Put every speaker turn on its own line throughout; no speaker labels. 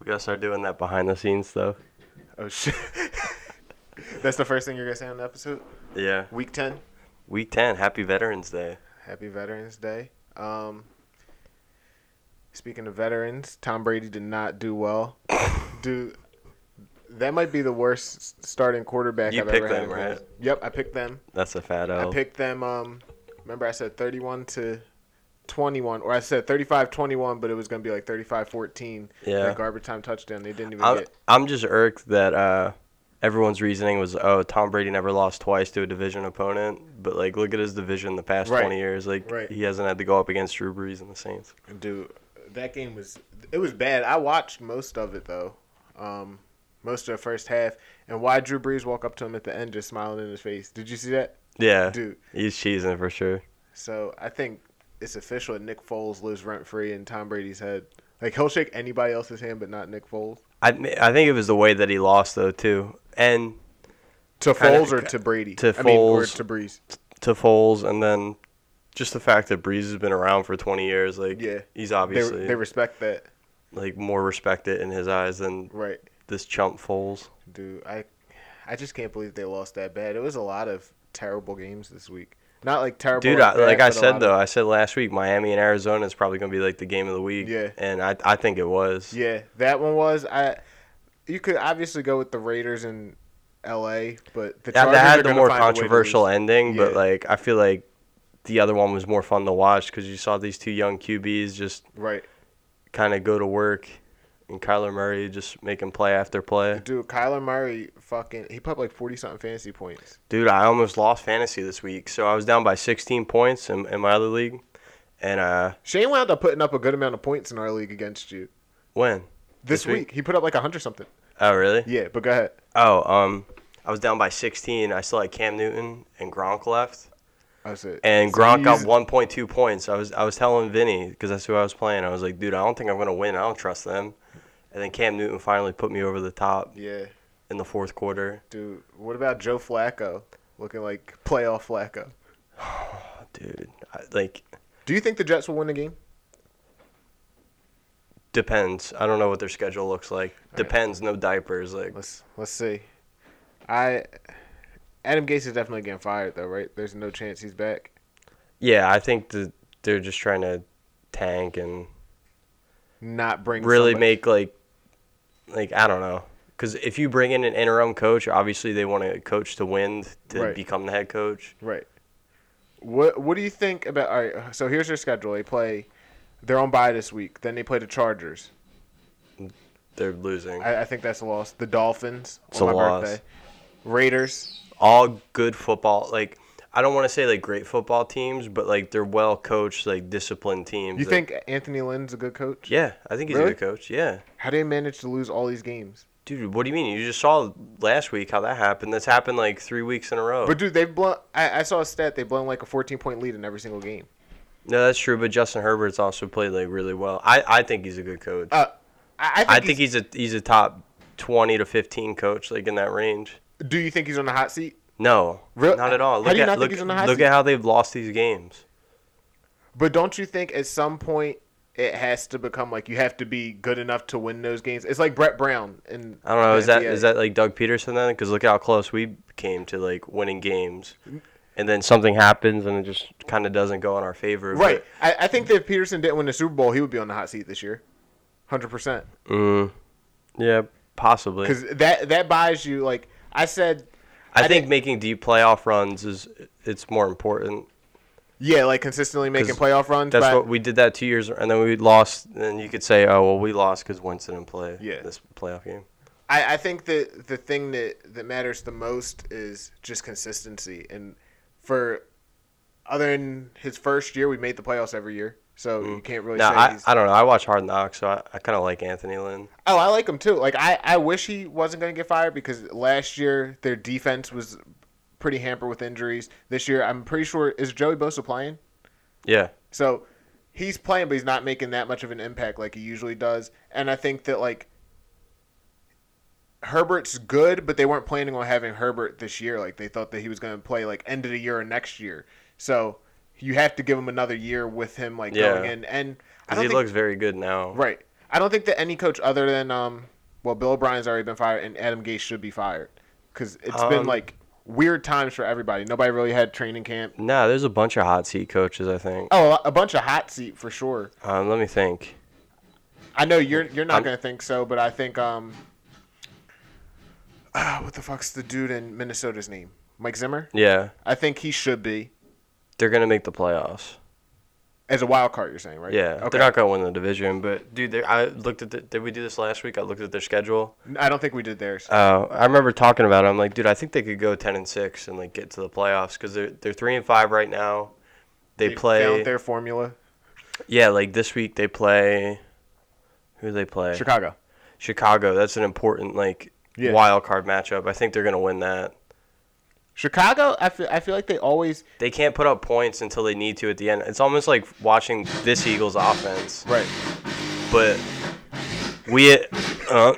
We gotta start doing that behind the scenes stuff.
Oh shit. That's the first thing you're gonna say on the episode.
Yeah.
Week ten.
Week ten. Happy Veterans Day.
Happy Veterans Day. Um, speaking of veterans, Tom Brady did not do well. do that might be the worst s- starting quarterback
You
I've
picked
ever had.
them,
in my-
right? Oh.
Yep, I picked them.
That's a fat
I
L.
picked them. Um, remember I said 31 to 21, or I said 35 21, but it was gonna be like 35 14.
Yeah.
That garbage time touchdown. They didn't even
I'm,
get.
I'm just irked that uh, everyone's reasoning was, oh, Tom Brady never lost twice to a division opponent, but like, look at his division the past
Right.
20 years. Like,
Right.
he hasn't had to go up against Drew Brees and the Saints.
Dude, that game was it was bad. I watched most of it though, um, most of the first half. And why Drew Brees walk up to him at the end, just smiling in his face? Did you see that,
Yeah,
dude?
he's cheesing for sure.
So I think it's official. that Nick Foles lives rent free in Tom Brady's head. Like he'll shake anybody else's hand, but not Nick Foles.
I I think it was the way that he lost though too, and
To
Kinda-
Foles or to Brady?
to
I mean, or
Foles.
to Brees.
to Foles, and then just the fact that Brees has been around for 20 years. Like,
Yeah.
he's
They,
obviously
they respect that,
like more respected in his eyes than
right?
this chump Foles.
Dude, I, I just can't believe they lost that bad. It was a lot of terrible games this week. Not like terrible,
Dude, I,
bad,
like I
but a lot
said
of-
though, I said last week Miami and Arizona is probably going to be like the game of the week.
Yeah.
And I I think it was.
Yeah, that one was I. You could obviously go with the Raiders in L.A., but the
That,
Chargers
that
are
had the
gonna
more
find a way to
controversial
lose.
ending, but
Yeah.
like I feel like the other one was more fun to watch because you saw these two young QBs just
Right,
kind of go to work, and Kyler Murray just making play after play.
dude. Kyler Murray, fucking, he put up like forty something fantasy points.
Dude, I almost lost fantasy this week, so I was down by 16 points in, in my other league, and uh,
Shane wound up putting up a good amount of points in our league against you
when
this, week. He put up like hundred something.
Oh, really?
Yeah, but go ahead.
Oh, um, I was down by 16. I still had Cam Newton and Gronk left.
I said,
And
so
Gronk
you
got
used-
1.2 points. I was I was telling Vinny because that's who I was playing. I was like, dude, I don't think I'm gonna win. I don't trust them. And then Cam Newton finally put me over the top
Yeah,
in the fourth quarter.
dude. What about Joe Flacco looking like playoff Flacco?
Dude, I, like
Do you think the Jets will win the game?
depends. I don't know what their schedule looks like. Depends. No diapers. Like
Let's let's see. I Adam Gase is definitely getting fired though, right? There's no chance he's back.
yeah, I think that they're just trying to tank and
Not bring
really
somebody-
make like like I don't know. Because if you bring in an interim coach, obviously they want a coach to win to
Right.
become the head coach.
right. What what do you think about? All right, so here's their schedule. They play. They're on bye this week. Then they play the Chargers.
They're losing.
I, I think that's a loss. The Dolphins
It's
on
a
my
loss.
birthday. Raiders.
all good football. Like I don't want to say like great football teams, but like they're well coached, like disciplined teams.
You
that-
think Anthony Lynn's a good coach?
Yeah, I think he's
Really?
a good coach. Yeah,
How do they manage to lose all these games?
dude. What do you mean? You just saw last week how that happened. That's happened like three weeks in a row.
But dude, they've blown. I, I saw a stat. They've blown like a 14 point lead in every single game.
no, that's true. But Justin Herbert's also played like really well. I I think he's a good coach.
Uh, I, I think.
I
he's-
think he's a he's a top twenty to fifteen coach, like in that range.
Do you think he's on the hot seat?
No,
Real-
not at all.
How
Look
do you
at
not think
look,
he's on the hot
look
seat?
at how they've lost these games.
But don't you think at some point it has to become like you have to be good enough to win those games? It's like Brett Brown and
I don't know. Is that is that like Doug Peterson then? Because look how close we came to like winning games, and then something happens and it just kind of doesn't go in our favor. but-
right? I, I think that if Peterson didn't win the Super Bowl, he would be on the hot seat this year, hundred percent.
Mm, yeah, possibly.
Because that that buys you like I said,
I,
I
think
didn't-
making deep playoff runs is it's more important.
yeah, like consistently making
'Cause
playoff runs.
That's
but
what we did that two years, and then we lost. And you could say, oh well, we lost because Winston didn't play
Yeah.
this playoff game.
I, I think that the thing that, that matters the most is just consistency. And for other than his first year, we made the playoffs every year, so you can't really.
Mm-hmm. Now
say
I,
he's,
I don't know. I watch Hard Knocks, so I, I kind of like Anthony Lynn.
Oh, I like him too. Like I, I wish he wasn't going to get fired because last year their defense was pretty hampered with injuries. This year, I'm pretty sure is Joey Bosa playing?
Yeah,
So he's playing, but he's not making that much of an impact like he usually does. And I think that like Herbert's good, but they weren't planning on having Herbert this year. Like they thought that he was going to play like end of the year or next year. So you have to give him another year with him like
Yeah.
going in. And I
because
don't
he
think
looks very good now.
Right. I don't think that any coach other than um, well, Bill O'Brien's already been fired, and Adam Gase should be fired because it's been
Um,
like weird times for everybody. Nobody really had training camp.
Nah, there's a bunch of hot seat coaches. I think.
Oh, a bunch of hot seat for sure.
Um, let me think.
I know you're you're not
I'm-
gonna think so, but I think um, ah, what the fuck's the dude in Minnesota's name? Mike Zimmer.
Yeah,
I think he should be
they're gonna make the playoffs.
as a wild card. You're saying right?
Yeah,
Okay.
they're not gonna win the division. But dude, they- I looked at. The, did we do this last week? I looked at their schedule.
I don't think we did theirs.
Uh, I remember talking about it. I'm like, dude, I think they could go ten and six and like get to the playoffs because they're they're three and five right now. They, play.
found their formula.
yeah, like this week they play. Who do they play?
Chicago.
Chicago. That's an important like
Yeah.
wild card matchup. I think they're gonna win that.
Chicago. I feel I feel like they always
They can't put up points until they need to at the end. It's almost like watching this Eagles offense.
right.
but we at, uh,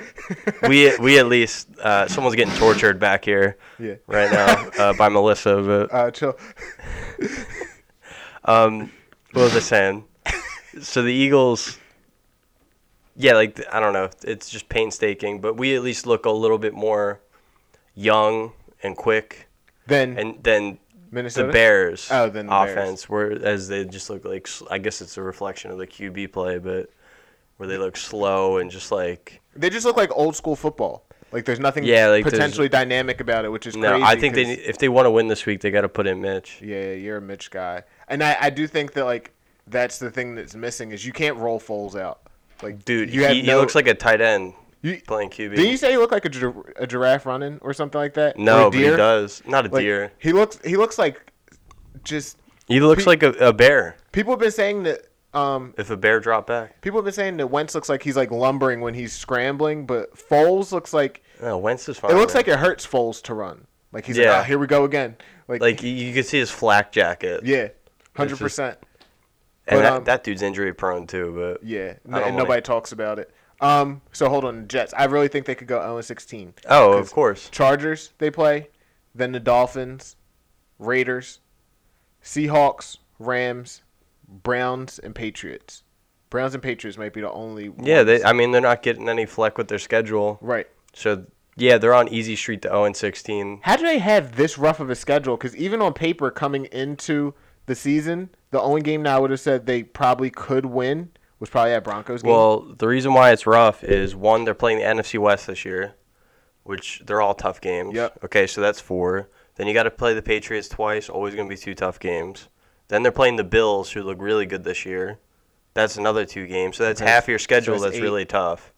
we at- we at least uh, someone's getting tortured back here
Yeah.
right now uh, by Melissa. But
Uh, chill.
what was I saying? So the Eagles, yeah, like I don't know, it's just painstaking, but we at least look a little bit more young and quick,
Then
and then. The
Minnesota.
Bears
Oh, then the Bears.
offense, where as they just look like, s- I guess it's a reflection of the QB play, but where they look slow and just like
They just look like old school football. Like there's nothing
Yeah, like, there's-
potentially dynamic about it, which is
No,
crazy.
I think they
'cause-
need- if they want to win this week, they got to put in Mitch.
Yeah, you're a Mitch guy, and I, I do think that like that's the thing that's missing is you can't roll Foles out. Like
Dude,
you
he, he looks like a tight end
You-
playing QB.
Did you say he looked like a, gir- a giraffe running or something like that? Or
no,
a
but he
deer?
does. Not a
Like,
deer.
He looks he looks like just
He looks
pe-
like a, a bear.
people have been saying that um
If a bear dropped back,
people have been saying that Wentz looks like he's like lumbering when he's scrambling, but Foles looks like
no, Wentz is fine.
it looks
man.
like it hurts Foles to run. Like he's
Yeah.
like, oh, here we go again. Like,
like you, you can see his flak jacket.
yeah, hundred percent.
and
but,
that,
um,
that dude's injury prone too. But
Yeah,
I don't
and
like-
nobody talks about it. Um, so hold on, Jets. I really think they could go 0 16.
oh, of course.
Chargers they play, then the Dolphins, Raiders, Seahawks, Rams, Browns, and Patriots. Browns and Patriots might be the only.
Yeah, they.
ones-
I mean, they're not getting any fleck with their schedule.
right.
So yeah, they're on easy street to zero and sixteen.
How do they have this rough of a schedule? Because even on paper, coming into the season, the only game that I would have said they probably could win was probably that Broncos game.
Well, the reason why it's rough is one, they're playing the NFC West this year, which they're all tough games.
Yep.
Okay, so that's four. Then you got to play the Patriots twice. Always going to be two tough games. Then they're playing the Bills, who look really good this year. That's another two games. So that's
Okay,
half your
so
schedule.
it's
that's
eight.
really tough.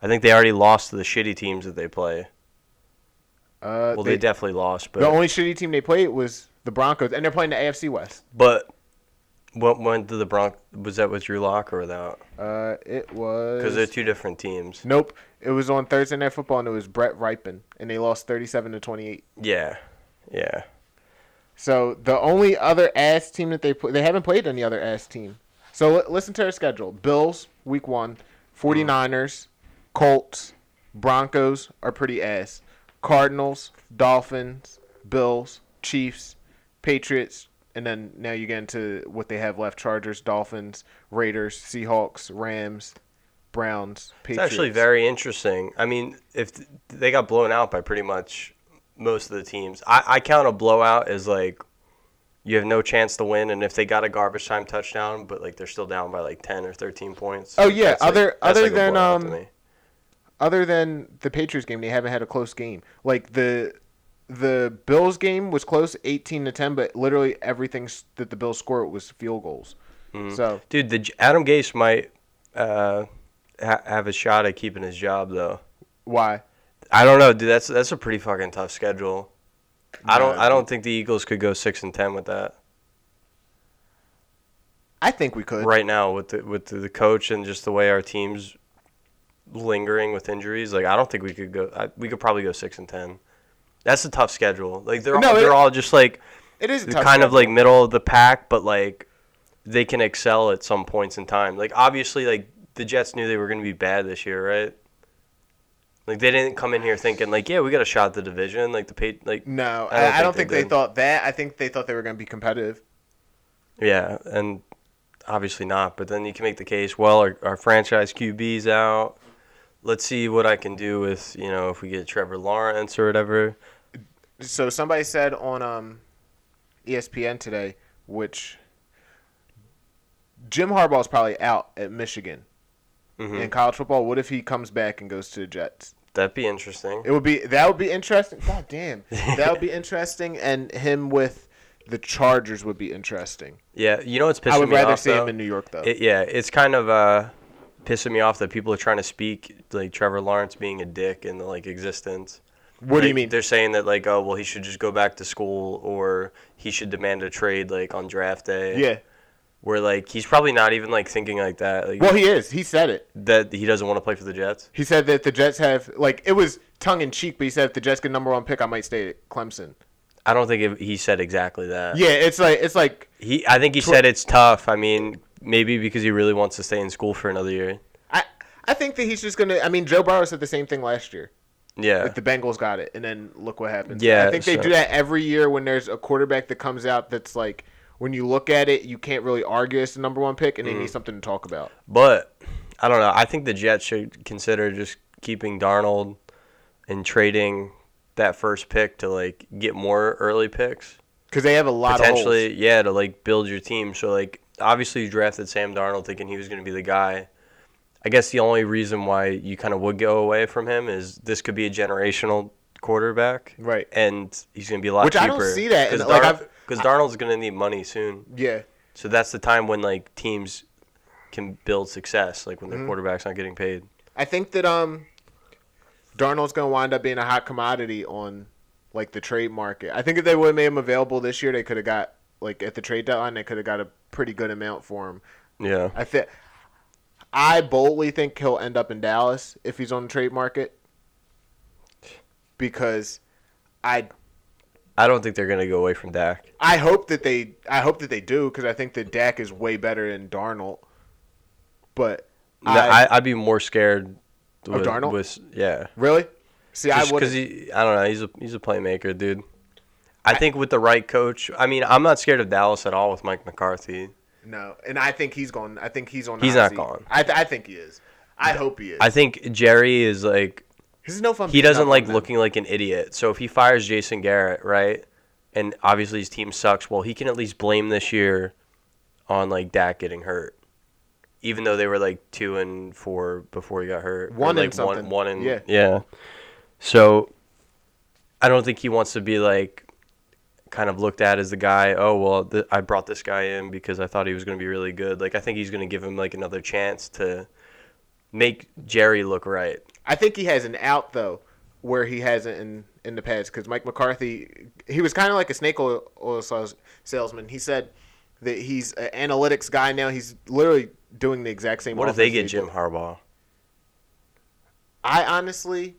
I think they already lost to the shitty teams that they play.
uh,
Well,
they-
they, definitely lost, but
the only shitty team they played was the Broncos, and they're playing the AFC West.
but what when did the Bronc was that with Drew Lock or without?
Uh, it
Because they're
was.
two different teams.
Nope. It was on Thursday Night Football, and it was Brett Ripon, and they lost thirty-seven to twenty-eight.
Yeah, yeah.
So the only other ass team that they play, they haven't played any other ass team. So li- listen to their schedule: Bills week one, 49ers, Colts, Broncos are pretty ass. Cardinals, Dolphins, Bills, Chiefs, Patriots, and then now you get into what they have left: Chargers, Dolphins, Raiders, Seahawks, Rams, Browns,
It's
Patriots.
actually very interesting. I mean, if th- they got blown out by pretty much most of the teams, I, I count a blowout as like you have no chance to win, and if they got a garbage time touchdown, but like they're still down by like ten or thirteen points.
Oh, yeah,
that's, like-
other-
that's,
other
like, a
than,
blowout to
um,
me.
other than the Patriots game, they haven't had a close game. Like the the Bills game was close, eighteen to ten, but literally everything s- that the Bills scored was field goals. So
dude, the J- Adam Gase might uh, ha- have a shot at keeping his job though.
why?
I don't know, dude. That's that's a pretty fucking tough schedule. I don't
Yeah,
I don't think the Eagles could go six and ten with that.
I think we could.
right now with the, with the coach and just the way our team's lingering with injuries, like I don't think we could go. I, we could probably go six and ten. That's a tough schedule. Like they're
No,
all,
it-
they're all just like
It is a
kind
tough
of like middle of the pack, but like they can excel at some points in time. Like obviously, like the Jets knew they were going to be bad this year, right? Like they didn't come in here thinking like, yeah, we got a shot at the division. Like the pay, like
No, I I don't, think, they,
did.
thought that. I think they thought they were going to be competitive.
Yeah, and obviously not. But then you can make the case, well, our, our franchise QB's out. Let's see what I can do with you know if we get Trevor Lawrence or whatever.
So somebody said on um, ESPN today, which Jim Harbaugh's probably out at Michigan
Mhm.
in college football. What if he comes back and goes to the Jets?
That'd be interesting.
It would be that would be interesting. God damn, that would be interesting. And him with the Chargers would be interesting.
Yeah, you know what's pissing
I would
me
rather
off,
see
though?
him in New York though.
It, yeah, it's kind of uh, pissing me off that people are trying to speak like Trevor Lawrence being a dick in like existence.
what do you
Like,
mean?
They're saying that like, oh well, he should just go back to school, or he should demand a trade like on draft day.
Yeah.
where like he's probably not even like thinking like that. Like,
Well, he is. He said it.
that he doesn't want to play for the Jets.
He said that the Jets have like it was tongue in cheek, but he said if the Jets get number one pick, I might stay at Clemson.
I don't think it, he said exactly that.
Yeah, it's like it's like
He, I think he said it's tough. I mean, maybe because he really wants to stay in school for another year.
I I think that he's just gonna. I mean, Joe Burrow said the same thing last year.
Yeah,
If the Bengals got it, and then look what happens.
Yeah,
I think they
so-
do that every year when there's a quarterback that comes out that's like when you look at it, you can't really argue it's the number one pick, and they
Mm.
need something to talk about.
but I don't know. I think the Jets should consider just keeping Darnold and trading that first pick to like get more early picks
Because they have a lot of holes.
potentially. Yeah, to like build your team. So like obviously you drafted Sam Darnold thinking he was going to be the guy. I guess the only reason why you kind of would go away from him is this could be a generational quarterback.
Right.
and he's going to be a lot
Which I
cheaper.
don't see that,
because
and, like, I've-
Darnold's going to need money soon.
Yeah.
So that's the time when like teams can build success, like when their
Mm-hmm.
quarterback's not getting paid.
I think that um, Darnold's gonna wind up being a hot commodity on like the trade market. I think if they would have made him available this year, they could have got like at the trade deadline, they could have got a pretty good amount for him.
Yeah,
I think I boldly think he'll end up in Dallas if he's on the trade market because I
I don't think they're going to go away from Dak.
I hope that they I hope that they do because I think that Dak is way better than Darnold, but
No,
I,
I, I'd be more scared
Of Darnold?
With, yeah,
really see I would
because he, I don't know, he's a he's a playmaker, dude. I think with the right coach, I mean, I'm not scared of Dallas at all with Mike McCarthy.
No, and I think he's gone. I think he's on. the
He's
hot
not
seat.
gone.
I, th- I think he is. I hope he is.
I think Jerry is like
this is no fun.
he
beating
doesn't
up
like
on him.
looking like an idiot. So if he fires Jason Garrett, right, and obviously his team sucks, well, he can at least blame this year on like Dak getting hurt, even though they were like two and four before he got hurt. or,
One and
like
something.
One, one and
Yeah.
yeah. So I don't think he wants to be like kind of looked at as the guy. Oh well, th- I brought this guy in because I thought he was going to be really good. Like I think he's going to give him like another chance to make Jerry look right.
I think he has an out though, where he hasn't in in the past because Mike McCarthy, he was kind of like a snake oil, oil sales- salesman. He said that he's an analytics guy now. He's literally doing the exact same.
What if they
offense
get
that he
Jim
did.
Harbaugh?
I honestly,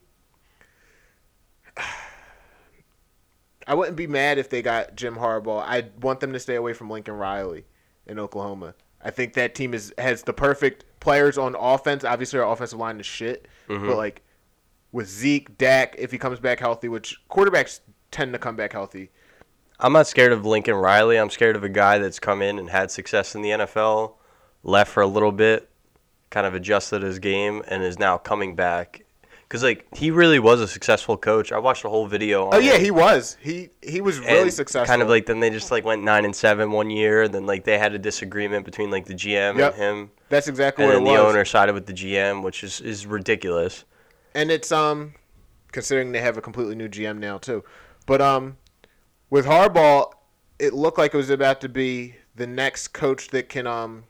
I wouldn't be mad if they got Jim Harbaugh. I want them to stay away from Lincoln Riley in Oklahoma. I think that team is has the perfect players on offense. Obviously, our offensive line is shit,
Mm-hmm.
but like with Zeke, Dak, if he comes back healthy, which quarterbacks tend to come back healthy.
I'm not scared of Lincoln Riley. I'm scared of a guy that's come in and had success in the NFL, left for a little bit, kind of adjusted his game, and is now coming back. Cause like he really was a successful coach. I watched a whole video. On
Oh yeah,
him,
he was. He he was
and
really successful.
Kind of like then they just like went nine and seven one year, and then like they had a disagreement between like the GM
Yep.
and him,
that's exactly
and
what it
then the
was.
owner sided with the GM, which is is ridiculous.
and it's um considering they have a completely new GM now too. But um with Harbaugh, it looked like it was about to be the next coach that can um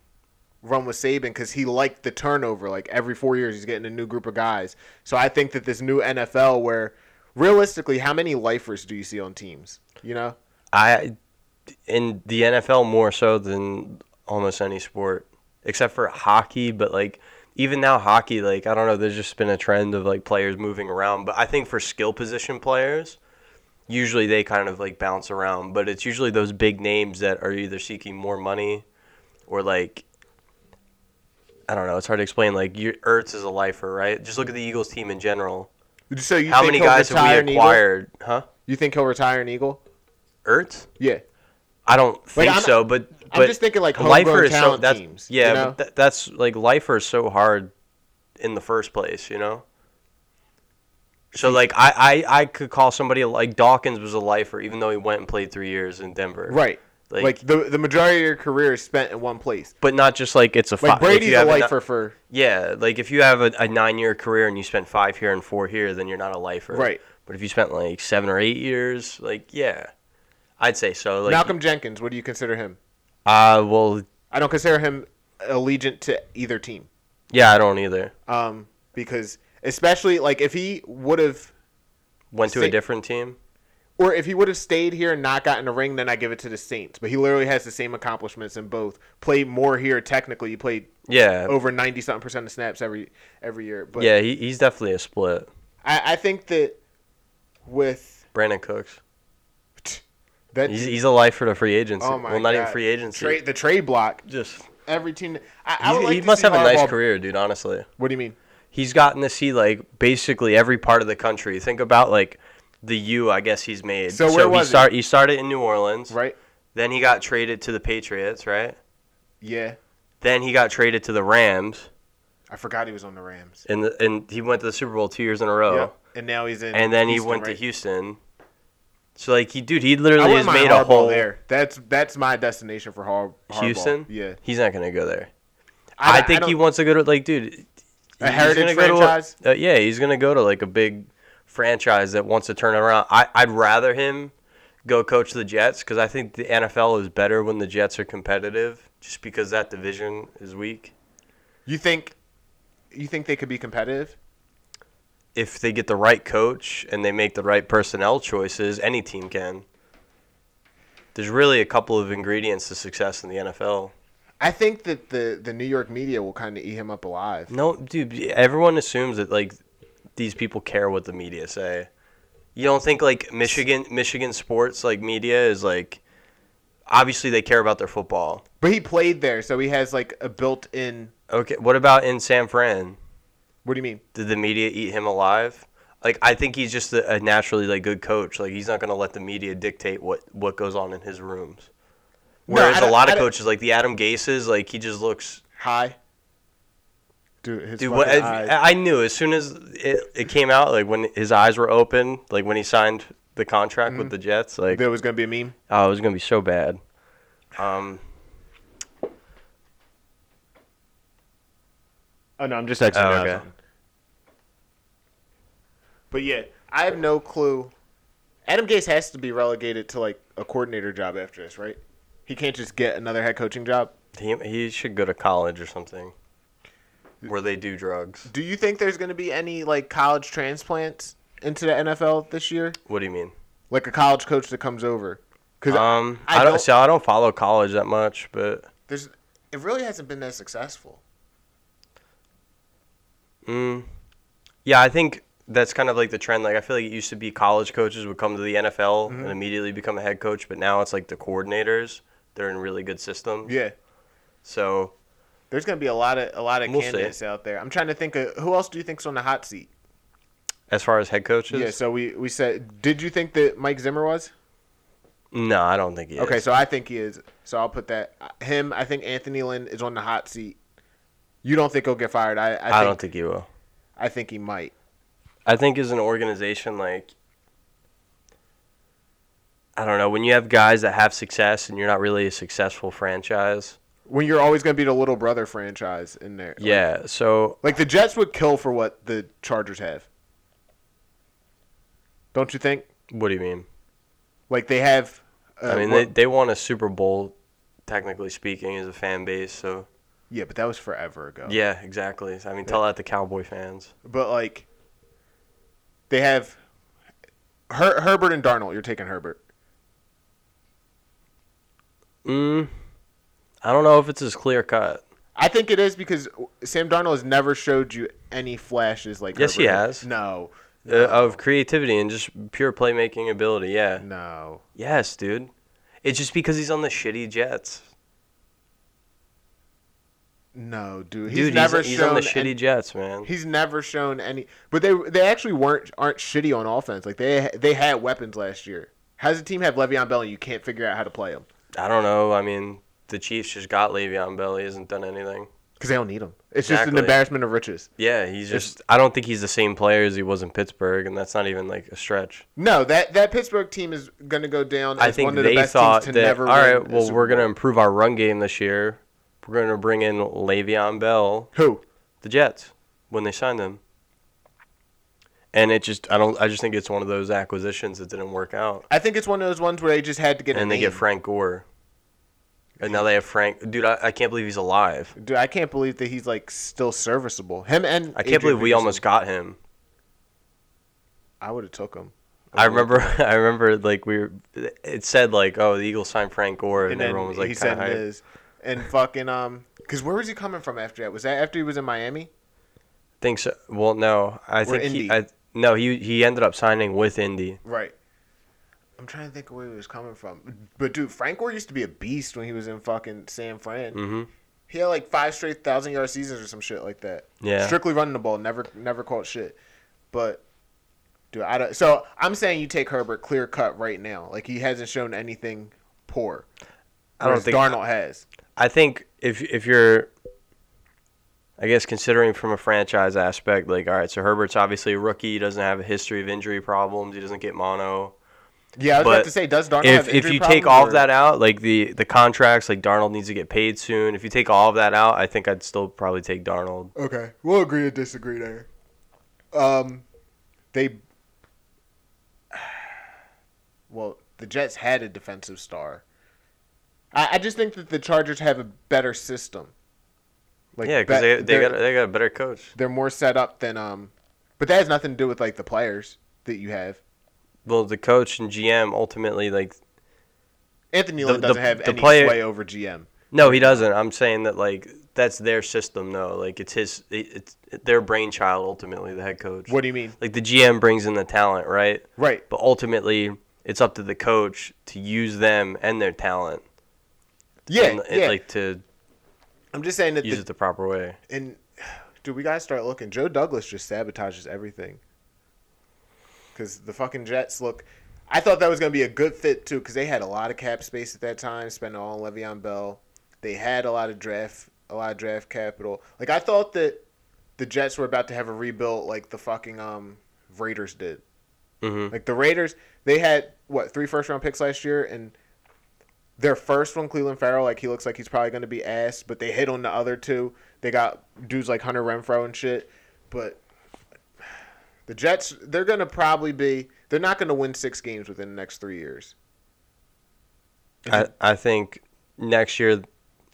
run with Saban because he liked the turnover. Like every four years, he's getting a new group of guys. So I think that this new NFL, where realistically, how many lifers do you see on teams? You know,
I in the NFL more so than almost any sport except for hockey, but like even now hockey like I don't know there's just been a trend of like players moving around, but I think for skill position players usually they kind of like bounce around, but it's usually those big names that are either seeking more money or like I don't know, it's hard to explain like your Ertz is a lifer, right? Just look at the Eagles team in general.
so you
How
think
many
he'll
guys
retire
have
an
we
Eagle?
acquired, huh?
You think he'll retire an Eagle?
Ertz?
Yeah,
I don't think
I'm-
so, but
I'm
but
just thinking, like, homegrown
lifer is so
talent
that's
teams, you
yeah,
know?
but tha- that's like lifer is so hard in the first place, you know. So like I, I I could call somebody like Dawkins was a lifer even though he went and played three years in Denver, Like-
Right. Like, the the majority of your career is spent in one place.
But not just like it's a fi-
Like
if
Brady's
you
a
have ni-
lifer for
Yeah, like if you have a, a nine year career and you spent five here and four here, then you're not a lifer.
Right.
But if you spent like seven or eight years, like yeah, I'd say so. Like,
Malcolm Jenkins. What do you consider him?
Uh, well,
I don't consider him allegiant to either team.
yeah, I don't either.
Um, because especially like if he would have
Went to a
Say-
different team.
or if he would have stayed here and not gotten a ring, then I give it to the Saints. But he literally has the same accomplishments in both. Played more here technically. He played
Yeah.
over ninety something percent of snaps every every year. But
yeah, he, he's definitely a split.
I, I think that with
Brandon Cooks.
that
He's, he's a lifer to free agency.
oh my
well, not even
God.
free agency.
Trade- the trade block
Just
every team. I, I
he's,
would like
he
to
must
see
have a nice
Harbaugh-
career, dude. Honestly.
What do you mean?
he's gotten to see like basically every part of the country. Think about like the U, I guess he's made.
So where
he
was he?
start he started in New Orleans,
Right?
Then he got traded to the Patriots, right?
Yeah,
Then he got traded to the Rams,
I forgot he was on the Rams.
and the, and he went to the Super Bowl two years in a row,
Yep. And now he's in.
and then
Houston,
he went
right?
to Houston. So like he, dude, he
I
literally
wouldn't
has made
mind Harbaugh
a whole
there. That's that's my destination for Har- Harbaugh.
Houston.
Yeah,
he's not gonna go there. I, think
don't-
he wants to go to like, dude,
A
he's
heritage
gonna go to-
franchise?
uh, yeah, he's gonna go to like a big franchise that wants to turn it around. I, I'd rather him go coach the Jets because I think the NFL is better when the Jets are competitive, just because that division is weak.
You think you think they could be competitive?
If they get the right coach and they make the right personnel choices, any team can. There's really a couple of ingredients to success in the NFL.
I think that the the New York media will kind of eat him up alive.
No, dude, everyone assumes that like these people care what the media say. You don't think like Michigan Michigan sports like media is like obviously they care about their football.
But he played there, so he has like a built-in.
Okay, what about in San Fran?
What do you mean?
Did the media eat him alive? Like I think he's just a, a naturally like good coach. Like he's not going to let the media dictate what what goes on in his rooms.
No,
Whereas
I don't-
a lot
I
of
don't-
coaches like the Adam Gases, like he just looks
Hi. Dude, his
Dude,
fucking
what,
eyes.
I, I knew as soon as it, it came out, like when his eyes were open, like when he signed the contract
Mm.
with the Jets, like
there was gonna be a meme.
oh, it was gonna be so bad. Um,
Oh no, I'm just texting.
Oh, okay.
But yeah, I have no clue. Adam Gase has to be relegated to like a coordinator job after this, right? He can't just get another head coaching job.
he he should go to college or something, where they do drugs.
Do you think there's going to be any like college transplants into the NFL this year?
What do you mean?
Like a college coach that comes over? Because
Um, I, don't. So I don't follow college that much, but
There's. It really hasn't been that successful.
mm, yeah, I think that's kind of like the trend. Like I feel like it used to be college coaches would come to the NFL
Mm-hmm.
and immediately become a head coach, but now it's like the coordinators. They're in really good systems.
Yeah.
So
There's going to be a lot of a lot of
We'll see.
candidates out there. I'm trying to think of who else do you think's on the hot seat?
as far as head coaches,
Yeah. So we we said. Did you think that Mike Zimmer was?
No, I don't think he is.
Okay. So I think he is. So I'll put that him. I think Anthony Lynn is on the hot seat. You don't think he'll get fired? I I, think,
I don't think he will.
I think he might.
I think as an organization, like, I don't know, when you have guys that have success and you're not really a successful franchise,
When you're always going to be the little brother franchise in there. Like,
yeah. So
Like the Jets would kill for what the Chargers have. Don't you think?
what do you mean?
Like they have. Uh,
I mean,
what-
they they won a Super Bowl, technically speaking, as a fan base. So
yeah, but that was forever ago.
yeah, exactly. I mean, tell that to Cowboy fans.
but like they have Her- Herbert and Darnold. You're taking Herbert.
Mm, I don't know if it's as clear cut.
I think it is because Sam Darnold has never showed you any flashes like.
Yes, he
Herbert.
has.
No,
uh, Of creativity and just pure playmaking ability, yeah.
no.
Yes, dude. It's just because he's on the shitty Jets.
No, dude, he's
Dude, he's,
never
he's
shown
on the
any-
shitty Jets, man.
He's never shown any, but they they actually weren't aren't shitty on offense. Like they they had weapons last year. How does a team have Le'Veon Bell and you can't figure out how to play him?
I don't know. I mean, the Chiefs just got Le'Veon Bell. He hasn't done anything.
because they don't need him. It's just an
Exactly.
embarrassment of riches.
Yeah, he's just. I don't think he's the same player as he was in Pittsburgh, and that's not even like a stretch.
No, that that Pittsburgh team is going to go down. As
I think
one of the
they
best
thought
teams
that
to never
all
win
right,
a
well,
Super
we're gonna
Bowl.
improve our run game this year. We're gonna bring in Le'Veon Bell,
who
the Jets, when they signed him. And it just, I don't, I just think it's one of those acquisitions that didn't work out.
I think it's one of those ones where they just had to get. a
and they
name.
get Frank Gore. And now they have Frank. Dude, I, I can't believe he's alive.
Dude, I can't believe that he's like still serviceable. Him and
I can't
Adrian
believe we
Peterson.
almost got him.
I would have took him.
I remember, I remember, like we were. It said like, oh, the Eagles signed Frank Gore, and,
and then
everyone was like,
he
kind
said
of hyped.
Miz. And fucking um, because where was he coming from after that? Was that after he was in Miami?
Think so? Well, no, I think he.
Indy.
I, no, he he ended up signing with Indy.
Right. I'm trying to think of where he was coming from. But dude, Frank Gore used to be a beast when he was in fucking San Fran.
hmm
He had like five straight thousand yard seasons or some shit like that.
Yeah.
Strictly running the ball, never never caught shit. But dude, I don't. So I'm saying you take Herbert clear cut right now. Like he hasn't shown anything poor.
I don't
Whereas
think-
Darnold has.
I think if if you're, I guess considering from a franchise aspect, like all right, so Herbert's obviously a rookie. He doesn't have a history of injury problems. He doesn't get mono.
Yeah, I was about
But
to say, does Darnold
if
have
if
injury
you take
problems,
all
or-
of that out, like the the contracts, like Darnold needs to get paid soon. If you take all of that out, I think I'd still probably take Darnold.
Okay, we'll agree to disagree there. Um, they. Well, the Jets had a defensive star. I, I just think that the Chargers have a better system. Like
Yeah, because
be-
they they
they're-
got they got a better coach.
they're more set up than um, but that has nothing to do with like the players that you have.
Well, the coach and GM ultimately like
Anthony
The-
Lynn
the-
doesn't have
the
any
player-
sway over GM.
no, he doesn't. I'm saying that like that's their system though. Like it's his it's their brainchild ultimately. The head coach.
What do you mean?
like the GM brings in the talent, right?
Right.
But ultimately, it's up to the coach to use them and their talent.
Yeah,
and, and,
yeah.
like to
I'm just saying that
use
the
it the proper way.
and dude, we gotta start looking. Joe Douglas just sabotages everything. Because the fucking Jets look. I thought that was gonna be a good fit too, because they had a lot of cap space at that time, spent all on Le'Veon Bell. They had a lot of draft, a lot of draft capital. Like I thought that the Jets were about to have a rebuild, like the fucking um Raiders did.
Mhm.
Like the Raiders, they had what three first round picks last year, and their first one, Cleveland Farrell, like he looks like he's probably going to be ass, but they hit on the other two. They got dudes like Hunter Renfro and shit, but the Jets, they're going to probably be, they're not going to win six games within the next three years.
I,
Mm-hmm.
I think next year,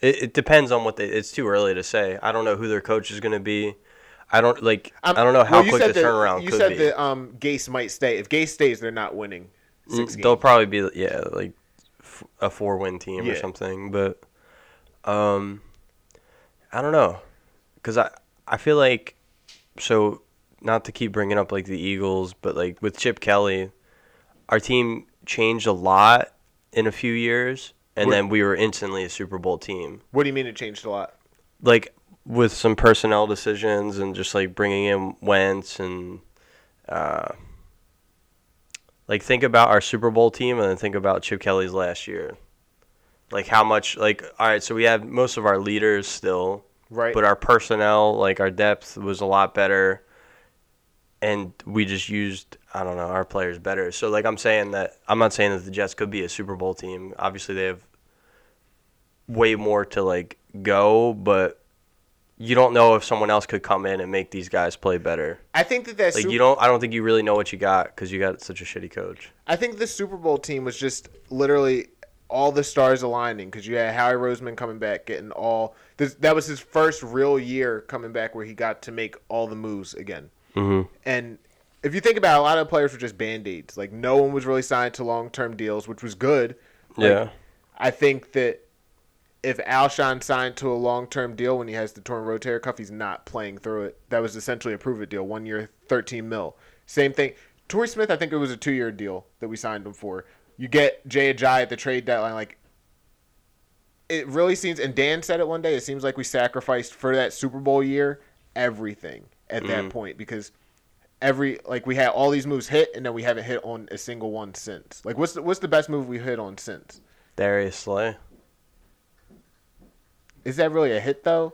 it, it depends on what they. It's too early to say. I don't know who their coach is going to be. I don't like.
I'm-
I don't know how
well, you
quick
said
the
that-
turnaround
You
could
said
be.
that um, Gase might stay. If Gase stays, they're not winning
Mm,
6
They'll
games.
probably be yeah, like f- a four-win team or
Yeah.
something. But um, I don't know, cause I I feel like so not to keep bringing up like the Eagles, but like with Chip Kelly, our team changed a lot in a few years, and
What-
then we were instantly a Super Bowl team.
What do you mean it changed a lot?
like with some personnel decisions and just like bringing in Wentz and uh, like think about our Super Bowl team and then think about Chip Kelly's last year. Like how much like all right, so we had most of our leaders still,
Right.
but our personnel, like our depth was a lot better and we just used I don't know, our players better. So like I'm saying that I'm not saying that the Jets could be a Super Bowl team. Obviously they have way more to like go, but you don't know if someone else could come in and make these guys play better.
I think that that's
Like you don't I don't think you really know what you got cuz you got such a shitty coach.
I think the Super Bowl team was just literally all the stars aligning because you had Howie Roseman coming back, getting all this, that was his first real year coming back where he got to make all the moves again.
Mhm.
And if you think about, it, a lot of players were just band aids. Like no one was really signed to long term deals, which was good. Like,
yeah.
I think that if Alshon signed to a long term deal when he has the torn rotator cuff, he's not playing through it. That was essentially a prove it deal, one year, thirteen mil. Same thing. Torrey Smith, I think it was a two year deal that we signed him for. You get Jay Ajayi at the trade deadline, like it really seems and Dan said it one day, it seems like we sacrificed for that Super Bowl year everything at that point because every like we had all these moves hit and then we haven't hit on a single one since. Like what's the, what's the best move we hit on since?
Darius Slay.
Is that really a hit though?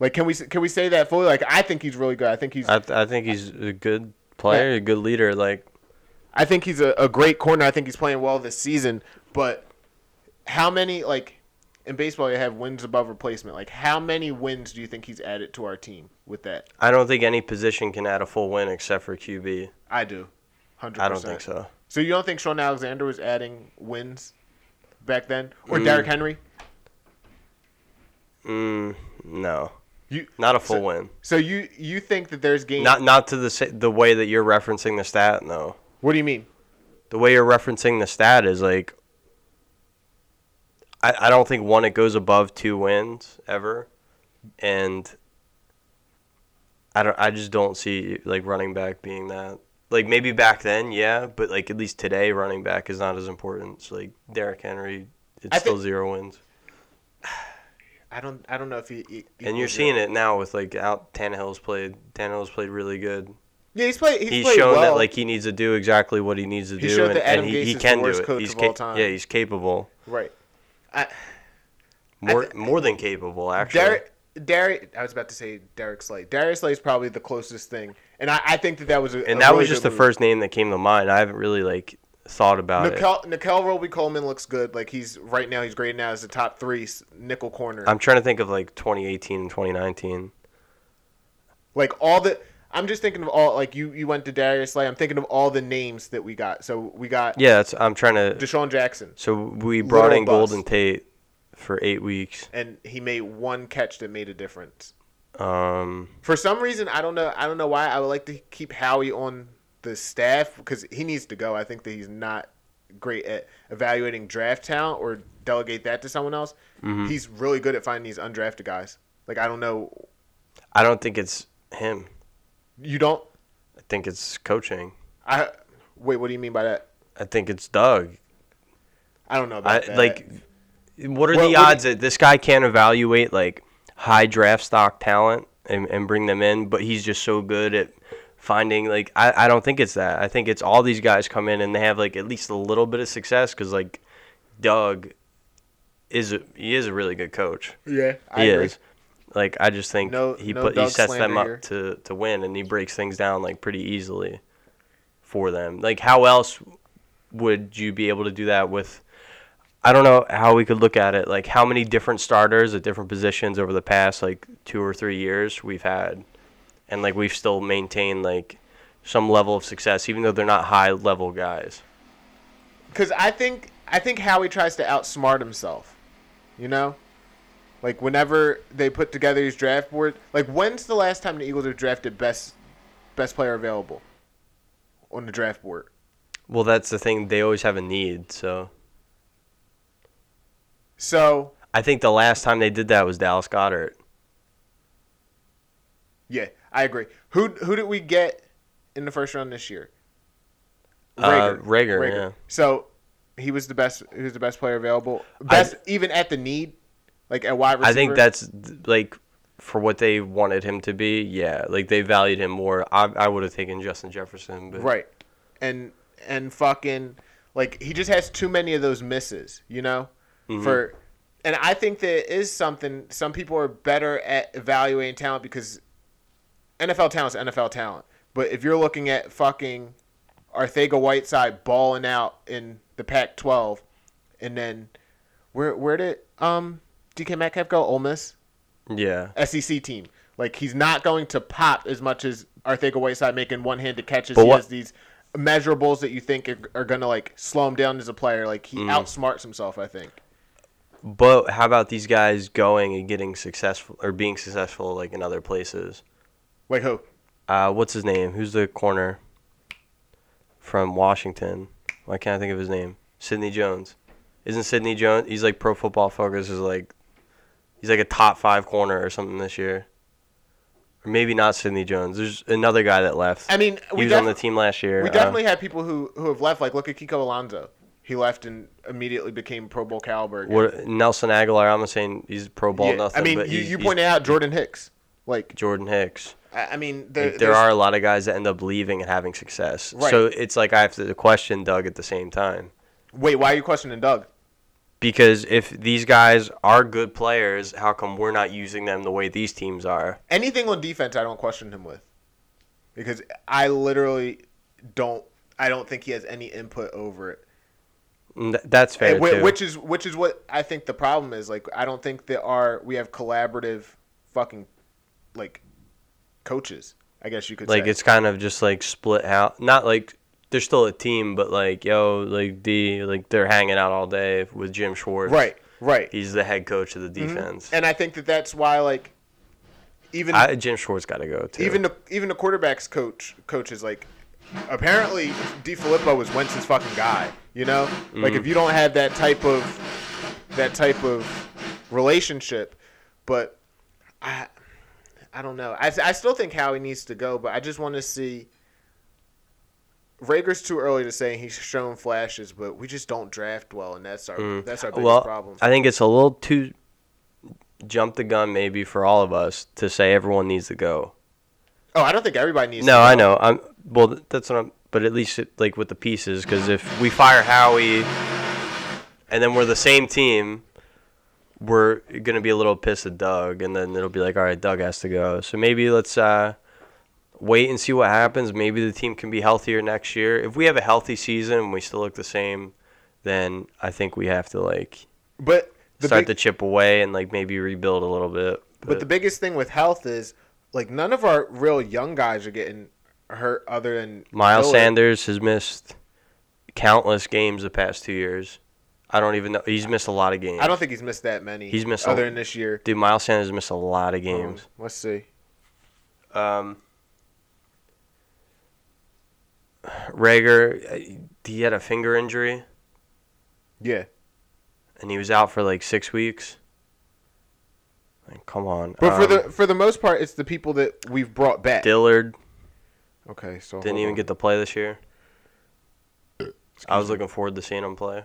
Like, can we can we say that fully? Like, I think he's really good. I think he's
I, th- I think he's a good player, a good leader. Like,
I think he's a, a great corner. I think he's playing well this season. But how many like in baseball you have wins above replacement? Like, how many wins do you think he's added to our team with that?
I don't think any position can add a full win except for QB.
I do, hundred.
I don't think so.
So you don't think Sean Alexander was adding wins back then, or Derrick Henry?
Mm, no,
You
not a full
so,
win.
So you you think that there's games?
Not not to the sa- the way that you're referencing the stat. No,
what do you mean?
the way you're referencing the stat is like. I, I don't think one it goes above two wins ever, and. I don't. I just don't see like running back being that. Like maybe back then, yeah, but like at least today, running back is not as important. So, like Derrick Henry, it's
I
still
think-
zero wins.
I don't I don't know if he. he
And you're seeing it now with like out Tannehill's played. Tannehill's played really good.
Yeah, he's played. He's,
He's,
played
shown
well.
that like he needs to do exactly what he needs to do,
He showed
and,
that Adam
and he,
Gase
he
is the
can do
worst
it.
coach
He's
of all
ca-
time.
yeah, he's capable,
right. I,
more
thi-
more than capable actually.
Derek, Derek, I was about to say Derek Slay. Derek Slay is probably the closest thing, and I, I think that that was. A,
and
a
that
really
was just
good
the
move.
first name that came to mind. I haven't really like thought about it.
Nikel, Nikel Roby Coleman looks good. Like he's right now, he's graded now as the top three s- nickel corner.
I'm trying to think of like 2018 and 2019.
like all the, I'm just thinking of all. Like you, you went to Darius Slay. I'm thinking of all the names that we got. So we got
Yeah, that's, I'm trying to.
Deshaun Jackson,
so we brought
Literal
in
bust.
Golden Tate for eight weeks.
and he made one catch that made a difference.
Um,
For some reason, I don't know. I don't know why. I would like to keep Howie on the staff because he needs to go. I think that he's not great at evaluating draft talent or delegate that to someone else.
Mm-hmm.
He's really good at finding these undrafted guys. Like I don't know.
I don't think it's him.
You don't.
I think it's coaching.
I wait. What do you mean by that?
I think it's Doug.
I don't know
I
about that.
like. What are
What- what do
the
you-
odds that this guy can't evaluate like high draft stock talent and, and bring them in, but he's just so good at finding like I, I don't think it's that. I think it's all these guys come in and they have like at least a little bit of success because like Doug is a, he is a really good coach.
yeah. I
he
agree.
is. Like I just think
No-
he
no
put, he
Doug
sets them
slander
up to
here.
to win, and he breaks things down like pretty easily for them. Like how else would you be able to do that with? I don't know how we could look at it. Like how many different starters at different positions over the past like two or three years we've had, and like we've still maintained like some level of success, even though they're not high level guys.
because I think I think Howie tries to outsmart himself. You know, like whenever they put together his draft board, like when's the last time the Eagles have drafted best best player available on the draft board?
Well, that's the thing. They always have a need, so.
So
I think the last time they did that was Dallas Goddard.
yeah, I agree. Who who did we get in the first round this year?
Uh, Rager, yeah.
So he was the best. He was the best player available. Best even at the need, like at wide receiver.
I think that's th- like for what they wanted him to be. Yeah, like they valued him more. I I would have taken Justin Jefferson, but
Right. And and fucking like he just has too many of those misses, you know? For and I think there is something some people are better at evaluating talent because NFL talent's NFL talent. But if you're looking at fucking Arthega Whiteside balling out in the Pac twelve and then where where did um DK Metcalf go? Ole Miss?
yeah,
SEC E team. Like he's not going to pop as much as Arthega Whiteside making one-handed catches.
But
he
what-
has these measurables that you think are, are going to like slow him down as a player. Like he
Mm.
outsmarts himself. I think.
but how about these guys going and getting successful or being successful like in other places?
Like who?
Uh, what's his name? Who's the corner from Washington? Why can't I think of his name? Sidney Jones. Isn't Sidney Jones? He's like Pro Football Focus is like, he's like a top five corner or something this year. Or maybe not Sidney Jones. There's another guy that left.
I mean,
he
we
was on the
def-
team last year.
We
Uh,
definitely have people who who have left. Like look at Kiko Alonso. He left and immediately became Pro Bowl caliber. again.
what Nelson Aguilar? I'm not saying he's Pro Bowl
Yeah,
nothing.
I mean,
but
you,
he's-
you
he's
pointed out Jordan Hicks. Like
Jordan Hicks.
I, I mean, there,
Like, there
there's-
are a lot of guys that end up leaving and having success.
Right.
So it's like I have to question Doug at the same time.
Wait, why are you questioning Doug?
Because if these guys are good players, how come we're not using them the way these teams are?
Anything on defense, I don't question him with, because I literally don't. I don't think he has any input over it.
And th- that's fair.
And whi-
too.
which is which is what I think the problem is. Like, I don't think there are we have collaborative, fucking, like, coaches. I guess you could
like
say.
it's kind of just like split out not like they're still a team but like yo like d like they're hanging out all day with jim schwartz
right, Mm-hmm. right.
he's the head coach of the defense
And I think that that's why like, even
I, jim schwartz got to go too
even the even the quarterbacks coach coaches like apparently DiFilippo was Wentz's fucking guy. You know, like
Mm-hmm.
if you don't have that type of that type of relationship, but I I don't know. I I still think Howie needs to go, but I just want to see. Rager's too early to say he's shown flashes, but we just don't draft well, and that's our that's our biggest
Mm. well
problem.
i think it's a little too jump the gun maybe for all of us to say everyone needs to go
oh, I don't think everybody needs.
no
to
i know i'm well th- that's what i'm but at least it, like with the pieces because if we fire howie and then we're the same team we're gonna be a little pissed at Doug, and then it'll be like, all right, Doug has to go. So maybe let's uh, wait and see what happens. Maybe the team can be healthier next year. If we have a healthy season and we still look the same, then I think we have to like
But the
start to
big-
chip away and like maybe rebuild a little bit.
But the biggest thing with health is like none of our real young guys are getting hurt other than
Miles
Miller.
Sanders has missed countless games the past two years. I don't even know. He's missed a lot of games.
I don't think he's missed that many.
He's missed
other
a-
than this year.
Dude, Miles Sanders missed a lot of
Um,
games.
let's see.
Um, Rager, uh, he had a finger injury
Yeah,
and he was out for like six weeks. Like, come on.
but for
Um,
the for the most part, it's the people that we've brought back.
Dillard
okay, so
didn't
hold
even
on.
get to play this year. I was looking forward to seeing him play.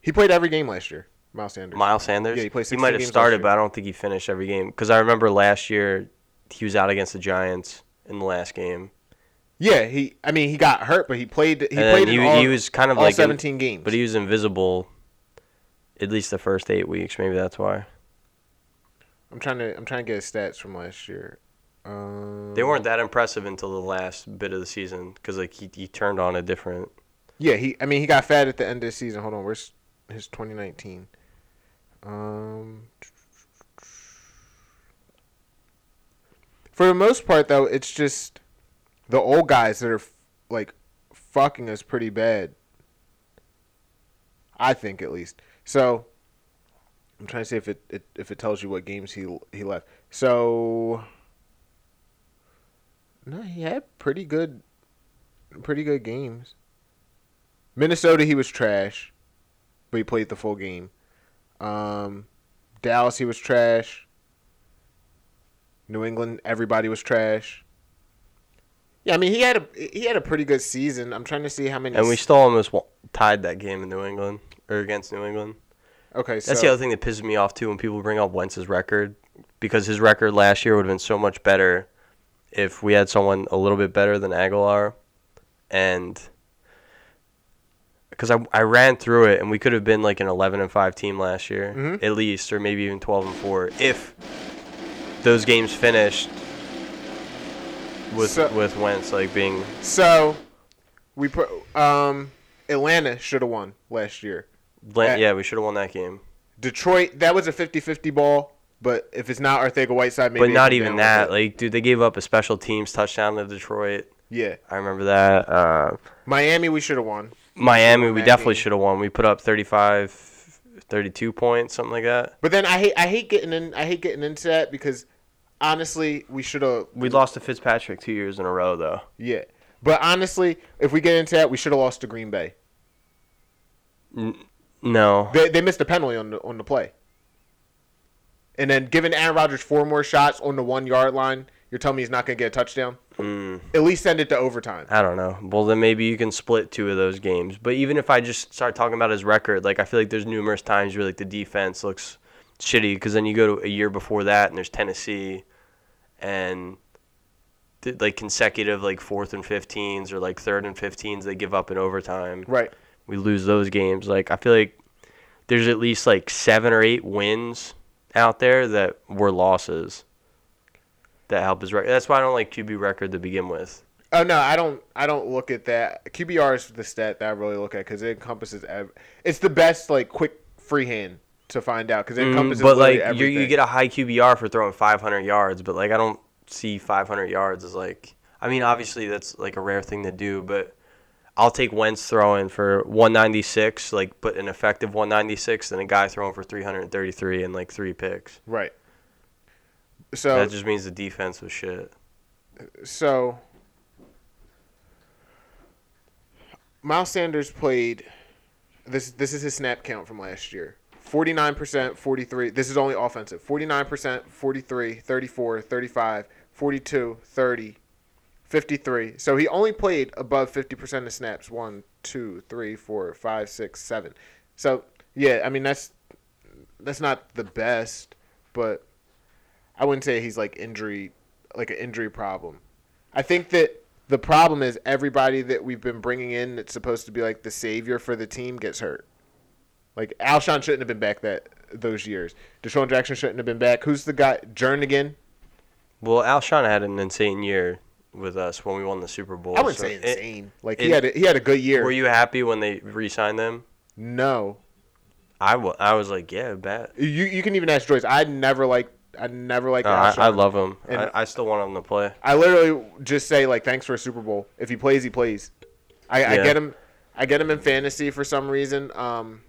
He played every game last year. Miles Sanders.
Miles Sanders,
Yeah, he played 16
might have
games last
started,
year.
but I don't think he finished every game because I remember last year he was out against the Giants in the last game,
yeah, he. I mean, he got hurt, but he played. He
and
played.
then he,
in all,
he was kind of
all
like in-
seventeen games.
but he was invisible. At least the first eight weeks, maybe that's why.
I'm trying to. I'm trying to get his stats from last year. Um,
They weren't that impressive until the last bit of the season because like he, he turned on a different.
Yeah, he. I mean, he got fat at the end of the season. Hold on, where's his 2019? Um, for the most part, though, it's just the old guys that are like fucking us pretty bad. I think, at least. So, I'm trying to see if it, it if it tells you what games he he left. So, no, he had pretty good, pretty good games. Minnesota, he was trash, but he played the full game. Um, Dallas, he was trash. New England, everybody was trash. Yeah, I mean he had a he had a pretty good season. I'm trying to see how many.
And we still almost wa- tied that game in New England or against New England.
okay,
That's
so
the other thing that pisses me off too when people bring up Wentz's record because his record last year would have been so much better if we had someone a little bit better than Aguilar and because I, I ran through it and we could have been like an 11 and 5 team last year
Mm-hmm.
at least or maybe even 12 and 4 if those games finished with
So-
with Wentz like being
so we put um Atlanta should have won last year.
yeah,
Yeah.
yeah we should have won that game
Detroit, that was a 50-50 ball, but if it's not Arthega Whiteside, maybe
but
they
not
come
even
down
that
with it.
like dude they gave up a special teams touchdown to Detroit
yeah,
I remember that. Uh,
Miami, we should have won.
Miami, we
that
definitely
game.
should have won. We put up 35, 32 points, something like that.
But then I hate I hate getting in I hate getting into that because honestly we should have
We lost to Fitzpatrick two years in a row, though.
yeah. But honestly, if we get into that, we should have lost to Green Bay.
No.
They, they missed a penalty on the on the play. And then giving Aaron Rodgers four more shots on the one yard line, you're telling me he's not going to get a touchdown. At least send it to overtime.
Mm, I don't know. Well, then maybe you can split two of those games. But even if I just start talking about his record, like I feel like there's numerous times where like the defense looks shitty because then you go to a year before that and there's Tennessee, and th- like consecutive like fourth and 15s or like third and 15s they give up in overtime.
Right.
we lose those games. Like I feel like there's at least like seven or eight wins out there that were losses that help his record. That's why I don't like QB record to begin with.
Oh no, I don't. I don't look at that. QBR is the stat that I really look at because it encompasses. Ev- it's the best like quick freehand to find out because it encompasses.
Mm, but like
literally
you you
everything.
get a high QBR for throwing 500 yards, but like I don't see 500 yards as like I mean obviously that's like a rare thing to do, but I'll take Wentz throwing for 196, like but an effective 196, than a guy throwing for 333 and like three picks.
right. So
That just means the defense was shit.
so Miles Sanders played this this is his snap count from last year. 49%, 43. This is only offensive. 49%, 43, 34, 35, 42, 30, 53. So he only played above 50% of snaps. One, two, three, four, five, six, seven. So, yeah, I mean, that's that's not the best, but I wouldn't say he's like injury, like an injury problem. I think that the problem is everybody that we've been bringing in that's supposed to be like the savior for the team gets hurt. Like Alshon shouldn't have been back that those years. Deshaun Jackson shouldn't have been back. Who's the guy? Jernigan.
Well, Alshon had an insane year with us when we won the Super Bowl.
I wouldn't
so
say
it-
insane. like he
it-
had a, he had a good year.
were you happy when they re-signed them?
no,
I wa- I was like, yeah, bet.
you you can even ask Joyce. I never liked I never liked.
No, Uh, I,
Alshon.
I love him.
And-
I, I still want him to play.
I literally just say like, "Thanks for a Super Bowl." If he plays, he plays. I, I
Yeah.
get him. I get him in fantasy for some reason. Um,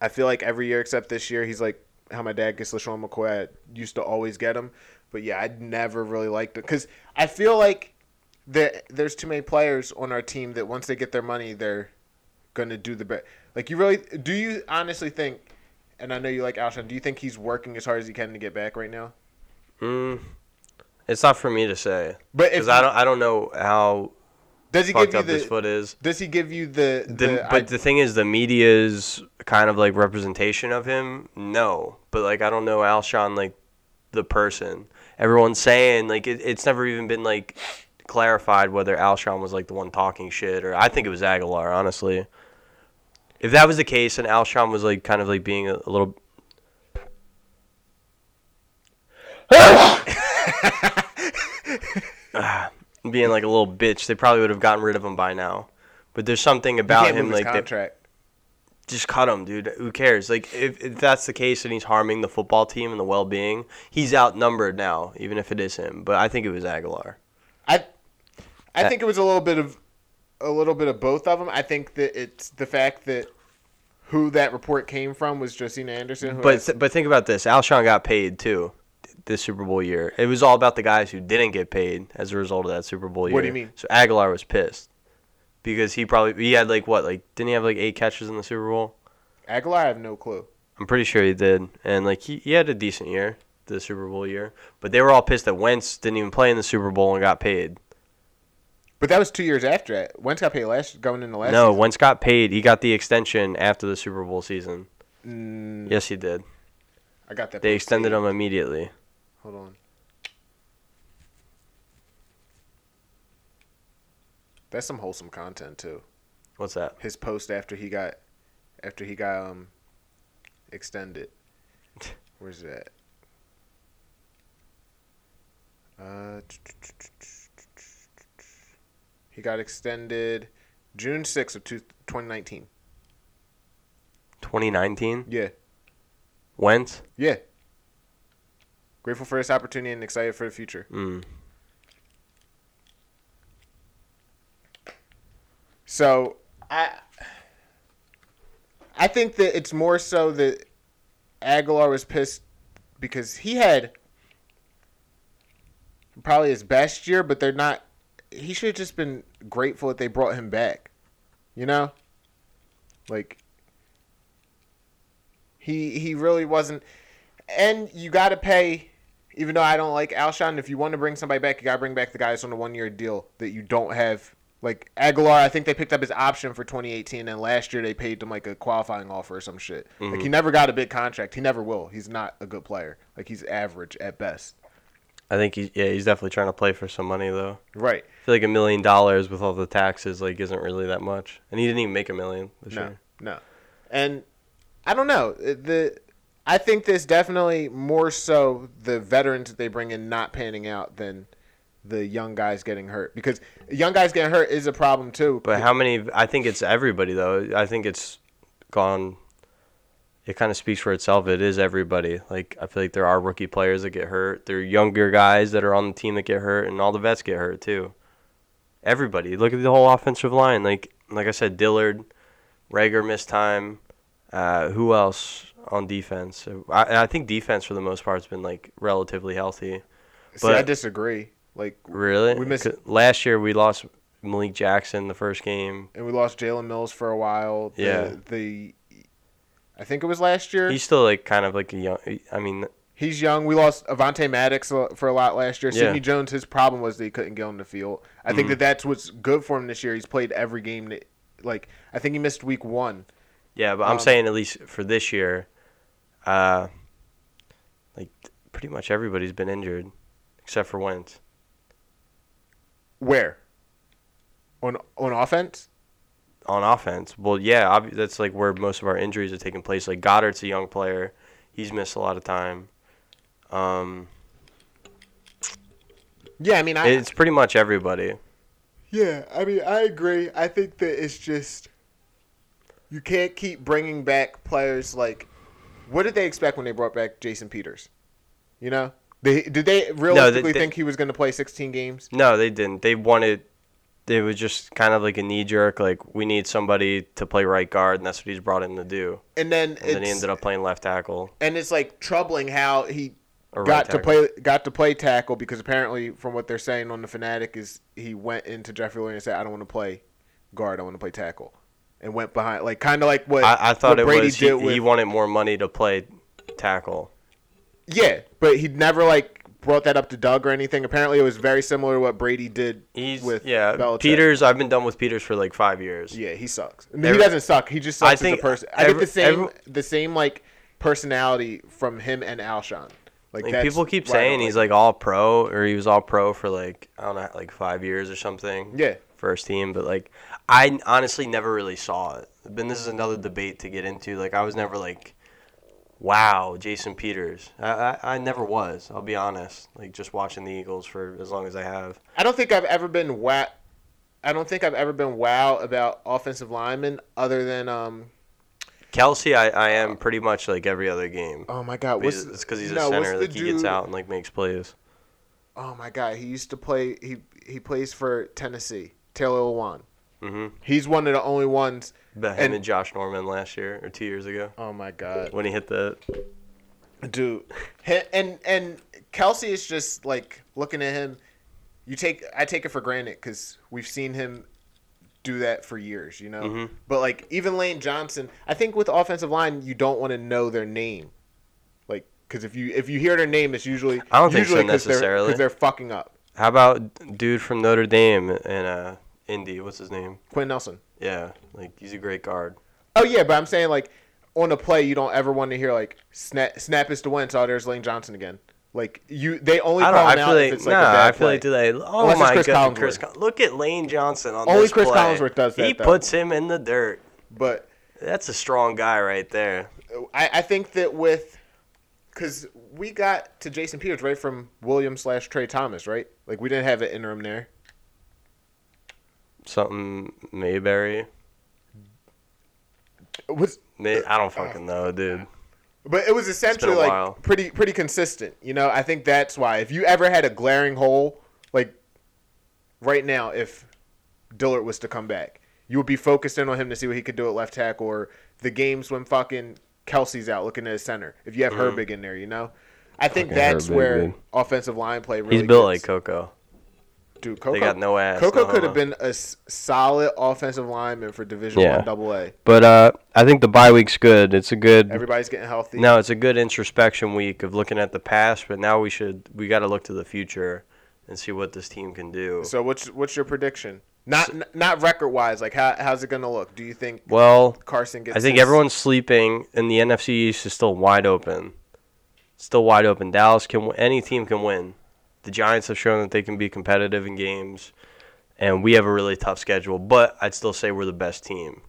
I feel like every year except this year, he's like how my dad gets LaShawn McCoy. I used to always get him, but yeah, I never really liked it because I feel like there there's too many players on our team that once they get their money, they're gonna do the best. Like you really do you honestly think? And I know you like Alshon. Do you think he's working as hard as he can to get back right now?
Mm, it's not for me to say
But if
because I don't. I don't know how
does he give
fucked
you
up
the
his foot is.
Does he give you the the,
The, but the thing is, the media's kind of like representation of him. No, but like I don't know Alshon like the person. Everyone's saying like it, it's never even been like clarified whether Alshon was like the one talking shit or I think it was Aguilar honestly. If that was the case and Alshon was like kind of like being a, a little Ah, being like a little bitch, they probably would have gotten rid of him by now. But there's something
you
about
can't
him
move his
like that
contract?
just cut him, dude. Who cares? Like, if, if that's the case and he's harming the football team and the well being, he's outnumbered now, even if it is him. But I think it was Aguilar.
I I
That-
think it was a little bit of a little bit of both of them. I think that it's the fact that who that report came from was Josina Anderson. Who
But
has-
th- but think about this: Alshon got paid too this Super Bowl year. It was all about the guys who didn't get paid as a result of that Super Bowl year.
What do you mean?
So Aguilar was pissed because he probably he had like what like didn't he have like eight catches in the Super Bowl?
Aguilar, I have no clue.
I'm pretty sure he did, and like he, he had a decent year, the Super Bowl year. But they were all pissed that Wentz didn't even play in the Super Bowl and got paid.
But that was two years after that. Wentz got paid last going into last.
no,
season.
Wentz got paid. He got the extension after the Super Bowl season.
Mm,
Yes, he did.
I got that.
They
from
extended
Steve.
him immediately.
Hold on. That's some wholesome content too.
What's that?
His post after he got after he got um extended. Where's that? Uh, he got extended June 6th of two- 2019.
2019.
Yeah.
Wentz.
Yeah. Grateful for this opportunity and excited for the future.
Mm.
So I I think that it's more so that Aguilar was pissed because he had probably his best year, but they're not. He should have just been grateful that they brought him back. You know, like he he really wasn't. And you got to pay. Even though I don't like Alshon, if you want to bring somebody back, you got to bring back the guys on a one-year deal that you don't have. Like Aguilar, I think they picked up his option for 2018, and last year they paid him like a qualifying offer or some shit. Like he never got a big contract. He never will. He's not a good player. Like he's average at best.
I think he's yeah he's definitely trying to play for some money though.
Right.
I feel like a million dollars with all the taxes like isn't really that much, and he didn't even make a million this
No.
year.
No. And I don't know. Uh, The I think this definitely more so the veterans that they bring in not panning out than the young guys getting hurt because young guys getting hurt is a problem too.
But how many? I think it's everybody though. I think it's gone. It kind of speaks for itself. It is everybody. Like I feel like there are rookie players that get hurt. There are younger guys that are on the team that get hurt, and all the vets get hurt too. Everybody. Look at the whole offensive line. Like like I said, Dillard, Rager missed time. Uh, who else on defense? I, I think defense for the most part has been like relatively healthy.
See,
but-
I disagree. Like
Really?
We missed-
'Cause Last year we lost Malik Jackson the first game.
and we lost Jalen Mills for a while. The,
Yeah.
The I think it was last year.
He's still like kind of like a young. I mean,
He's young. We lost Avante Maddox a- for a lot last year.
Yeah. Mm-hmm.
Sidney Jones, his problem was that he couldn't get on the field. I think that that's what's good for him this year. He's played every game. That, like I think he missed week one.
yeah, but I'm
Um,
saying at least for this year, uh, like pretty much everybody's been injured except for Wentz.
Where? On on offense?
on offense. Well, yeah, ob- that's like where most of our injuries are taking place. Like Goddard's a young player; he's missed a lot of time. Um,
Yeah, I mean, I
it's pretty much everybody.
yeah, I mean, I agree. I think that it's just you can't keep bringing back players like what did they expect when they brought back Jason Peters? You know, they did they realistically
they-
think he was going to play 16 games?
No, they didn't. They wanted. It was just kind of like a knee jerk. Like we need somebody to play right guard, and that's what he's brought in to do.
And then
And then he ended up playing left tackle.
and it's like troubling how he
Or right
got to
tackle.
play got to play tackle because apparently from what they're saying on the fanatic is he went into Jeffrey Lurie and said I don't want to play guard I want to play tackle and went behind like kind of like what
I, I
what
thought it
Brady
was he,
did with,
he wanted more money to play tackle.
yeah but he never like brought that up to Doug or anything apparently it was very similar to what Brady did
He's
with
yeah.
Belichick.
Peters, I've been done with Peters for like five years.
yeah he sucks I mean,
Every-
he doesn't suck he just sucks
I
as
think
a person I get
every-
the same
every-
the same like personality from him and Alshon like,
Like
that's
people keep
why I don't
saying he's like all pro or he was all pro for like I don't know like five years or something.
Yeah.
First team, but like I honestly never really saw it. And this is another debate to get into. Like I was never like, wow, Jason Peters. I I, I never was. I'll be honest. Like just watching the Eagles for as long as I have.
I don't think I've ever been wow. I don't think I've ever been wow about offensive linemen other than um.
Kelsey, I, I am pretty much like every other game.
Oh my God, what's
Because- it's because he's
no,
a
what's
center.
the
Like he gets
dude-
out and like makes plays.
Oh my God, he used to play. He he plays for Tennessee. Taylor Lewan.
Mhm.
He's one of the only ones.
But him
And-
and, Josh Norman last year or two years ago
Oh my God,
when he hit the
dude. He- And and Kelsey is just like looking at him. You take I take it for granted because we've seen him do that for years, you know.
Mm-hmm.
But like even Lane Johnson, I think with offensive line, you don't want to know their name, like because if you if you hear their name, it's usually
I don't think so
usually 'cause they're-
necessarily.
they're, fucking up.
How about dude from Notre Dame and uh, Indy? What's his name?
Quinn Nelson.
Yeah, like he's a great guard.
Oh yeah, but I'm saying like on a play, you don't ever want to hear like snap snap is to win. So there's Lane Johnson again. Like you, they only
I
call
don't.
him
I
out
feel
if
like
it's
no.
like a bad
I feel
play.
like today. Oh
Unless it's
my
Chris
god,
Collinsworth.
Chris. Col- Look at Lane Johnson on
Only
this
Chris
play.
Collinsworth does
He
that, though.
puts him in the dirt.
but
That's a strong guy right there.
I, I think that with because we got to Jason Peters right from Williams slash Trey Thomas, right? Like we didn't have an interim there.
Something Mayberry.
It was
May- I don't fucking know, dude.
but it was essentially
while.
like pretty pretty consistent. You know, I think that's why if you ever had a glaring hole, like right now, if Dillard was to come back, you would be focused in on him to see what he could do at left tackle or the games when fucking Kelsey's out looking at his center. If you have
Mm-hmm.
Herbig in there, you know. I think
Fucking
that's
Herbig,
where
dude.
offensive line play really
He's built
gets-
like Coco.
Dude, Coco,
got no ass, uh-huh.
Coco
no
could have
homo.
been a s- solid offensive lineman for Division
Yeah.
One Double A.
But uh, I think the bye week's good. It's a good.
Everybody's getting healthy.
No, it's a good introspection week of looking at the past, but now we should we got to look to the future and see what this team can do.
So what's what's your prediction? Not n not record wise. Like how how's it gonna look? Do you think
Well,
Carson gets?
I think
his-
everyone's sleeping, and the NFC East is still wide open. Still wide open. Dallas can w- any team can win. The Giants have shown that they can be competitive in games, and we have a really tough schedule. But I'd still say we're the best team,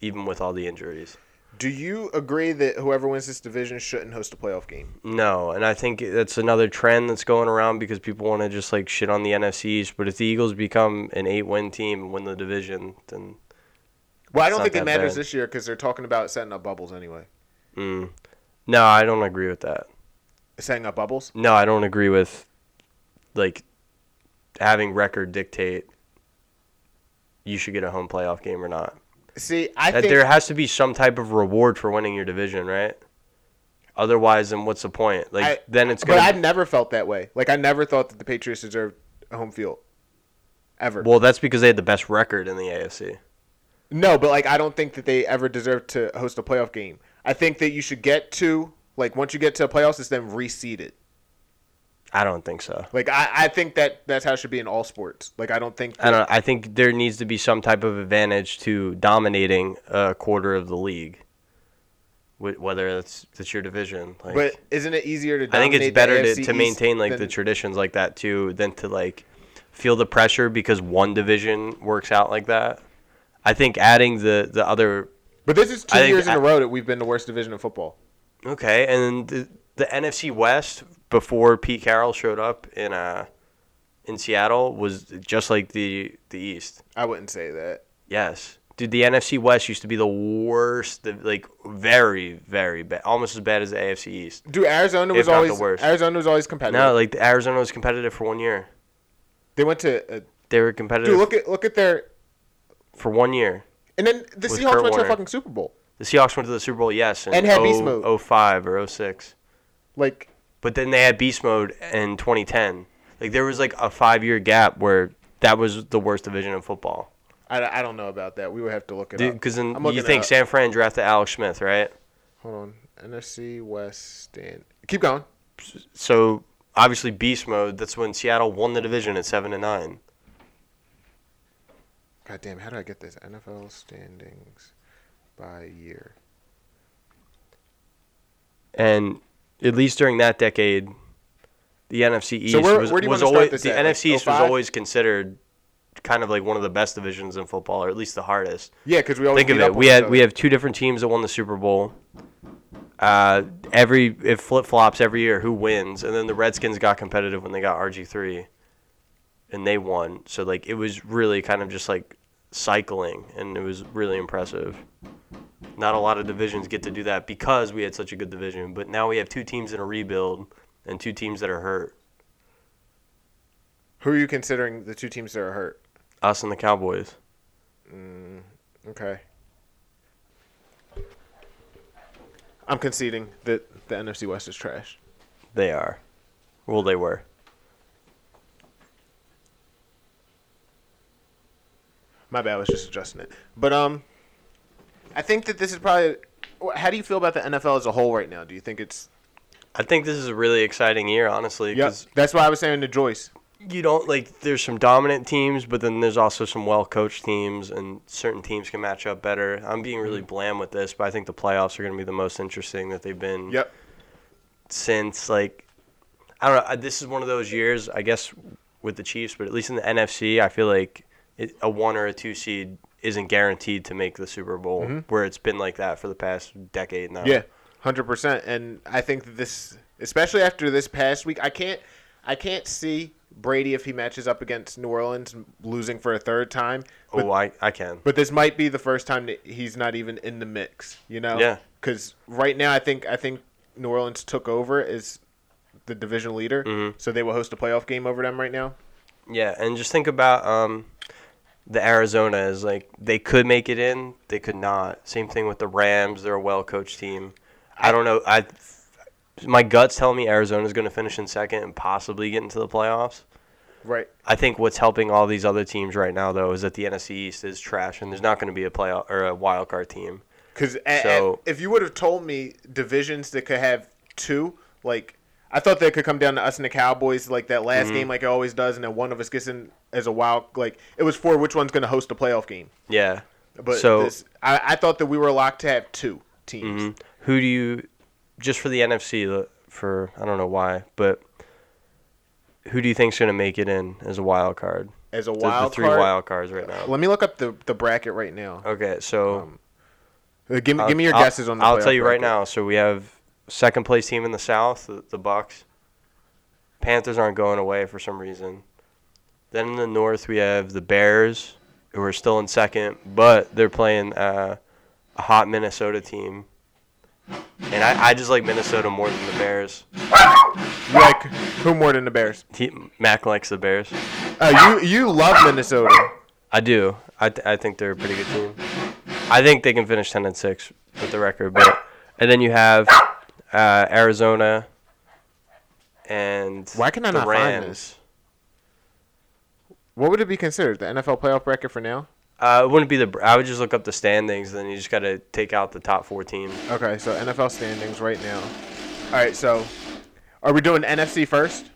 even with all the injuries.
Do you agree that whoever wins this division shouldn't host a playoff game?
No, and I think that's another trend that's going around because people want to just like shit on the NFC East. But if the Eagles become an eight-win team and win the division, then
Well, I
It's
don't
not
think it
that
matters
bad.
this year because they're talking about setting up bubbles anyway.
mm, no, I don't agree with that.
Setting up bubbles?
No, I don't agree with like having record dictate you should get a home playoff game or not.
See, I
that
think
there has to be some type of reward for winning your division, right? Otherwise, then what's the point? Like
I-
then it's
but
gonna.
I've never felt that way. Like I never thought that the Patriots deserved a home field. Ever.
well, that's because they had the best record in the AFC.
No, but like I don't think that they ever deserve to host a playoff game. I think that you should get to like once you get to the playoffs, it's then reseeded.
I don't think so.
Like I, I think that that's how it should be in all sports. Like I don't think
I don't. I think there needs to be some type of advantage to dominating a quarter of the league, Wh- whether that's that's your division. Like,
but isn't it easier to?
I think it's
dominate
better
the
to,
AFC
to
East
maintain like the
than-
traditions like that too than to like feel the pressure because one division works out like that. I think adding the the other
But this is two
I think
years in
I-
a row that we've been the worst division in football.
Okay, and the, the NFC West before Pete Carroll showed up in uh in Seattle was just like the the East.
I wouldn't say that.
Yes, dude, the NFC West used to be the worst, the, like very very bad, almost as bad as the AFC East.
Dude, Arizona was
not the
always
worst.
Arizona was always competitive.
No, like the Arizona was competitive for one year.
they went to uh,
They were competitive
dude. Look at look at their
for one year.
and then the
With
Seahawks
Kurt
went to a
Warner.
fucking Super Bowl.
The Seahawks went to the Super Bowl, yes, in
And had beast mode.
05 or 06.
Like
But then they had beast mode in 2010. Like there was like a 5-year gap where that was the worst division in football.
I, I don't know about that. We would have to look it up.
Because then
I'm
you
looking it
think
up.
San Fran drafted Alex Smith, right?
Hold on. NFC West stand. Keep going.
So obviously beast mode. That's when Seattle won the division at seven to nine.
God damn, how do I get this? NFL standings by year.
And at least during that decade, the NFC East
So where-
was,
where do you
was
wanna start
always
this
the
at, like
NFC East was
05?
always considered kind of like one of the best divisions in football, or at least the hardest.
Yeah, because we always
Think of
beat
it.
up
We
on each
had
other.
we have two different teams that won the Super Bowl. Uh, every it flip flops every year who wins, and then the Redskins got competitive when they got RG three, and they won. So like it was really kind of just like cycling, and it was really impressive. Not a lot of divisions get to do that because we had such a good division, but now we have two teams in a rebuild and two teams that are hurt.
Who are you considering the two teams that are hurt?
Us and the Cowboys.
Okay. I'm conceding that the NFC West is trash.
They are. Well, they were.
My bad. I was just adjusting it. But um, I think that this is probably. wh- How do you feel about the NFL as a whole right now? Do you think it's?
I think this is a really exciting year, honestly,
Yeah,
because
that's why I was saying to Joyce.
you don't like there's some dominant teams but then there's also some well coached teams and certain teams can match up better i'm being
Mm.
really bland with this but i think the playoffs are going to be the most interesting that they've been
Yep.
since like i don't know I- this is one of those years i guess with the chiefs but at least in the nfc i feel like it, a one or a two seed isn't guaranteed to make the super bowl where it's been like that for the past decade now
Mm-hmm. Yeah, hundred percent. And I think that this, especially after this past week, I can't, I can't see Brady if he matches up against New Orleans losing for a third time. But,
oh I, I can
but this might be the first time that he's not even in the mix. You know?
Yeah.
Because right now, I think I think New Orleans took over as the division leader,
Mm-hmm.
so they will host a playoff game over them right now.
Yeah, and just think about um, the Arizona is like they could make it in, they could not. Same thing with the Rams; they're a well-coached team. I don't know. I my guts tell me Arizona's going to finish in second and possibly get into the playoffs.
Right.
I think what's helping all these other teams right now, though, is that the NFC East is trash, and there's not going to be a playoff or a wild card team.
Because
So-
if you would have told me divisions that could have two, like I thought that could come down to us and the Cowboys, like that
Mm-hmm.
last game, like it always does, and then one of us gets in as a wild. Like it was for which one's going to host a playoff game.
Yeah.
But
so
this, I, I thought that we were locked to have two teams.
mm-hmm. Who do you, just for the NFC, the- for I don't know why, but who do you think's going to make it in as a wild card?
As a
Those are
wild
the three
card,
wild cards right now.
let me look up the, the bracket right now.
Okay, so
Uh, give me give Um, me your
um, I'll-
guesses on the.
I'll
playoff
tell you right
bracket.
now. So we have second place team in the South, the, the Bucks. Panthers aren't going away for some reason. Then in the North we have the Bears, who are still in second, but they're playing uh, a hot Minnesota team. And I, I just like Minnesota more than the Bears.
You like who more than the Bears?
He, Mac likes the Bears.
Oh, you you love Minnesota.
I do. I, th- I think they're a pretty good team. I think they can finish ten and six with the record, but and then you have uh, Arizona and
Why can I
the
not find
Rams.
this? What would it be considered? The NFL playoff bracket for now?
Uh, it wouldn't be the. Br- I would just look up the standings, then you just got to take out the top four teams.
Okay, so NFL standings right now. All right, so are we doing NFC first?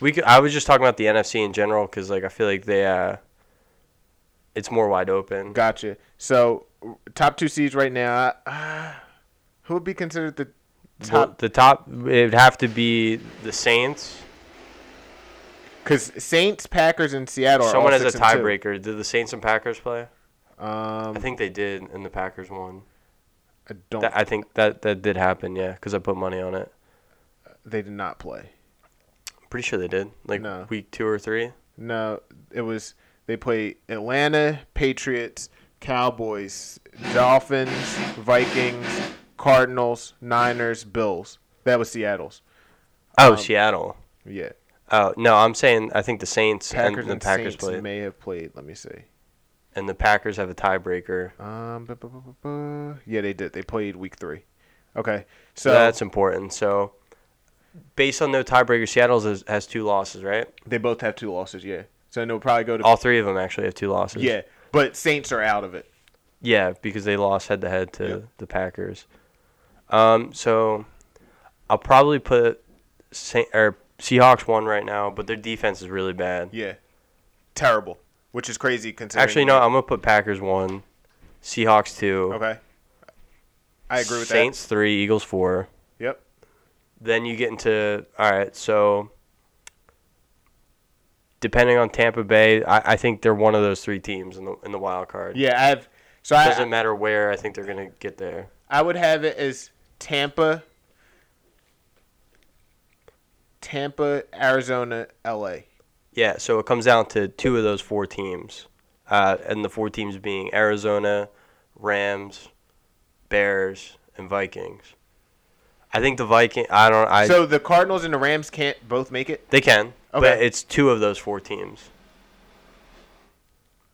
We could, I was just talking about the NFC in general because like I feel like they uh, it's more wide open.
Gotcha. So top two seeds right now. Uh, who would be considered the
Well,
top?
the top it'd have to be the Saints.
Because Saints, Packers, and Seattle. Are
Someone
all
has a
six and two.
tiebreaker. Did the Saints and Packers play? I
Um,
think they did, and the Packers won.
I don't.
That, I think that that did happen, yeah, because I put money on it.
they did not play.
I'm pretty sure they did, like
No. Um,
week two or three.
No, it was they played Atlanta, Patriots, Cowboys, Dolphins, Vikings, Cardinals, Niners, Bills. That was Seattle's.
Oh, Seattle.
Yeah,
Oh no, I'm saying I think the Saints
Packers
and
and,
the Packers
Saints
played,
may have played. Let me see.
and the Packers have a tiebreaker.
Um, bu- bu- bu- bu- bu- yeah, they did. They played week three. Okay, so
So that's important. So, based on no tiebreaker, Seattle has, has two losses, right?
they both have two losses. Yeah, so they'll probably go to
All three of them actually have two losses.
yeah, but Saints are out of it.
Yeah, because they lost head to head
Yep.
to the Packers. Um, so I'll probably put Saint, or Seahawks one right now, but their defense is really bad.
Yeah, terrible. Which is crazy considering.
Actually, no, I'm gonna put Packers one, Seahawks two.
Okay, I agree with
Saints three, Eagles four.
that. Yep.
Then you get into all right. So depending on Tampa Bay, I, I think they're one of those three teams in the in the wild card.
Yeah, I have. So
It doesn't
I,
matter where. I think they're gonna get there.
I would have it as Tampa, Tampa, Arizona, L.A.
Yeah, so it comes down to two of those four teams, uh, and the four teams being Arizona, Rams, Bears, and Vikings. I think the Viking. I don't. I
so the Cardinals and the Rams can't both make it.
they can, but
Okay.
it's two of those four teams.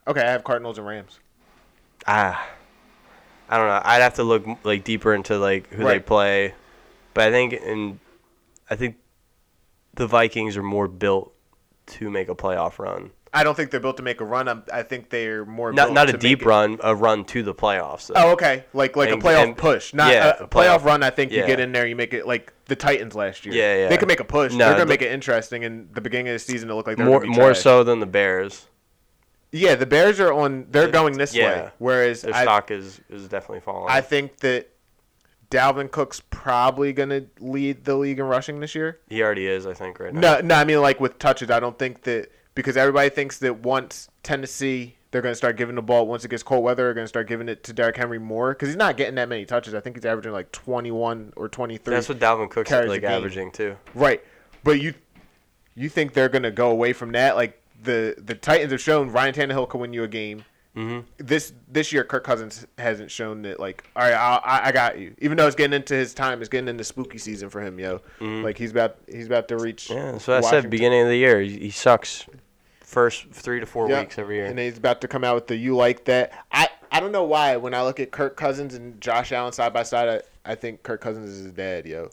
Okay, I have Cardinals and Rams.
Ah, I don't know. I'd have to look like deeper into like who they
Right.
play, but I think and I think the Vikings are more built to make a playoff run.
I don't think they're built to make a run. I'm, I think they're more
Not
built
not
to
a deep
make it-
run, a run to the playoffs. though.
Oh, okay. Like like
And-
a playoff
and-
push, not
yeah,
a,
a
a playoff
playoff-
run. I think
yeah.
you get in there, you make it like the Titans last year.
Yeah, yeah.
They could make a push.
No,
they're gonna
the-
make it interesting. And the beginning of the season, it looked like they're
more
gonna be
more
trash.
so than the Bears.
Yeah, the Bears are on. They're going this
yeah.
way, whereas
Their
I
stock is is definitely falling.
I think that Dalvin Cook's probably going to lead the league in rushing this year.
he already is, I think, right now.
No, no, I mean like with touches. I don't think that because everybody thinks that once Tennessee they're going to start giving the ball once it gets cold weather they're going to start giving it to Derrick Henry more because he's not getting that many touches. I think he's averaging like twenty one or twenty three.
That's what Dalvin Cook's
carries a
like
game.
averaging too.
Right, but you you think they're going to go away from that? Like the the Titans have shown Ryan Tannehill can win you a game. Mm-hmm. This this year, Kirk Cousins hasn't shown that. Like, all right, I, I- I got you. Even though it's getting into his time, it's getting into spooky season for him, yo. Like he's about he's about to reach.
Mm-hmm. Yeah, so I said
Washington.
beginning of the year he, he sucks first three to four
Yeah,
weeks every year.
and he's about to come out with the "you like that." I I don't know why when I look at Kirk Cousins and Josh Allen side by side, I, I think Kirk Cousins is his dad, yo.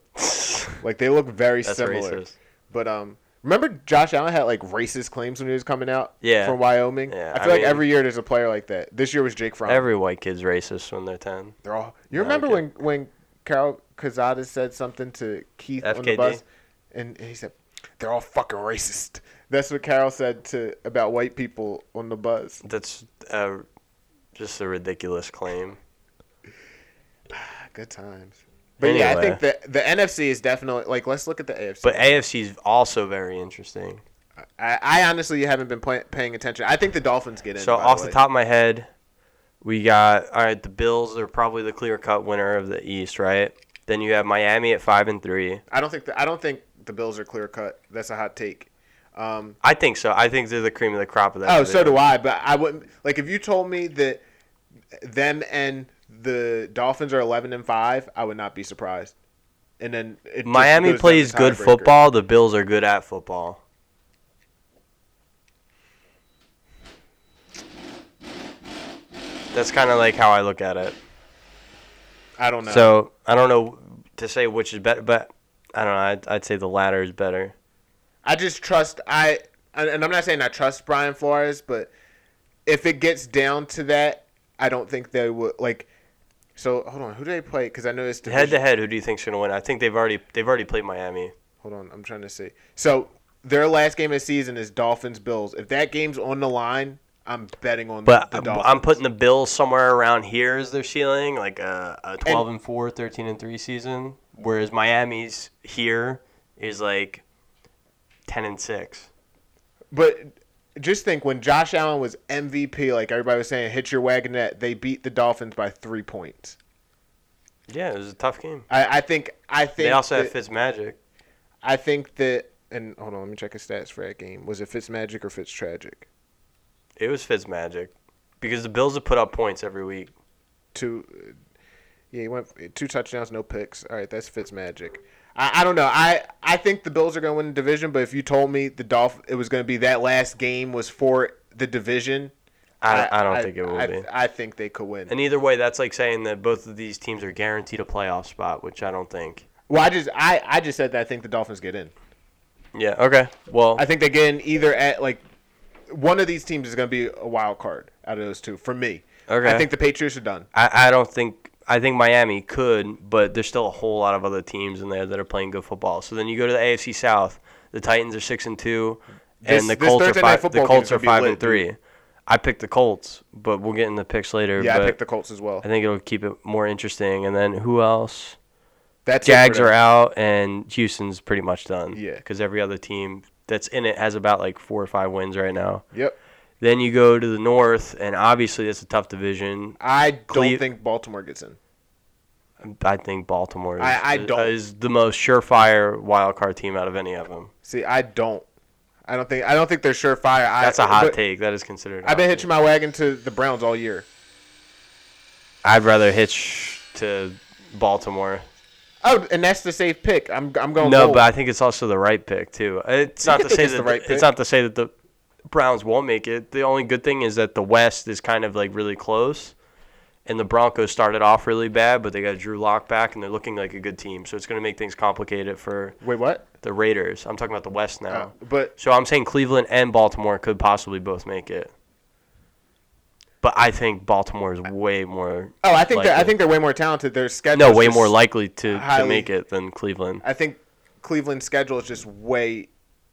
Like they look very
That's
similar.
racist.
But um, remember Josh Allen had like racist claims when he was coming out
Yeah.
from Wyoming.
Yeah,
I
I
feel like
mean-
every year there's a player like that. This year was Jake Fromm.
Every white kid's racist when they're ten.
They're all. You remember
okay.
when when Carol Kazada said something to Keith on the
FKD?
bus, and he said, "They're all fucking racist." That's what Carol said to about white people on the bus.
That's uh, just a ridiculous claim.
Good times. But yeah, I
Anyway.
think the the NFC is definitely like let's look at the AFC.
But AFC's also very interesting.
I, I honestly haven't been play, paying attention. I think the Dolphins get in.
So
by
off
the
the
way.
top of my head, We got all right. The Bills are probably the clear cut winner of the East, right? Then you have Miami at five and three.
I don't think the, I don't think the Bills are clear cut. That's a hot take. Um,
I think so. I think they're the cream of the crop of that.
oh, so
division.
do I. But I wouldn't like if you told me that them and the Dolphins are eleven and five. I would not be surprised. And then it just
Miami
goes down
plays
to
good
tiebreaker.
football. The Bills are good at football. That's kind of like how I look at it.
I don't know.
So I don't know to say which is better, but I don't know. I'd, I'd say the latter is better.
I just trust I and and I'm not saying I trust Brian Flores, but if it gets down to that, I don't think they would like. So hold on, who do they play? Because I know it's
Head to
division.
head, who do you think's gonna win? I think they've already they've already played Miami.
Hold on, I'm trying to see. So their last game of the season is Dolphins Bills. If that game's on the line, I'm betting on
But
the
I'm-
Dolphins.
I'm putting the Bills somewhere around here as their ceiling, like a, a 12 and 4, 13 and 3 season. Whereas Miami's here is like 10 and 6.
But just think when Josh Allen was MVP, like everybody was saying, hit your wagonette. They beat the Dolphins by three points.
Yeah, it was a tough game.
I, I think. I think
They also
that-
have Fitzmagic.
I think that, and hold on, let me check his stats for that game. Was it Fitzmagic or Fitztragic?
It was Fitzmagic because the Bills have put up points every week.
Two, uh, yeah, he went two touchdowns, no picks. All right, that's Fitzmagic. I, I don't know. I, I think the Bills are going to win the division, but if you told me the Dolph it was going to be that last game was for the division,
I, I, don't think it will
I-
be.
I think they could win.
And either way, that's like saying that both of these teams are guaranteed a playoff spot, which I don't think.
well, I just I, I just said that I think the Dolphins get in.
Yeah. Okay. Well,
I think they get in either at like one of these teams is going to be a wild card out of those two for me.
Okay.
I think the Patriots are done.
I, I don't think I think Miami could, but there's still a whole lot of other teams in there that are playing good football. So then you go to the AFC South. The Titans are six and two,
This-
and the
this
Colts are
Thursday night
five.
football
The Colts
game's
are
gonna be
five
lit,
and three. I picked the Colts, but we'll get in the picks later.
Yeah,
but
I picked the Colts as well.
I think it'll keep it more interesting. And then who else?
That's it
Jags
for
are
them.
out, and Houston's pretty much done.
Yeah.
because every other team that's in it has about like four or five wins right now.
Yep.
Then you go to the North, and obviously that's a tough division.
I don't
Cle-
think Baltimore gets in.
I think Baltimore is,
I- I
is-
don't-
is the most surefire wild card team out of any of them.
See, I don't. I don't think. I don't think they're surefire. I-
That's a hot
but
take. That is considered. a
I've been
hot
hitching
take.
my wagon to the Browns all year.
I'd rather hitch to Baltimore.
Oh, and that's the safe pick. I'm. I'm going.
No,
bold.
but I think it's also the right pick too. It's not to
Oh, think
say
it's
that
the right
it's
pick?
not to say that the Browns won't make it. The only good thing is that the West is kind of like really close, and the Broncos started off really bad, but they got Drew Lock back, and they're looking like a good team. So it's going to make things complicated for
wait, what?
the Raiders. I'm talking about the West now.
Uh, but
So I'm saying Cleveland and Baltimore could possibly both make it. But I think Baltimore is way more.
oh, I think. They're, I
likely-
think they're way more talented. Their schedule.
no,
is
way
just-
more likely to, to
highly-
make it than Cleveland.
I think Cleveland's schedule is just way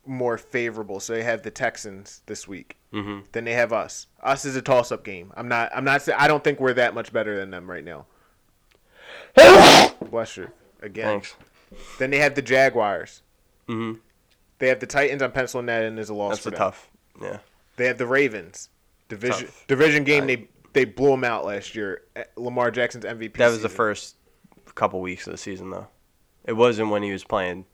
more favorable. So they have the Texans this week. Mm-hmm. Then they have us. Us is a toss-up game. I'm not. I'm not. sa- I don't think we're that much better than them right now. Bless you again.
Thanks.
Then they have the Jaguars.
Mhm.
They have the Titans. I'm penciling that in as a loss
That's
for
a
them.
tough. Yeah.
They have the Ravens. Division
Tough.
division game.
I-
they they blew them out last year. Eh, Lamar Jackson's MVP.
That was the
season.
first couple weeks of the season, though. It wasn't when he was playing.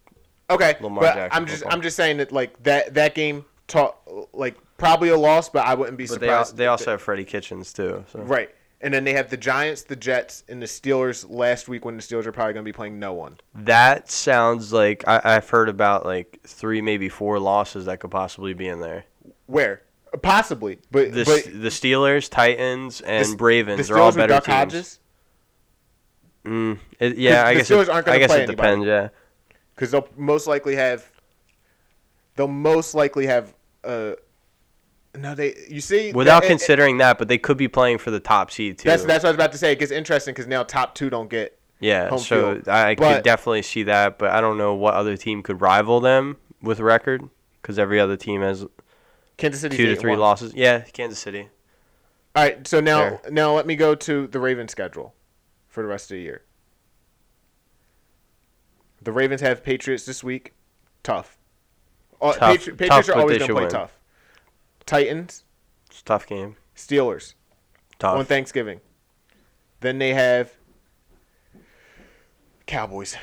Okay,
Lamar
but
Jackson
I'm just
football.
I'm just saying that like that that game taught like probably a loss, but I wouldn't be
But they, al-
surprised.
they also have Freddie Kitchens, too. So.
right. And then they have the Giants, the Jets, and the Steelers last week when the Steelers are probably going to be playing no one.
That sounds like I, I've heard about like three, maybe four losses that could possibly be in there.
Where possibly, but
The,
but
the Steelers, Titans, and
the-
Ravens
the
are all
Steelers with
better
Duck
teams.
Hodges
Mm, it, yeah,
The-
I
the
guess
Steelers
it,
aren't gonna
I guess
play
it
anybody.
depends. Yeah,
because they'll most likely have they'll most likely have uh no they you see
without
that- it- it-
considering that, but they could be playing for the top seed too.
that's that's what I was about to say. It gets interesting because now top two don't get
yeah,
home
so
field.
I, I could
But-
definitely see that, but I don't know what other team could rival them with record because every other team has
Kansas City
two to three losses. Yeah, Kansas City.
All right, so now
Fair.
now let me go to the Ravens schedule for the rest of the year. The Ravens have Patriots this week, tough. Uh,
Tough-
Patri-
tough,
Patriots
but
are
they
always going
should
to play
win.
tough. Titans,
It's a tough game.
Steelers,
Tough.
on Thanksgiving. Then they have Cowboys.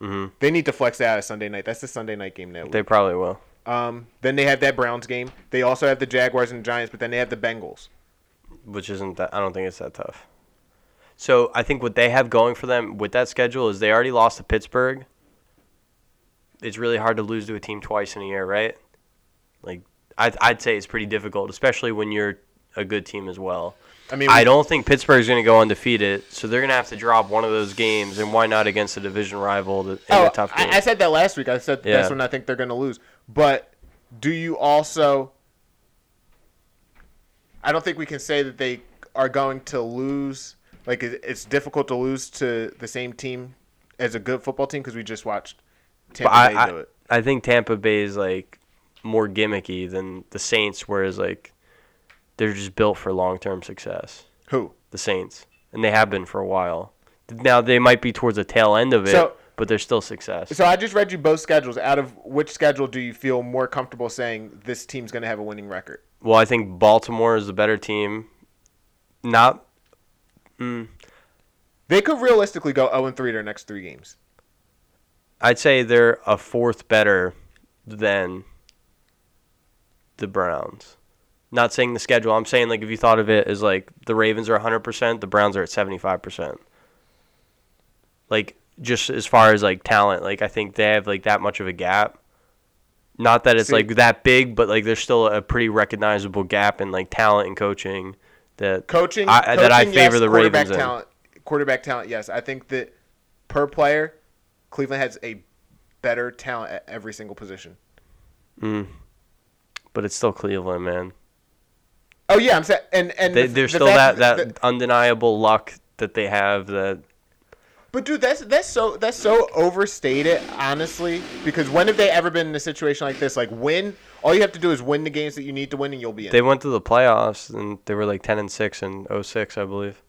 Mm-hmm. They need to flex out of Sunday night. That's the Sunday night game that week.
They probably will.
Um, then they have that Browns game. They also have the Jaguars and Giants, but then they have the Bengals.
which isn't that I don't think it's that tough. So I think what they have going for them with that schedule is they already lost to Pittsburgh. It's really hard to lose to a team twice in a year, right? Like I'd, I'd say it's pretty difficult, especially when you're a good team as well.
I mean,
I don't think Pittsburgh's going to go undefeated, so they're going to have to drop one of those games, and why not against a division rival that, in
Oh,
a tough game?
I, I said that last week. I said
Yeah.
that's when I think they're going to lose. But do you also? I don't think we can say that they are going to lose. Like it- it's difficult to lose to the same team as a good football team because we just watched Tampa
But I,
Bay do
I,
it.
I think Tampa Bay is like more gimmicky than the Saints, whereas like they're just built for long term success.
Who?
The Saints, and they have been for a while. Now they might be towards the tail end of it,
So-
but they're still success.
So I just read you both schedules. Out of which schedule do you feel more comfortable saying this team's going to have a winning record?
well, I think Baltimore is the better team. Not
They could realistically go zero and three their next three games.
I'd say they're a fourth better than the Browns. Not saying the schedule. I'm saying like if you thought of it as like the Ravens are 100%, the Browns are at 75%. Like just as far as like talent, like I think they have like that much of a gap. Not that it's
See-
like that big, but like there's still a pretty recognizable gap in like talent and coaching that
coaching,
I,
coaching
that I favor
yes,
the
quarterback
Ravens in.
talent, quarterback talent. Yes, I think that per player, Cleveland has a better talent at every single position.
But it's still Cleveland, man.
Oh yeah, I'm saying, and and
They,
the-
there's
the
still
fact
that,
the-
that undeniable luck that they have that
But dude, that's that's so that's so overstated, honestly. Because when have they ever been in a situation like this? Like win, all you have to do is win the games that you need to win, and you'll be in.
They went to the playoffs and they were like 10 and 6 in 06, I believe.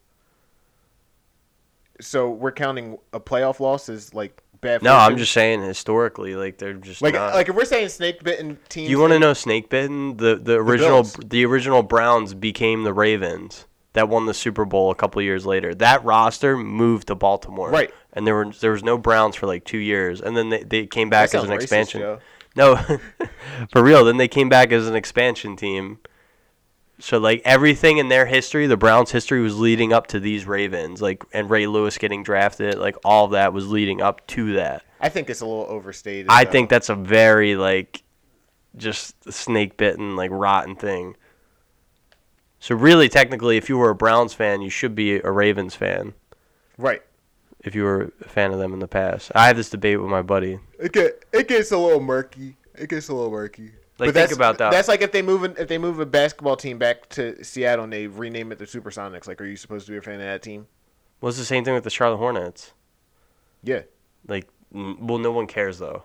so we're counting a playoff loss as like bad.
No, I'm
fortune.
just saying historically, like they're just
like
not.
like if we're saying snake bitten teams.
you want to
in-
know snake bitten? The the original
Bills.
the, original Browns became the Ravens that won the Super Bowl a couple years later. That roster moved to Baltimore,
Right.
And there were there was no Browns for like two years, and then they, they came back as
sounds
an
racist,
expansion.
Joe.
No, for real. Then they came back as an expansion team. So like everything in their history, the Browns' history was leading up to these Ravens, like and Ray Lewis getting drafted, like all of that was leading up to that.
I think it's a little overstated.
I
though.
think that's a very like just snake bitten like rotten thing. So really technically if you were a Browns fan, you should be a Ravens fan
right.
if you were a fan of them in the past. I have this debate with my buddy.
It get it gets a little murky. It gets a little murky.
Like, think
that's-
about that.
That's like if they move an, if they move a basketball team back to Seattle and they rename it the Supersonics. Like, are you supposed to be a fan of that team?
Well, it's the same thing with the Charlotte Hornets.
Yeah.
Like n- well no one cares though.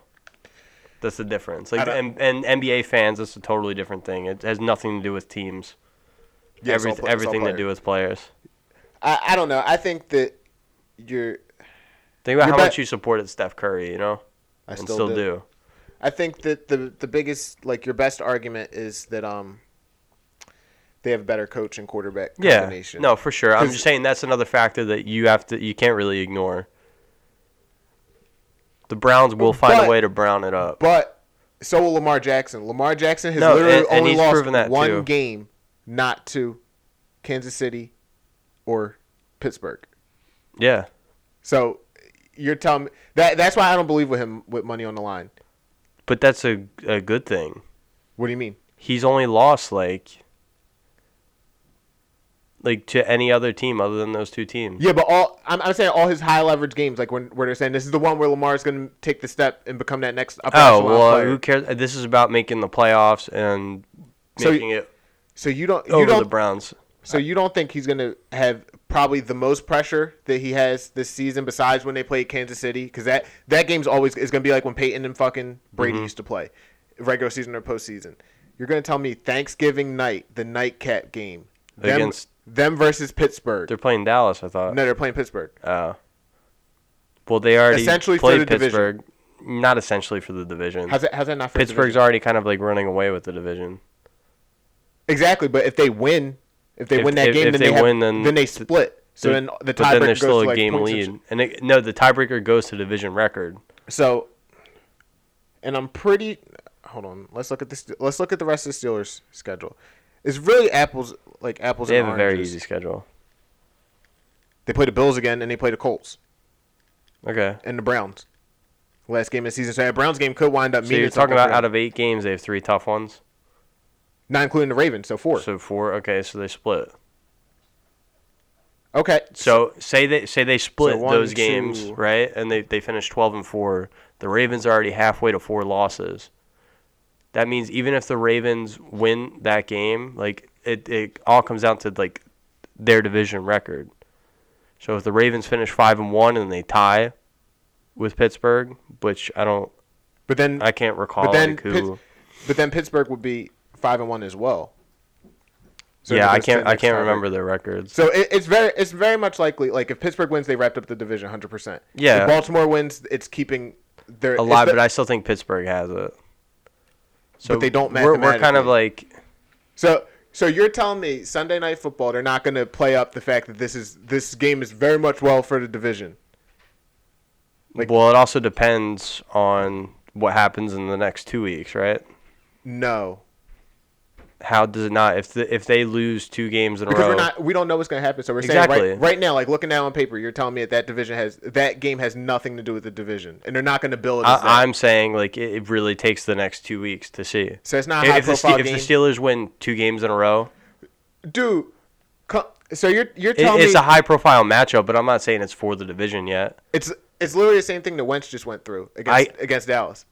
That's the difference.
I
Like
don't-
and, and NBA fans, that's a totally different thing. It has nothing to do with teams.
yeah it's
Everyth-
all pla- it's all
everything to
player.
do with players.
I, I don't know. I think that you're.
Think about
You're
how
bet-
much you supported Steph Curry, you know?
I
and
still, do.
do.
I think that the the biggest like your best argument is that um. They have a better coach and quarterback
Yeah.
combination.
No, for sure. I'm
'Cause-
just saying that's another factor that you have to you can't really ignore. The Browns will find
But-
a way to brown it up.
But so will Lamar Jackson. Lamar Jackson has
No,
literally
and- and
only
he's proven
lost
that,
one
too.
game, not to Kansas City or Pittsburgh.
yeah.
So you're telling me that that's why I don't believe with him with money on the line.
But that's a a good thing.
What do you mean?
He's only lost like like to any other team other than those two teams.
Yeah, but all I'm, I'm saying all his high leverage games, like when where they're saying this is the one where Lamar's going to take the step and become that next upper
Oh,
echelon
well,
player.
who cares? This is about making the playoffs and
So-
making it
So you don't you
over Oh, the
don't
Browns.
so you don't think he's going to have probably the most pressure that he has this season besides when they play Kansas City because that that game's always is going to be like when Peyton and fucking Brady
Mm-hmm.
used to play regular season or postseason. You're going to tell me Thanksgiving night, the nightcap game, them,
Against-
them versus Pittsburgh.
They're playing Dallas, I thought.
no, they're playing Pittsburgh.
Oh. Well, they already
Essentially for
played
the division.
Pittsburgh. Not essentially for the division.
How's that, how's that not for the
Pittsburgh's
division?
already kind of like running away with the division.
exactly. But if they win If they
If-
win that
if-
game,
if
then
they
they, have,
win, then-
then they split. So then the
but then
tiebreaker
there's
goes
still
to
a
like
game
points and
lead,
shit.
and it, no, the tiebreaker goes to division record.
So, and I'm pretty. Hold on. Let's look at this. Let's look at the rest of the Steelers' schedule. It's really apples like apples
They
and
have a very
oranges.
easy schedule.
They play the Bills again, and they play the Colts
Okay,
and the Browns. Last game of the season. So that Browns game could wind up.
so
meaning
you're talking
something
about
for
out
them.
of eight games, they have three tough ones.
not including the Ravens, so four.
So four. Okay, so they split.
okay.
So say they say they split
one,
those games,
two-
right? And they they finish 12 and 4. The Ravens are already halfway to four losses. That means even if the Ravens win that game, like it it all comes down to like their division record. So if the Ravens finish 5 and 1 and they tie with Pittsburgh, which I don't
but then,
I can't recall
but then,
like, who
Pitts, but then Pittsburgh would be five and one as well. So
Yeah,
it
I
goes to
can't
the
I
next
can't
tiebreaker.
remember their records.
So it, it's very it's very much likely like if Pittsburgh wins, they wrapped up the division 100. percent
Yeah.
if Baltimore wins, it's keeping their
a lot,
it's the-
but I still think Pittsburgh has it. So
they don't
We're, we're kind of
mathematically.
like
So so you're telling me Sunday night football they're not going to play up the fact that this is this game is very much well for the division. Like-
well, it also depends on what happens in the next two weeks, right?
No,
How does it not? If the, if they lose two games in
because
a row,
we're not we don't know what's going to happen. So we're
Exactly.
saying right, right now, like looking down on paper, you're telling me that that division has that game has nothing to do with the division, and they're not going to build. it as that.
I, I'm saying like it, it really takes the next two weeks to see.
So it's not a
If- if, the,
high-profile
Ste- if the
game?
Steelers win two games in a row,
dude. co- So you're you're
it,
telling
it's
me
a high profile matchup, but I'm not saying it's for the division yet.
it's it's literally the same thing that Wentz just went through against against Dallas.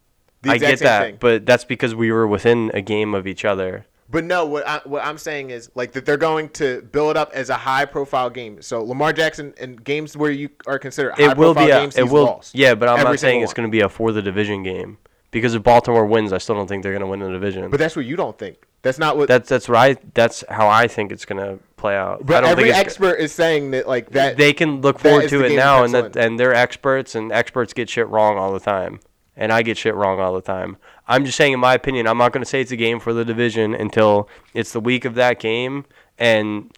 The
I get that,
thing.
but that's because we were within a game of each other.
But no, what I, what I'm saying is like that they're going to build it up as a high profile game. So Lamar Jackson in games where you are considered high
It will
profile
be a,
games,
it
he's
will
lost.
yeah, but I'm
Every
not saying
single
it's
one.
going to be a for the division game because if Baltimore wins, I still don't think they're going to win the division.
But that's what you don't think. That's not what.
That's that's what I that's how I think it's gonna play out. I
but
don't
every
think it's
expert is saying that like
go-
that.
they can look
that
forward
is the
to it
game
now,
that's
and that,
excellent.
and they're experts, and experts get shit wrong all the time, and I get shit wrong all the time. I'm just saying, in my opinion, I'm not gonna say it's a game for the division until it's the week of that game, and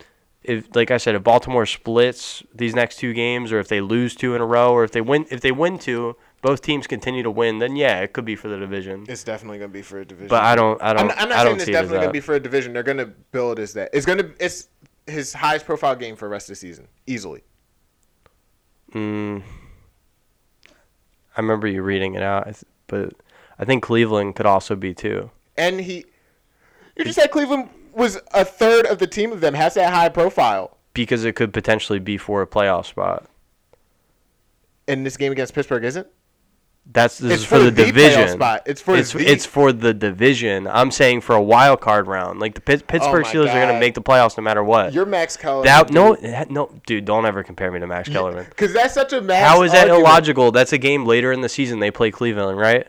if like I said, if Baltimore splits these next two games, or if they lose two in a row, or if they win if they win two, both teams continue to win, then yeah, it could be for the division.
it's definitely going to be for a division.
But I don't, I
I'm
don't,
not,
i
I'm not saying
don't
it's
see it as
definitely going
that.
to be for a division. They're going to build it as that. It's going to it's his highest profile game for the rest of the season easily.
Mm, I remember you reading it out, I th- but I think Cleveland could also be too.
And he, you just said Cleveland was a third of the team of them has that high profile.
Because it could potentially be for a playoff spot.
And this game against Pittsburgh isn't.
That's this
It's
is for,
for
the,
the playoff
division.
spot. It's for
it's,
the-
it's for the division. I'm saying for a wild card round. Like the Pit- Pittsburgh
Oh my
Steelers are going to
God.
make the playoffs no matter what.
You're Max Kellerman.
that no no dude, don't ever compare me to Max Kellerman.
because that's such a Max.
How is that
argument.
illogical? That's a game later in the season. They play Cleveland, right?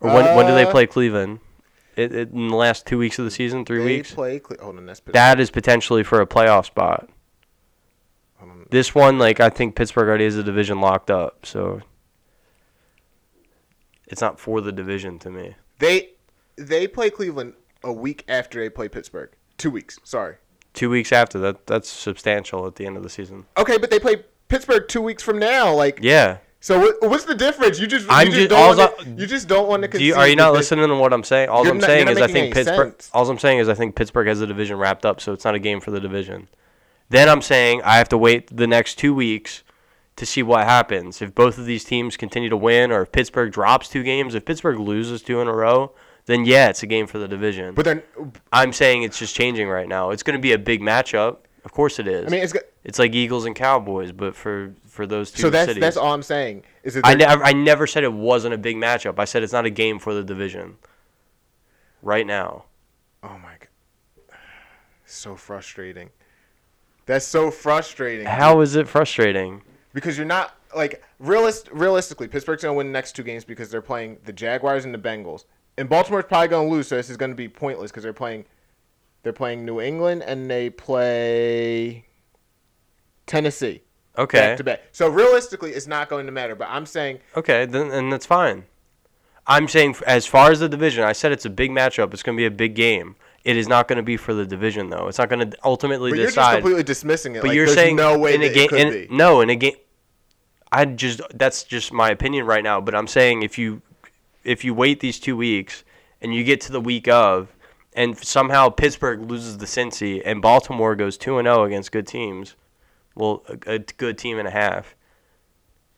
Or when, when do they
Uh,
play Cleveland? It, it, in the last two weeks of the season, three
They
weeks.
play. Cle- Hold on, that's Pittsburgh.
that is potentially for a playoff spot. This one, like I think Pittsburgh already has the division locked up, so it's not for the division to me.
they they play Cleveland a week after they play Pittsburgh. Two weeks. Sorry.
Two weeks after that, that's substantial at the end of the season.
Okay, but they play Pittsburgh two weeks from now. Like,
Yeah.
so what, what's the difference? You just, you
I'm
just,
ju-
don't
also-
want to, you just don't want to.
Do you, are you not
concede
listening to what I'm saying? All
You're
I'm
not- you're
saying
not
is I
making
think
any
Pittsburgh.
sense.
All I'm saying is I think Pittsburgh has the division wrapped up, so it's not a game for the division. Then I'm saying I have to wait the next two weeks to see what happens. If both of these teams continue to win, or if Pittsburgh drops two games, if Pittsburgh loses two in a row, then yeah, it's a game for the division.
But then,
I'm saying it's just changing right now. It's going to be a big matchup. Of course it is.
I mean, it's got-
it's like Eagles and Cowboys, but for for those two
so that's
cities.
that's all I'm saying is that
I
they're-
never, I never said it wasn't a big matchup. I said it's not a game for the division. Right now,
Oh my god. So frustrating. That's so frustrating.
how is it frustrating?
Because you're not like realist realistically, Pittsburgh's gonna win the next two games because they're playing the Jaguars and the Bengals. And Baltimore's probably gonna lose, so this is gonna be pointless because they're playing they're playing New England and they play Tennessee.
Okay,
Back to back. So realistically it's not going to matter. But I'm saying
okay, then and that's fine. I'm saying f- as far as the division, I said it's a big matchup. It's going to be a big game. It is not going to be for the division though. It's not going to ultimately
But you're just
decide.
completely dismissing it.
but
like,
you're
there's
saying
no way
in a
that
game.
it could
in-
be.
No, in a game. I just that's just my opinion right now. But I'm saying if you if you wait these two weeks and you get to the week of, and somehow Pittsburgh loses to Cincy and Baltimore goes two and zero against good teams, well, a, a good team and a half.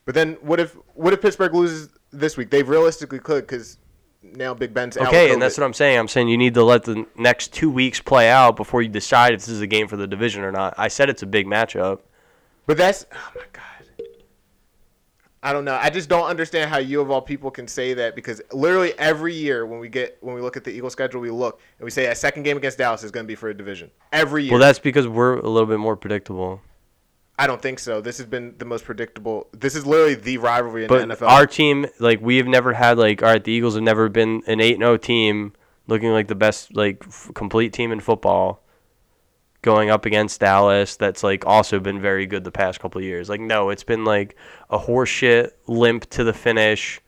But then what if what if Pittsburgh loses this week? They've realistically could because now Big Ben's out.
Okay, and that's what I'm saying. I'm saying you need to let the next two weeks play out before you decide if this is a game for the division or not. I said it's a big matchup.
But that's oh my god. I don't know. I just don't understand how you of all people can say that because literally every year when we get when we look at the Eagle schedule, we look and we say a second game against Dallas is going to be for a division every year.
Well, that's because we're a little bit more predictable.
I don't think so. This has been the most predictable. This is literally the rivalry in
But
the NFL.
our team, like we have never had, like all right, the Eagles have never been an eight zero team looking like the best, like f- complete team in football, going up against Dallas. That's like also been very good the past couple of years. Like no, it's been like a horseshit limp to the finish.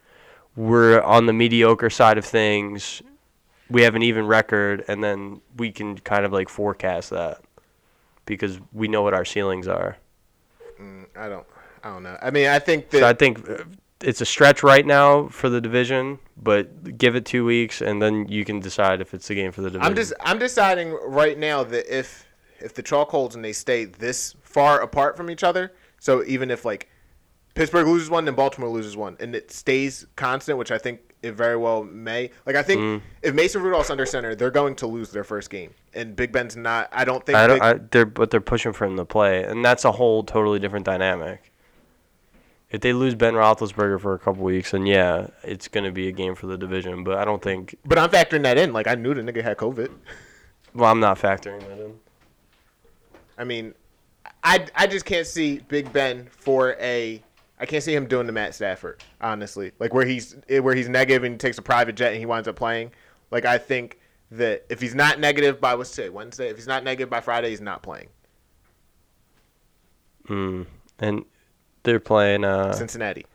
We're on the mediocre side of things. We have an even record, and then we can kind of like forecast that because we know what our ceilings are.
I don't. I don't know. I mean, I think that
So I think uh, it's a stretch right now for the division, but give it two weeks and then you can decide if it's the game for the division.
I'm just I'm deciding right now that if if the chalk holds and they stay this far apart from each other, so even if like Pittsburgh loses one, then Baltimore loses one, and it stays constant, which I think it very well may. Like I think
Mm.
if Mason Rudolph's under center, they're going to lose their first game, and Big Ben's not. I don't think.
I don't.
Big-
I, they're but they're pushing for him to play, and that's a whole totally different dynamic. If they lose Ben Roethlisberger for a couple weeks, then yeah, it's going to be a game for the division. But I don't think.
but I'm factoring that in. Like I knew the nigga had COVID.
Well, I'm not factoring that in.
I mean, I I just can't see Big Ben for a. I can't see him doing the Matt Stafford, honestly. Like where he's eh, where he's negative and he takes a private jet and he winds up playing. Like I think that if he's not negative by what's today Wednesday, if he's not negative by Friday, he's not playing.
Mm. And they're playing. Uh,
Cincinnati.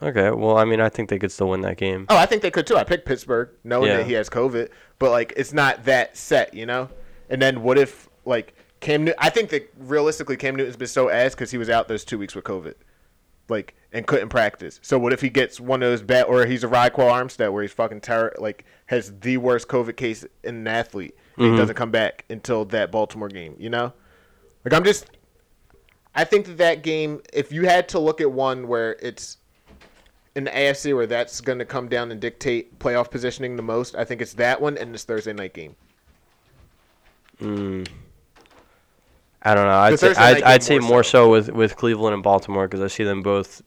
okay. Well, I mean, I think they could still win that game.
Oh, I think they could too. I picked Pittsburgh, knowing
Yeah.
that he has COVID, but like it's not that set, you know. And then what if like Cam? Newton? I think that realistically Cam Newton's been so ass because he was out those two weeks with COVID, like and couldn't practice. So what if he gets one of those bad, or he's a Ryquil Armstead where he's fucking terror, like has the worst COVID case in an athlete, and
Mm-hmm.
he doesn't come back until that Baltimore game, you know. Like I'm just, I think that that game, if you had to look at one where it's in the AFC where that's going to come down and dictate playoff positioning the most, I think it's that one and this Thursday night game.
I don't know. I'd say,
Thursday night
I'd,
game
I'd say
more
more
so.
so with, with Cleveland and Baltimore because I see them both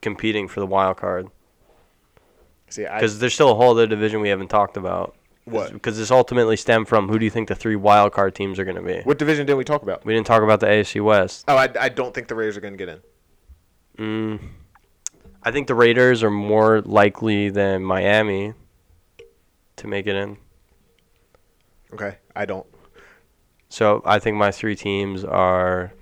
competing for the wild card.
See, I,
Because there's still a whole other division we haven't talked about.
What?
Because this ultimately stemmed from who do you think the three wild card teams are going to be?
what division did we talk about?
We didn't talk about the AFC West.
Oh, I, I don't think the Raiders are going to get in.
Mm. I think the Raiders are more likely than Miami to make it in.
Okay, I don't.
So I think my three teams are.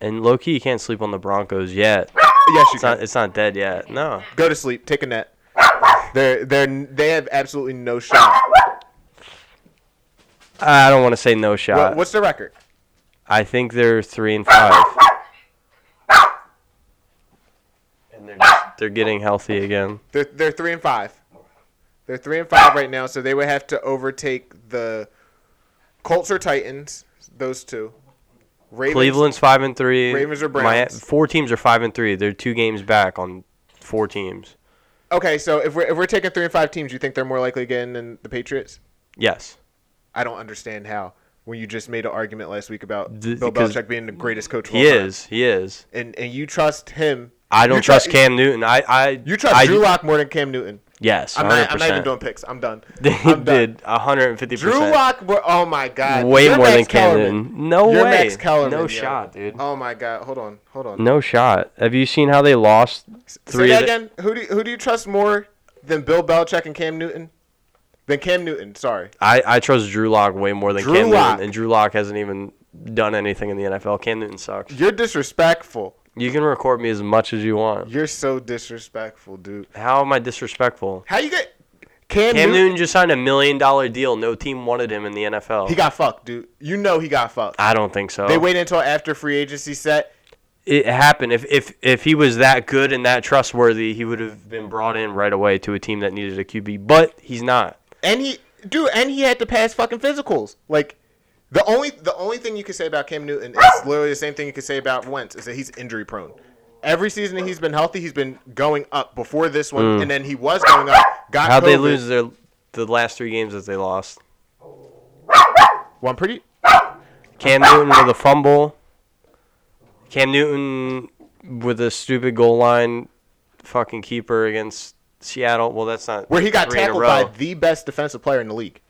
And low key, you can't sleep on the Broncos yet.
Yes, you
It's
can.
not. It's not dead yet. No.
Go to sleep. Take a nap. They're they're they have absolutely no shot.
I don't want to say no shot.
What, what's the record?
I think they're three and five. And they're just, they're getting healthy again.
They're they're three and five. They're three and five right now, so they would have to overtake the Colts or Titans. Those two. Ravens,
Cleveland's five and three.
Ravens or
Mi-
Browns?
four teams are five and three. They're two games back on four teams.
Okay, so if we're if we're taking three and five teams, you think they're more likely to get in than the Patriots?
Yes.
I don't understand how when you just made an argument last week about
Th-
Bill
because
Belichick being the greatest coach. of
He
all time.
is. He is.
and and you trust him.
I don't
You
trust
tru-
Cam Newton. I. I
You trust
I,
Drew Lock more than Cam Newton.
Yes.
I'm
100%.
not, I'm not even doing picks. I'm done.
They
I'm done.
did 150.
Drew
percent
Lock, oh my god,
Way
You're
more
Max
than Cam
Kellerman.
Newton. No
You're
way.
Max Kellerman,
no
yo.
shot, dude.
Oh my god, hold on, hold on.
No shot. Have you seen how they lost
Say
three?
that
of the-
again. Who do you, who do you trust more than Bill Belichick and Cam Newton? Than Cam Newton. Sorry.
I, I trust Drew Lock way more than
Drew
Cam
Lock.
Newton, and Drew Lock hasn't even done anything in the NFL. Cam Newton sucks.
You're disrespectful.
You can record me as much as you want.
You're so disrespectful, dude.
How am I disrespectful?
How you get Cam,
Cam
Newton,
Newton just signed a million dollar deal. No team wanted him in the NFL.
he got fucked, dude. You know he got fucked.
I don't think so.
They waited until after free agency set.
it happened. If if if he was that good and that trustworthy, he would have been brought in right away to a team that needed a QB. But he's not.
And he dude, and he had to pass fucking physicals. Like the only the only thing you could say about Cam Newton is literally the same thing you could say about Wentz is that he's injury prone. Every season that he's been healthy, he's been going up before this one, and then he was going up. Got
Mm. How'd they
COVID.
lose their the last three games that they lost?
Well, I'm pretty.
Cam Newton with a fumble. Cam Newton with a stupid goal line fucking keeper against Seattle. Well, that's not
Where he got
three in a
tackled
row.
by the best defensive player in the league.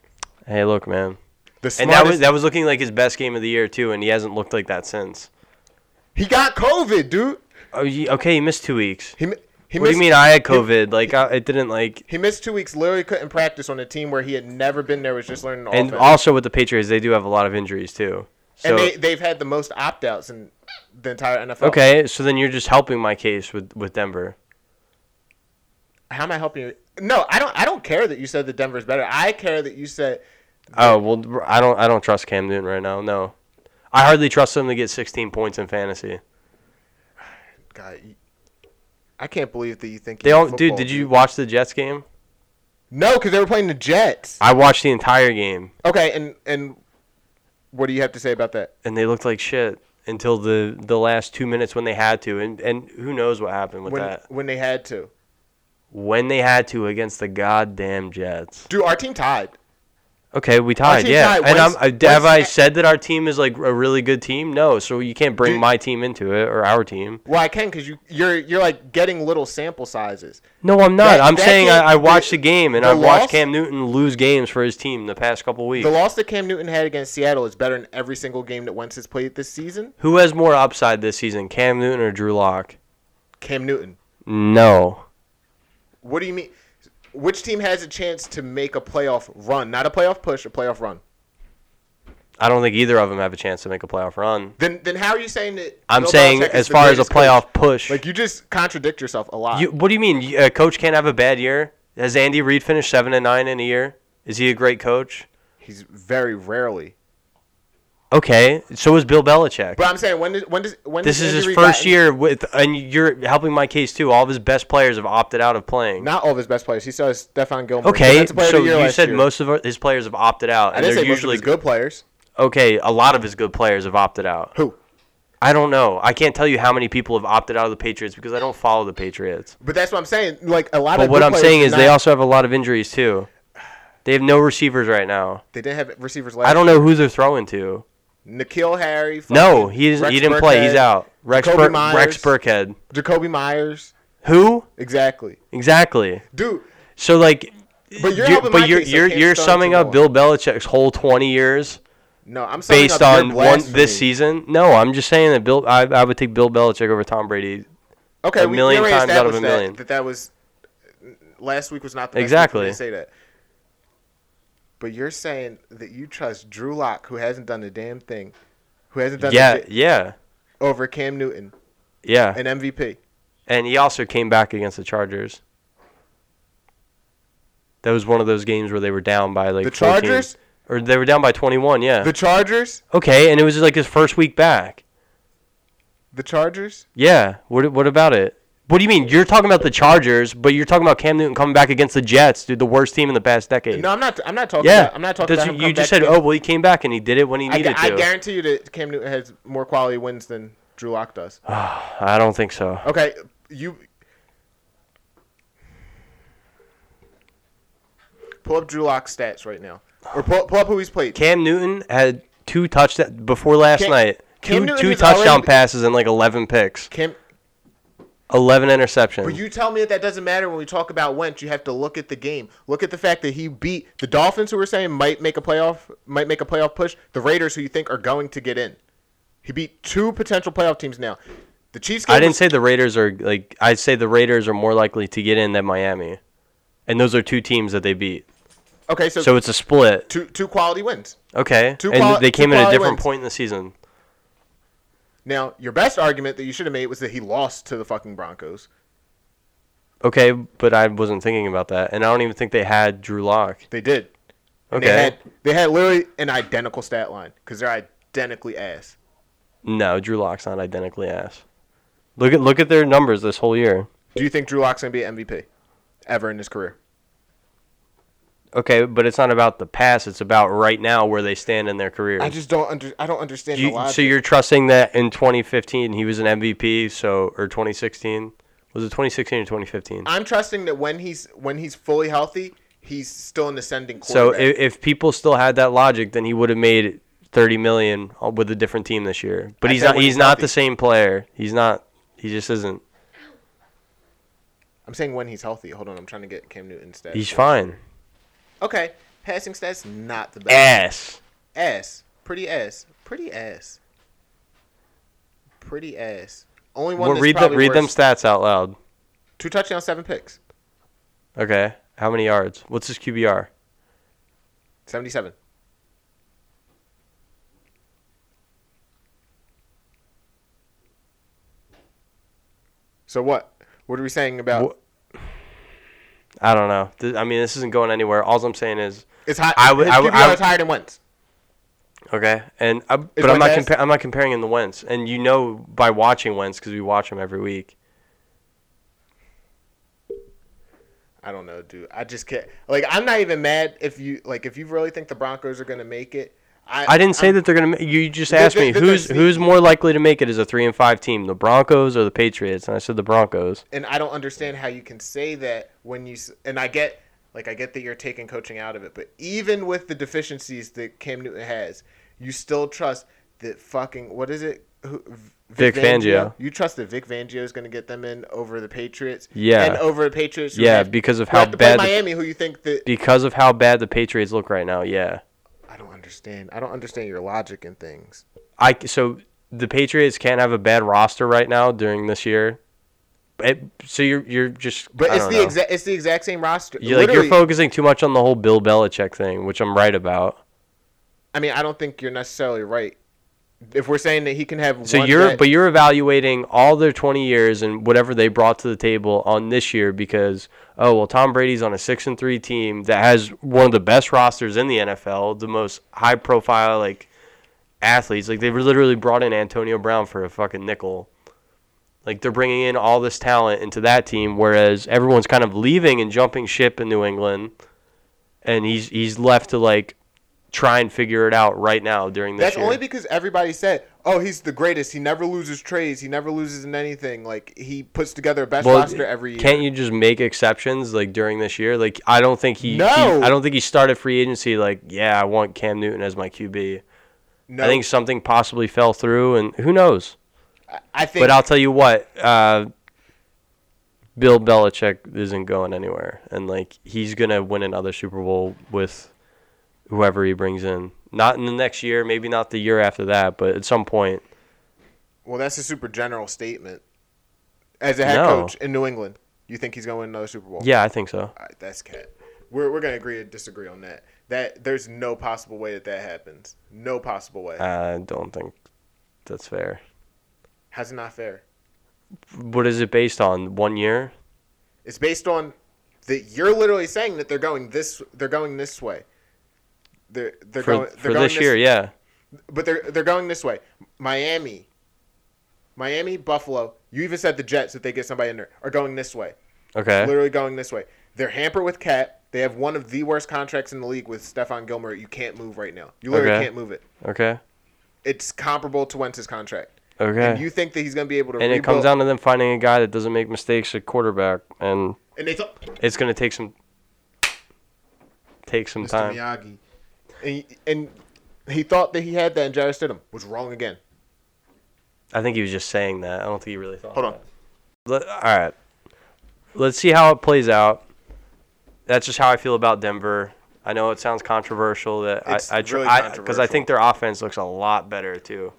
Hey, look, man.
The
And that was
smartest-
that was looking like his best game of the year too, and he hasn't looked like that since.
he got COVID, dude.
Oh, ye- okay, he missed two weeks.
He, mi- he
What do
missed,
you mean I had COVID? Like I, it didn't like.
He missed two weeks. Literally couldn't practice on a team where he had never been there. Was just learning
And
offense.
also with the Patriots, they do have a lot of injuries too. So
and they they've had the most opt outs in the entire NFL.
okay, so then you're just helping my case with with Denver.
How am I helping you? No, I don't. I don't care that you said that Denver's better. I care that you said
Oh well, I don't I don't trust Cam Newton right now. No, I hardly trust him to get 16 points in fantasy.
God. you- I can't believe that you think
They
you know
all, dude.
football,
Did you watch the Jets game?
No, because they were playing the Jets.
I watched the entire game,
Okay, and and what do you have to say about that?
and they looked like shit until the the last two minutes when they had to, and and who knows what happened with
When
that
when they had to,
when they had to against the goddamn Jets.
dude, our team tied.
Okay, we tied.
team
Yeah,
tied.
and I'm,
Wentz-
I- have
Wentz-
I said that our team is like a really good team? No, so you can't bring
Dude.
my team into it or our team.
Well, I can because you you're you're like getting little sample sizes.
No, I'm not.
That-
I'm
that
saying
game-
I, I watched
the-
the game and
the
I've watched
loss-
Cam Newton lose games for his team the past couple weeks.
The loss that Cam Newton had against Seattle is better in every single game that Wentz has played this season.
Who has more upside this season, Cam Newton or Drew Lock?
Cam Newton.
No.
What do you mean? Which team has a chance to make a playoff run? Not a playoff push, a playoff run.
I don't think either of them have a chance to make a playoff run.
Then then how are you saying that?
I'm
Bill
saying
Belichick is
as
the
far as a
greatest coach?
playoff push.
Like you just contradict yourself a lot.
you, what do you mean? You- A coach can't have a bad year? Has Andy Reid finished 7 and 9 in a year? Is he a great coach?
He's very rarely.
Okay, so is Bill Belichick.
But I'm saying when does when does when
This
does
is
Andy
his
Reid
first
got-
year with, and you're helping my case too. All of his best players have opted out of playing.
Not all of his best players. He still has Stephon Gilmore.
Okay,
Defensive player of the
so
year
you
last
said
year.
most of his players have opted out,
I
and
didn't
they're
say most of
usually
his good players.
okay. A lot of his good players have opted out.
Who?
I don't know. I can't tell you how many people have opted out of the Patriots because I don't follow the Patriots.
But that's what I'm saying. Like a lot
But
of.
what
good
I'm
players
saying
did
is they
not-
also have a lot of injuries too. They have no receivers right now.
they didn't have receivers last.
I don't know who they're throwing to.
Nikhil Harry.
No,
fucking
he is,
Rex
he didn't play. He's
Burkhead,
out. Rex
Jacoby
Bur-
Myers.
Rex Burkhead.
Jacoby Myers.
Who
Exactly.
exactly?
Dude,
So like,
But you're helping my
but you're
case, so
you're,
Cam
you're
Stone's
summing
another
up Bill Belichick's whole 20 years
no, I'm summing
based
up your
on one
blasphemy.
this season. No, I'm just saying that Bill. I, I would take Bill Belichick over Tom Brady.
Okay,
a
we
million
we already
times out of a
established that-
million.
That, that was last week was not the
Exactly.
Best week for me to say that. But you're saying that you trust Drew Lock, who hasn't done a damn thing, who hasn't done
Yeah,
a j-
yeah,
over Cam Newton,
yeah.
an MVP.
And he also came back against the Chargers. That was one of those games where they were down by like 14.
The Chargers?
or they were down by 21. Yeah.
The Chargers,
okay, and it was like his first week back.
the Chargers.
Yeah. What what about it? What do you mean? You're talking about the Chargers, but you're talking about Cam Newton coming back against the Jets, dude, the worst team in the past decade.
No, I'm not. I'm not talking.
yeah,
About, I'm not talking.
That's-
about
you
him coming
just
back
said,
again.
"Oh, well, he came back and he did it when he
I,
needed
gu- I
to."
guarantee you that Cam Newton has more quality wins than Drew Lock does.
I don't think so.
Okay, you pull up Drew Lock's stats right now, or pull, pull up who he's played.
Cam Newton had two touchdown before last
Cam-
night.
Cam
two
Newton
two
has
touchdown
already-
passes and like 11 picks,
Cam,
11 interceptions.
but you tell me that that doesn't matter when we talk about Wentz. You have to look at the game. Look at the fact that he beat the Dolphins, who we're saying might make a playoff, might make a playoff push. The Raiders, who you think are going to get in, he beat two potential playoff teams now. The Chiefs. Game
I didn't
was-
say the Raiders are like. I'd say the Raiders are more likely to get in than Miami, and those are two teams that they beat.
Okay, so,
So it's a split.
two two quality wins.
Okay,
Two
and
quali-
they
two
came in at a
quality
different
wins.
point in the season.
Now, your best argument that you should have made was that he lost to the fucking Broncos.
Okay, but I wasn't thinking about that, and I don't even think they had Drew Lock.
They did. And
Okay,
They had they had literally an identical stat line because they're identically ass.
no, Drew Lock's not identically ass. Look at look at their numbers this whole year.
Do you think Drew Lock's gonna be an MVP ever in his career?
Okay, but it's not about the past; it's about right now where they stand in their careers.
I just don't under I don't understand
You-
the logic.
so you're trusting that in 2015 he was an MVP, so or 2016 was it 2016 or 2015?
I'm trusting that when he's when he's fully healthy, he's still an ascending
So
quarterback.
if, if people still had that logic, then he would have made 30 million with a different team this year. But
I
he's
said
not.
when
He's
he's
not
healthy.
the same player. He's not. He just isn't.
I'm saying when he's healthy. Hold on, I'm trying to get Cam Newton's stats.
He's fine.
okay, passing stats not the best.
Ass.
ass, pretty ass, pretty ass, pretty ass. Only one.
Well,
that's
read them.
probably
Read them
worse.
stats out loud.
Two touchdowns, seven picks,
Okay. How many yards? What's his QBR?
seventy-seven. So what? What are we saying about?
Wha- I don't know. Th- I mean, this isn't going anywhere. All I'm saying is
It's high.
I
I
would-
would.
I would- I would-
is higher than Wentz.
Okay, and I, but I'm
Wentz
not
ass?
compa- I'm not comparing him to Wentz, and you know by watching Wentz because we watch him every week.
I don't know, dude. I just can't. Like, I'm not even mad if you like if you really think the Broncos are gonna make it. I,
I didn't say
I'm-
that they're gonna. ma- You just
They-
asked
they-
me
they-
who's
they-
who's more likely to make it as a three and five team, the Broncos or the Patriots, and I said the Broncos.
and I don't understand how you can say that when you s- and I get like I get that you're taking coaching out of it, but even with the deficiencies that Cam Newton has, you still trust that fucking what is it? Who,
Vic Fangio.
You trust that Vic Fangio is going to get them in over the Patriots?
Yeah.
And over the Patriots? who
Yeah,
have-
because of
who
how
have to play
bad the-
Miami, who you think that
Because of how bad the Patriots look right now, yeah.
I don't understand. I don't understand your logic and things.
I c- so the Patriots can't have a bad roster right now during this year. It- so you're you're just.
But
I
it's
don't
the
know.
exact it's the exact same roster.
You're like you're
Literally-
focusing too much on the whole Bill Belichick thing, which I'm right about.
I mean, I don't think you're necessarily right. If we're saying that he can have
So
one
you're
bet-
but you're evaluating all their 20 years and whatever they brought to the table on this year because oh well Tom Brady's on a 6 and 3 team that has one of the best rosters in the NFL, the most high profile like athletes. Like they've literally brought in Antonio Brown for a fucking nickel. Like they're bringing in all this talent into that team whereas everyone's kind of leaving and jumping ship in New England and he's he's left to like try and figure it out right now during this
That's
year.
only because everybody said, "Oh, he's the greatest. He never loses trades. He never loses in anything. Like he puts together a best
Well,
roster every year."
Can't you just make exceptions like during this year? Like I don't think he,
No.
he- I don't think he started free agency like, yeah, I want Cam Newton as my QB.
no,
I think something possibly fell through and who knows.
I think
But I'll tell you what, uh Bill Belichick isn't going anywhere and like he's going to win another Super Bowl with whoever he brings in. Not in the next year, maybe not the year after that, but at some point.
well, that's a super general statement. As a head
No.
coach in New England, you think he's going to win another Super Bowl?
Yeah, I think so.
All right, that's cat. We're we're going to agree and disagree on that. That there's no possible way that that happens. No possible way.
I don't think Uh, that's fair.
How's it not fair?
What is it based on? One year?
It's based on that you're literally saying that they're going this they're going this way. They're they're
for,
going they're
for
going
this year, yeah.
but they're they're going this way. Miami, Miami, Buffalo. You even said the Jets if they get somebody in there are going this way.
Okay.
Literally going this way. They're hampered with cap. They have one of the worst contracts in the league with Stefan Gilmore. You can't move right now. You literally
Okay.
can't move it.
Okay.
It's comparable to Wentz's contract.
Okay.
And you think that he's going to be able to
and it
rebuild.
comes down to them finding a guy that doesn't make mistakes at quarterback, and
and they thought
it's gonna take some take some
Mr.
time.
Miyagi. And he, and he thought that he had that and Jared Stidham was wrong again.
I think he was just saying that. I don't think he really thought.
Hold on.
Let, all right. Let's see how it plays out. That's just how I feel about Denver. I know it sounds controversial that
It's
I, I tr-
really
because I think their offense looks a lot better too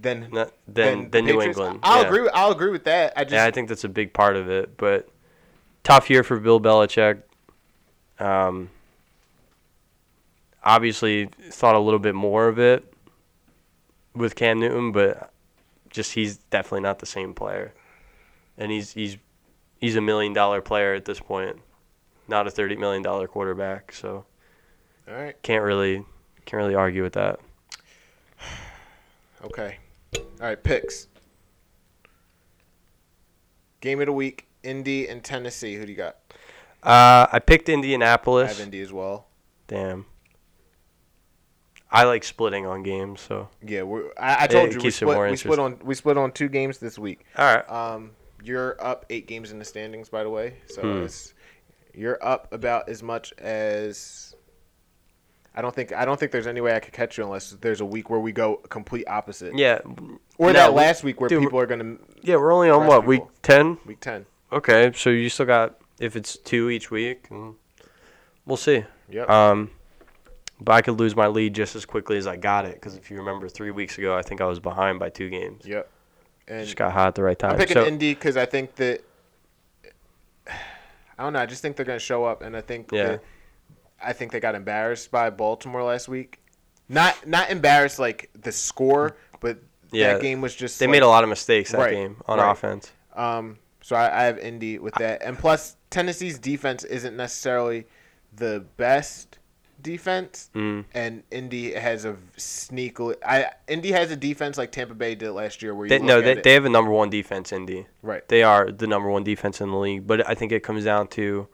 Then
n- than than,
the
New
Patriots-
England.
I'll
Yeah.
agree. With, I'll agree with that. I just
Yeah, I think that's a big part of it. But tough year for Bill Belichick. Um, obviously thought a little bit more of it with Cam Newton, but just he's definitely not the same player, and he's he's he's a million dollar player at this point, not a thirty million dollar quarterback. So
All right.
can't really can't really argue with that.
Okay. All right. Picks. Game of the week: Indy and Tennessee. Who do you got?
Uh, I picked
I have
Indianapolis.
Indy as well.
Damn. I like splitting on games, so
Yeah, we're, I, I told
It
you we
keeps it
split,
more
we split on we split on two games this week.
all right.
Um, you're up eight games in the standings, by the way. So
Hmm.
it's, you're up about as much as. I don't think I don't think there's any way I could catch you unless there's a week where we go complete opposite,
Yeah,
or
No,
that
we-
last week where
dude,
people are gonna
yeah, we're only on
Rest
what
people.
week ten.
week ten.
Okay, so you still got if it's two each week, mm, we'll see.
Yep.
Um, but I could lose my lead just as quickly as I got it because if you remember, three weeks ago I think I was behind by two games.
yep. And
Just got hot at the right
I'm
time.
picking
So
Indy because I think that I don't know. I just think they're going to show up, and I think
Yeah.
that- I think they got embarrassed by Baltimore last week. Not not embarrassed like the score, but
Yeah.
that game was just
they
like,
made a lot of mistakes that
Right,
game on
right.
offense.
Um, so I, I have Indy with that, and plus Tennessee's defense isn't necessarily the best defense,
Mm.
and Indy has a sneakily. I Indy has a defense like Tampa Bay did last year, where you
They,
look
no,
at
they,
it-
they have a number one defense, Indy.
right.
They are the number one defense in the league, but I think it comes down to.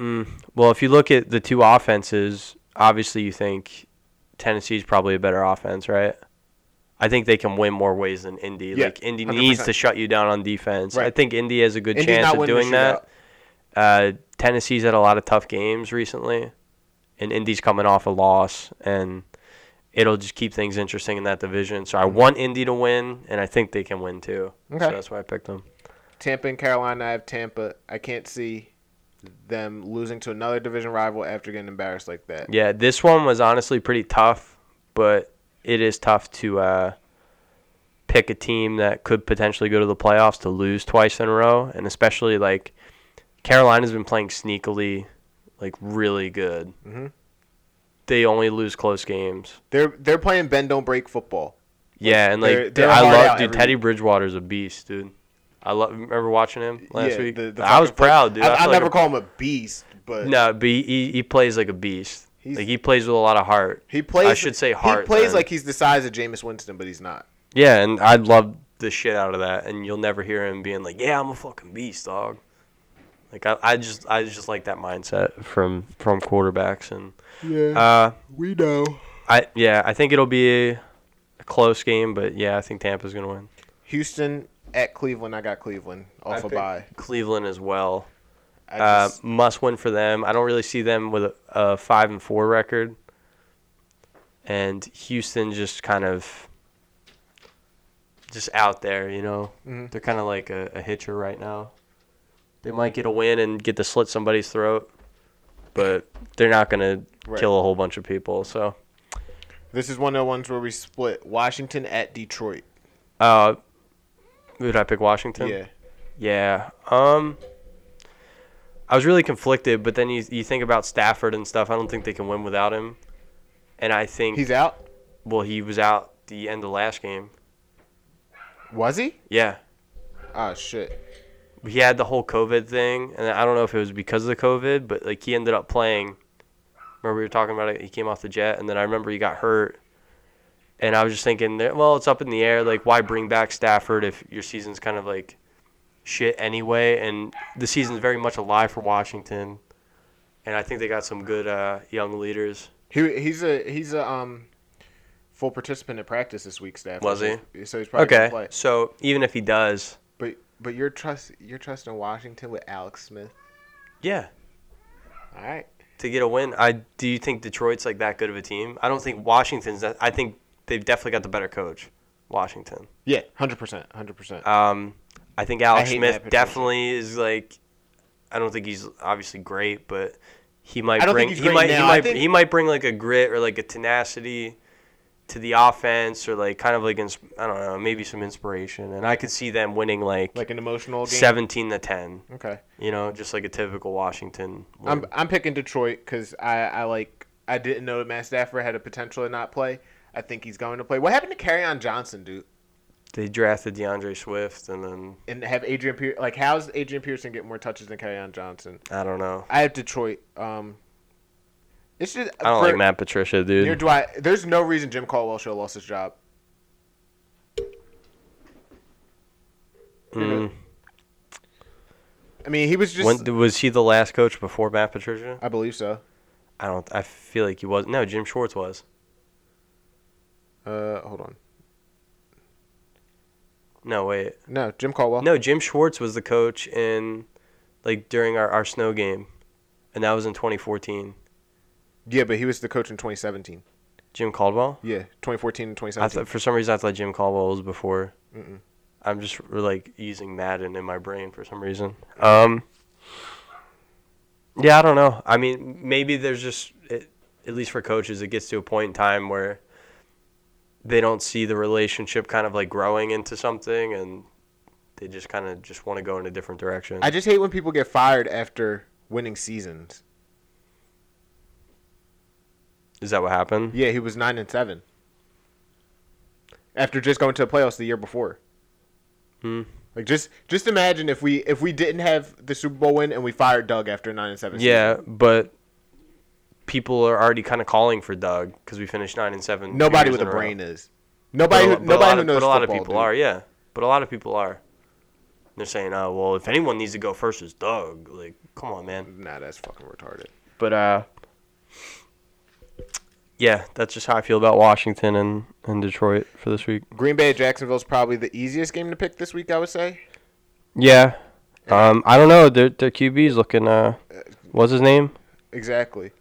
Mm, well, if you look at the two offenses, obviously you think Tennessee's probably a better offense, right? I think they can win more ways than Indy.
Yeah,
like Indy needs to
100%.
shut you down on defense. I
Right.
think Indy has a good
Indy's
chance
not
of
winning the
doing that. Uh, Tennessee's had a lot of tough games recently, and Indy's coming off a loss, and it'll just keep things interesting in that division. So I want Indy to win, and I think they can win too.
Okay.
So that's why I picked them.
Tampa and Carolina. I have Tampa. I can't see them losing to another division rival after getting embarrassed like that.
Yeah, this one was honestly pretty tough, but it is tough to uh, pick a team that could potentially go to the playoffs to lose twice in a row, and especially like Carolina's been playing sneakily, like really good.
Mhm.
They only lose close games.
They're they're playing bend don't break football.
Yeah, and like
they're- they're
I
hard
love
out
dude.
every
Teddy Bridgewater's a beast, dude. I love. Remember watching him last
Yeah,
week?
the- the
I was
fucking play-
proud, dude.
I,
I,
I
feel like
never
a-
call him a beast, but
No, but he, he, he plays like a beast.
He's-
like he plays with a lot of heart.
he plays.
I should say heart.
He plays
then.
like he's the size of Jameis Winston, but he's not.
Yeah, and I love the shit out of that, and you'll never hear him being like, "Yeah, I'm a fucking beast, dog." Like I, I just, I just like that mindset from from quarterbacks, and
Yeah,
uh,
we know.
I yeah, I think it'll be a close game, but yeah, I think Tampa's gonna win.
Houston at Cleveland. I got Cleveland
I
off a
picked
bye.
Cleveland as well.
I
Uh,
just,
must win for them. I don't really see them with a, a five and four record, and Houston just kind of just out there. You know,
Mhm.
they're kind of like a, a hitcher right now. They might get a win and get to slit somebody's throat, but they're not gonna
Right.
kill a whole bunch of people. So,
this is one of the ones where we split Washington at Detroit.
uh, would I pick Washington?
Yeah,
Yeah. Um I was really conflicted, but then you you think about Stafford and stuff. I don't think they can win without him. And I think
he's out.
well, he was out the end of last game.
Was he?
Yeah.
Ah, shit.
He had the whole COVID thing, and I don't know if it was because of the COVID, but like he ended up playing. Remember we were talking about it. He came off the jet, and then I remember he got hurt. And I was just thinking, that, well, it's up in the air. Like, why bring back Stafford if your season's kind of like shit anyway? And the season's very much alive for Washington. And I think they got some good uh, young leaders.
He he's a he's a um full participant at practice this week, Stafford.
Was he?
So he's probably okay. Play.
So even if he does,
But but you're trust you're trusting Washington with Alex Smith.
yeah,
All right.
to get a win. I do you think Detroit's like that good of a team? I don't think Washington's that. I think they've definitely got the better coach, Washington.
Yeah, hundred percent, hundred percent.
Um, I think Alex
hate Matt
Smith
Patricia.
definitely is like. I don't think he's obviously great, but he might
I don't
bring
think he's
he
great
might he
now. I
might
think-
he might bring like a grit or like a tenacity to the offense or like kind of like ins- I don't know maybe some inspiration, and I could see them winning like,
Like an emotional game.
seventeen to ten.
Okay.
You know, just like a typical Washington.
I'm
win.
I'm picking Detroit because I I like I didn't know that Matt Stafford had a potential to not play. I think he's going to play. What happened to on Johnson, dude?
They drafted DeAndre Swift, and then
and have Adrian Pearson. Like, how's Adrian Pearson get more touches than Carryon Johnson?
I don't know.
I have Detroit. Um, it's just
I don't
for-
like Matt Patricia,
Near
dude.
Dwight, there's no reason Jim Caldwell should have lost his job.
Mm.
I mean, he was just.
When, was he the last coach before Matt Patricia?
I believe so.
I don't. I feel like he was. No, Jim Schwartz was.
Uh, hold on.
No, wait.
No, Jim Caldwell.
No, Jim Schwartz was the coach in, like, during our, our snow game, and that was in 2014.
Yeah, but he was the coach in 2017.
Jim Caldwell.
Yeah, 2014 and
I
2017.
thought for some reason I thought Jim Caldwell was before. I'm just like using Madden in my brain for some reason. Um, yeah, I don't know. I mean, maybe there's just it, at least for coaches, it gets to a point in time where they don't see the relationship kind of like growing into something, and they just kind of just want to go in a different direction.
I just hate when people get fired after winning seasons.
Is that what happened?
Yeah, he was nine and seven. After just going to the playoffs the year before.
Hmm.
Like just just imagine if we if we didn't have the Super Bowl win and we fired Doug after a nine and seven. season.
Yeah, but people are already kind of calling for Doug because we finished nine and seven.
Nobody
years
with a
in row.
brain is. Nobody who,
but a- but a lot
nobody who
of-
knows
But a lot of
football,
people
dude.
are, yeah. But a lot of people are. They're saying, "Oh, well, if anyone needs to go first, it's Doug." Like, come on, man.
Nah, that's fucking retarded.
But uh, yeah, that's just how I feel about Washington and and Detroit for this week.
Green Bay at Jacksonville is probably the easiest game to pick this week. I would say.
Yeah. Um, I don't know. Their their QB's looking. Uh, what's his name?
Exactly.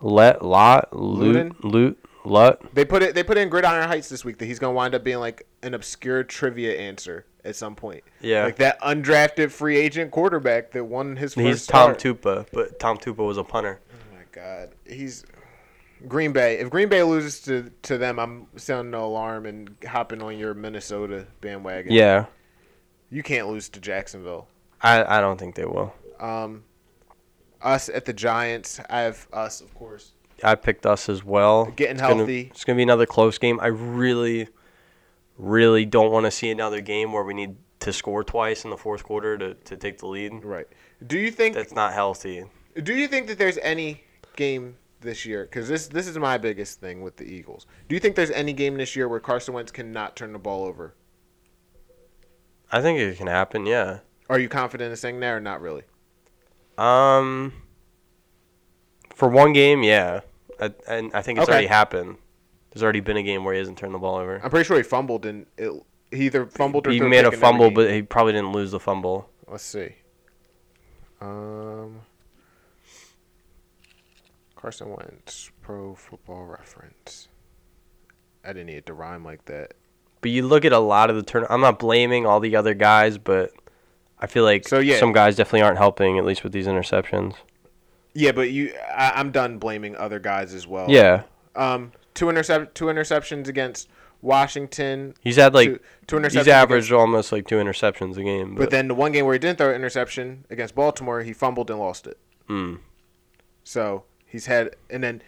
Let Lot Loot Loot Lut.
They put it. They put in Gridiron Heights this week that he's gonna wind up being like an obscure trivia answer at some point.
Yeah.
Like that undrafted free agent quarterback that won his first.
He's Tom
start.
Tupa, but Tom Tupa was a punter.
Oh my god, he's Green Bay. If Green Bay loses to to them, I'm sounding no alarm and hopping on your Minnesota bandwagon.
Yeah,
You can't lose to Jacksonville.
I I don't think they will.
Um, us at the Giants. I have us, of course.
I picked us as well.
Getting
It's gonna-
healthy.
it's gonna be another close game. I really, really don't want to see another game where we need to score twice in the fourth quarter to, to take the lead.
Right. Do you think
That's not healthy.
Do you think that there's any game this year? Because this this is my biggest thing with the Eagles. Do you think there's any game this year where Carson Wentz cannot turn the ball over?
I think it can happen. Yeah.
Are you confident in saying that or not really?
Um. For one game, yeah, I, and I think it's
Okay.
already happened. There's already been a game where he hasn't turned the ball over.
I'm pretty sure he fumbled and it, he either fumbled or
He
threw
made a
pick in every
fumble,
game.
but he probably didn't lose the fumble.
let's see. Um, Carson Wentz, Pro Football Reference. I didn't need it to rhyme like that.
But you look at a lot of the turn. I'm not blaming all the other guys, but I feel like
So, yeah.
some guys definitely aren't helping, at least with these interceptions.
Yeah, but you, I, I'm done blaming other guys as well.
Yeah,
Um, two intercept, two interceptions against Washington.
he's had like
two, two interceptions.
he's averaged almost like two interceptions a game. But,
But then the one game where he didn't throw an interception against Baltimore, he fumbled and lost it.
Mm.
So he's had, and then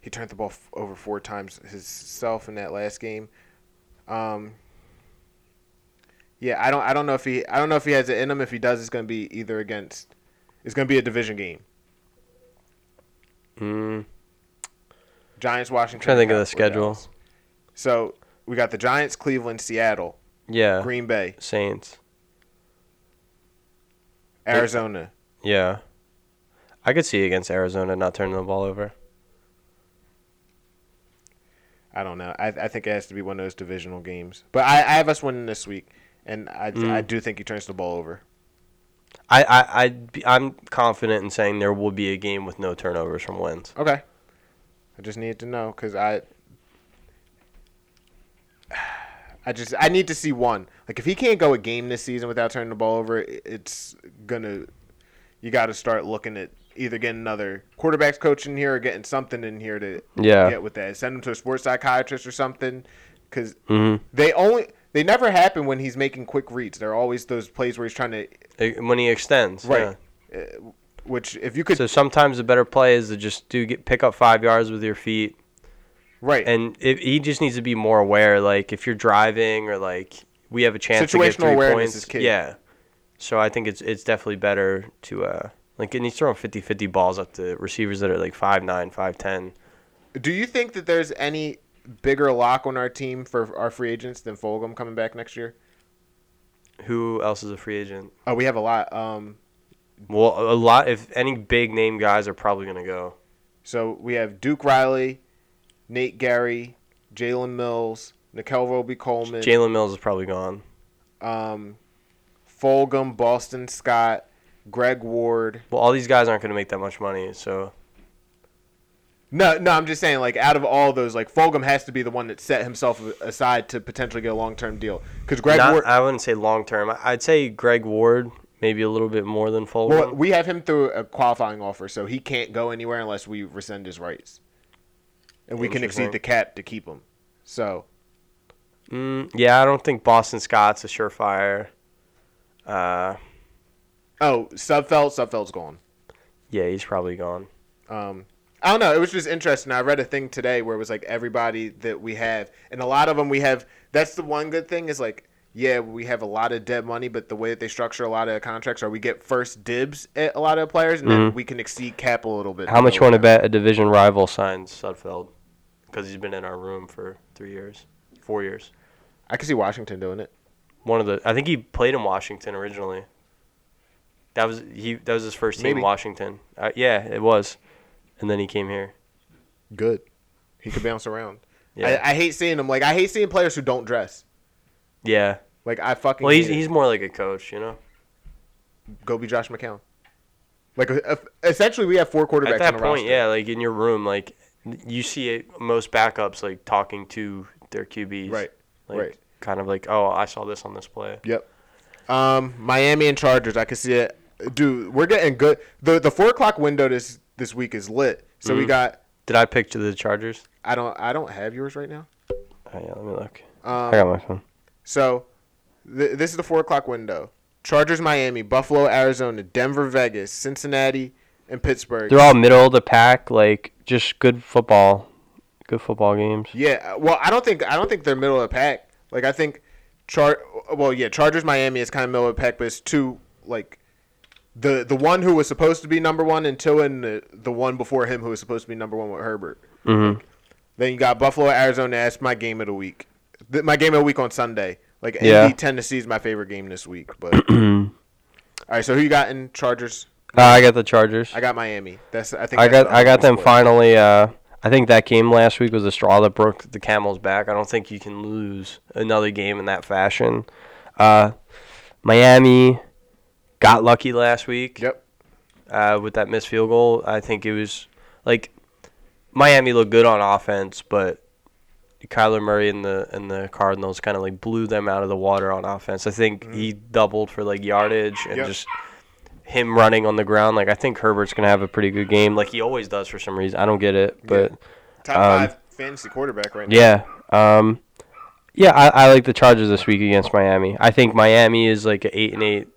he turned the ball f- over four times himself in that last game. Um, yeah, I don't, I don't know if he, I don't know if he has it in him. If he does, it's going to be either against, it's going to be a division game. Mm-hmm.
mm,
Giants, Washington.
trying to think of the
Cowboys,
schedule.
Dallas. So we got the Giants, Cleveland, Seattle,
yeah,
Green Bay,
Saints.
Arizona.
Yeah, I could see against Arizona not turning the ball over.
I don't know. I, I think it has to be one of those divisional games. But I, I have us winning this week, and I, I do think he turns the ball over.
I I I'd be, I'm confident in saying there will be a game with no turnovers from wins.
Okay. I just needed to know because I. I just I need to see one. Like if he can't go a game this season without turning the ball over, i- it's gonna. You got to start looking at either getting another quarterbacks coach in here or getting something in here to
Yeah.
get with that. Send him to a sports psychiatrist or something, because
Mhm.
they only they never happen when he's making quick reads. They're always those plays where he's trying to
Eh, When he extends,
right.
yeah.
Uh, which if you could
So sometimes the better play is to just do get pick up five yards with your feet.
right
and it, he just needs to be more aware. Like if you're driving or like we have a chance to get
Situational
three
awareness
points.
is key.
Yeah. So I think it's it's definitely better to uh like and he's throwing 50-50 balls up to receivers that are like 5'9", 5'10".
Do you think that there's any bigger lock on our team for our free agents than Fulgham coming back next year?
Who else is a free agent?
Oh, we have a lot. Um,
Well, a lot if any big name guys are probably going to go.
so we have Duke Riley, Nate Gary, Jalen Mills, Nikel Roby Coleman,
Jalen Mills is probably gone.
um, Fulgham, Boston Scott, Greg Ward.
Well, all these guys aren't going to make that much money, so
No, no, I'm just saying, like, out of all those, like, Fulgham has to be the one that set himself aside to potentially get a long term deal. Because Greg
Not-
Ward,
I wouldn't say long term. I- I'd say Greg Ward maybe a little bit more than Fulgham.
well, we have him through a qualifying offer, so he can't go anywhere unless we rescind his rights. And we can exceed
Interesting.
the cap to keep him. So,
Mm, yeah, I don't think Boston Scott's a surefire. Uh,
oh, Subfeld, Subfeld's gone.
yeah, he's probably gone.
Um, I don't know. It was just interesting. I read a thing today where it was like everybody that we have, and a lot of them we have. That's the one good thing is like, yeah, we have a lot of dead money, but the way that they structure a lot of contracts are we get first dibs at a lot of players, and then we can exceed cap a little bit.
Mm-hmm. How much you want to bet a division rival signs Sudfeld? Because he's been in our room for three years, four years.
I could see Washington doing it.
One of the, I think he played in Washington originally. That was he. That was his first team
Maybe.
in Washington. Uh, yeah, it was, and then he came here.
Good. He could bounce around.
Yeah.
I, I hate seeing them. Like I hate seeing players who don't dress.
Yeah.
Like I fucking.
Well, he's
hate it.
he's more like a coach, you know.
go be Josh McCown. Like if, essentially, we have four quarterbacks.
At that
on
point,
the roster.
yeah, like in your room, like you see it, most backups like talking to their QBs,
Right,
Like,
right.
Kind of like, oh, I saw this on this play.
Yep. Um, Miami and Chargers. I can see it. Dude, we're getting good. the The four o'clock window this this week is lit. So
Mm-hmm.
we got.
Did I picture the Chargers?
I don't. I don't have yours right now.
Oh, yeah, let me look. I
Um,
got my phone.
so th- this is the four o'clock window. Chargers, Miami, Buffalo, Arizona, Denver, Vegas, Cincinnati, and Pittsburgh.
They're all middle of the pack, like just good football, good football games.
Yeah. uh, Well, I don't think I don't think they're middle of the pack. Like I think char well, yeah, Chargers Miami is kind of middle of the pack, but it's two like the the one who was supposed to be number one and two and the, the one before him who was supposed to be number one with Herbert.
Mhm.
Then you got Buffalo, Arizona. That's my game of the week. Th- my game of the week on Sunday. Like
Yeah.
yeah. Tennessee is my favorite game this week. But all right, so who you got in Chargers?
Uh, I got the Chargers.
I got Miami. That's I think
I
that's
got
the
I got
underdog
them
split.
finally. Uh, I think that game last week was the straw that broke the camel's back. I don't think you can lose another game in that fashion. Uh, Miami got lucky last week
Yep.
uh, with that missed field goal. I think it was like Miami looked good on offense, but Kyler Murray and the and the Cardinals kind of like blew them out of the water on offense. I think he doubled for like yardage and
Yep.
just him running on the ground. Like I think Herbert's gonna have a pretty good game, like he always does for some reason. I don't get it, but
Top
Um,
five fantasy quarterback right now.
yeah, um, yeah, I, I like the Chargers this week against Miami. I think Miami is like a eight and eight,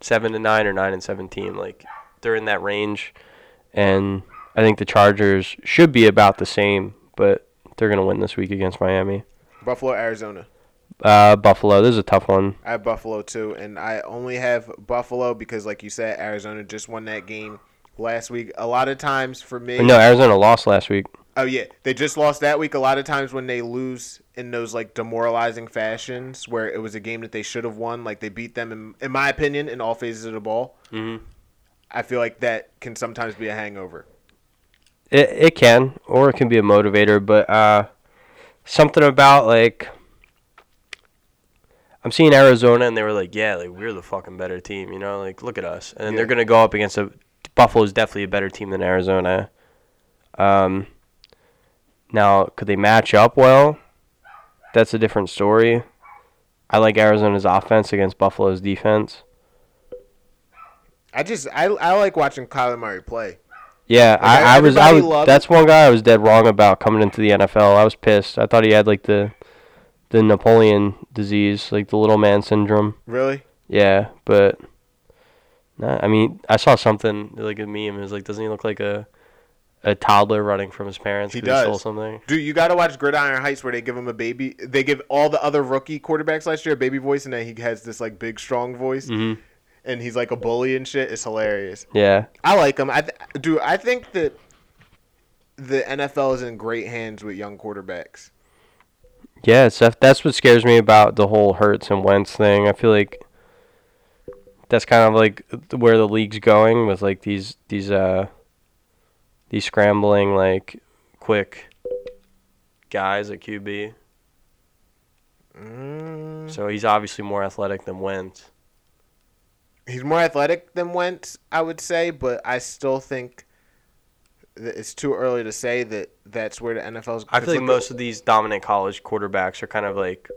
seven and nine, or nine and seven team. Like they're in that range, and I think the Chargers should be about the same, but they're gonna win this week against Miami.
Buffalo, Arizona.
Uh, Buffalo, this is a tough one.
I have Buffalo too, and I only have Buffalo because, like you said, Arizona just won that game last week. A lot of times for me,
No, Arizona lost last week.
oh yeah, they just lost that week. A lot of times when they lose in those like demoralizing fashions, where it was a game that they should have won, like they beat them in, in my opinion, in all phases of the ball. Mm-hmm. I feel like that can sometimes be a hangover.
It it can, or it can be a motivator, but uh, something about like I'm seeing Arizona, and they were like, yeah, like we're the fucking better team, you know, like look at us, and
Yeah.
they're gonna go up against a Buffalo's definitely a better team than Arizona. Um, now could they match up well? That's a different story. I like Arizona's offense against Buffalo's defense.
I just I, I like watching Kyler Murray play.
Yeah,
Like,
I, I was. I
everybody
was.
loved-
That's one guy I was dead wrong about coming into the NFL. I was pissed. I thought he had like the, the Napoleon disease, like the little man syndrome.
Really,
Yeah, but, nah, I mean, I saw something like a meme. It was like, doesn't he look like a, a toddler running from his parents
He
'cause he stole
does.
something.
Dude, you got to watch Gridiron Heights where they give him a baby. They give all the other rookie quarterbacks last year a baby voice, and then he has this like big strong voice,
Mm-hmm.
and he's like a bully and shit. It's hilarious.
Yeah.
I like him. I th- do. I think that the NFL is in great hands with young quarterbacks.
Yeah, it's def- that's what scares me about the whole Hurts and Wentz thing. I feel like that's kind of like where the league's going with like these these uh these scrambling like quick guys at QB.
Mm.
So he's obviously more athletic than Wentz.
He's more athletic than Wentz, I would say, but I still think that it's too early to say that that's where the NFL's.
I feel like
look-
most of these dominant college quarterbacks are kind of like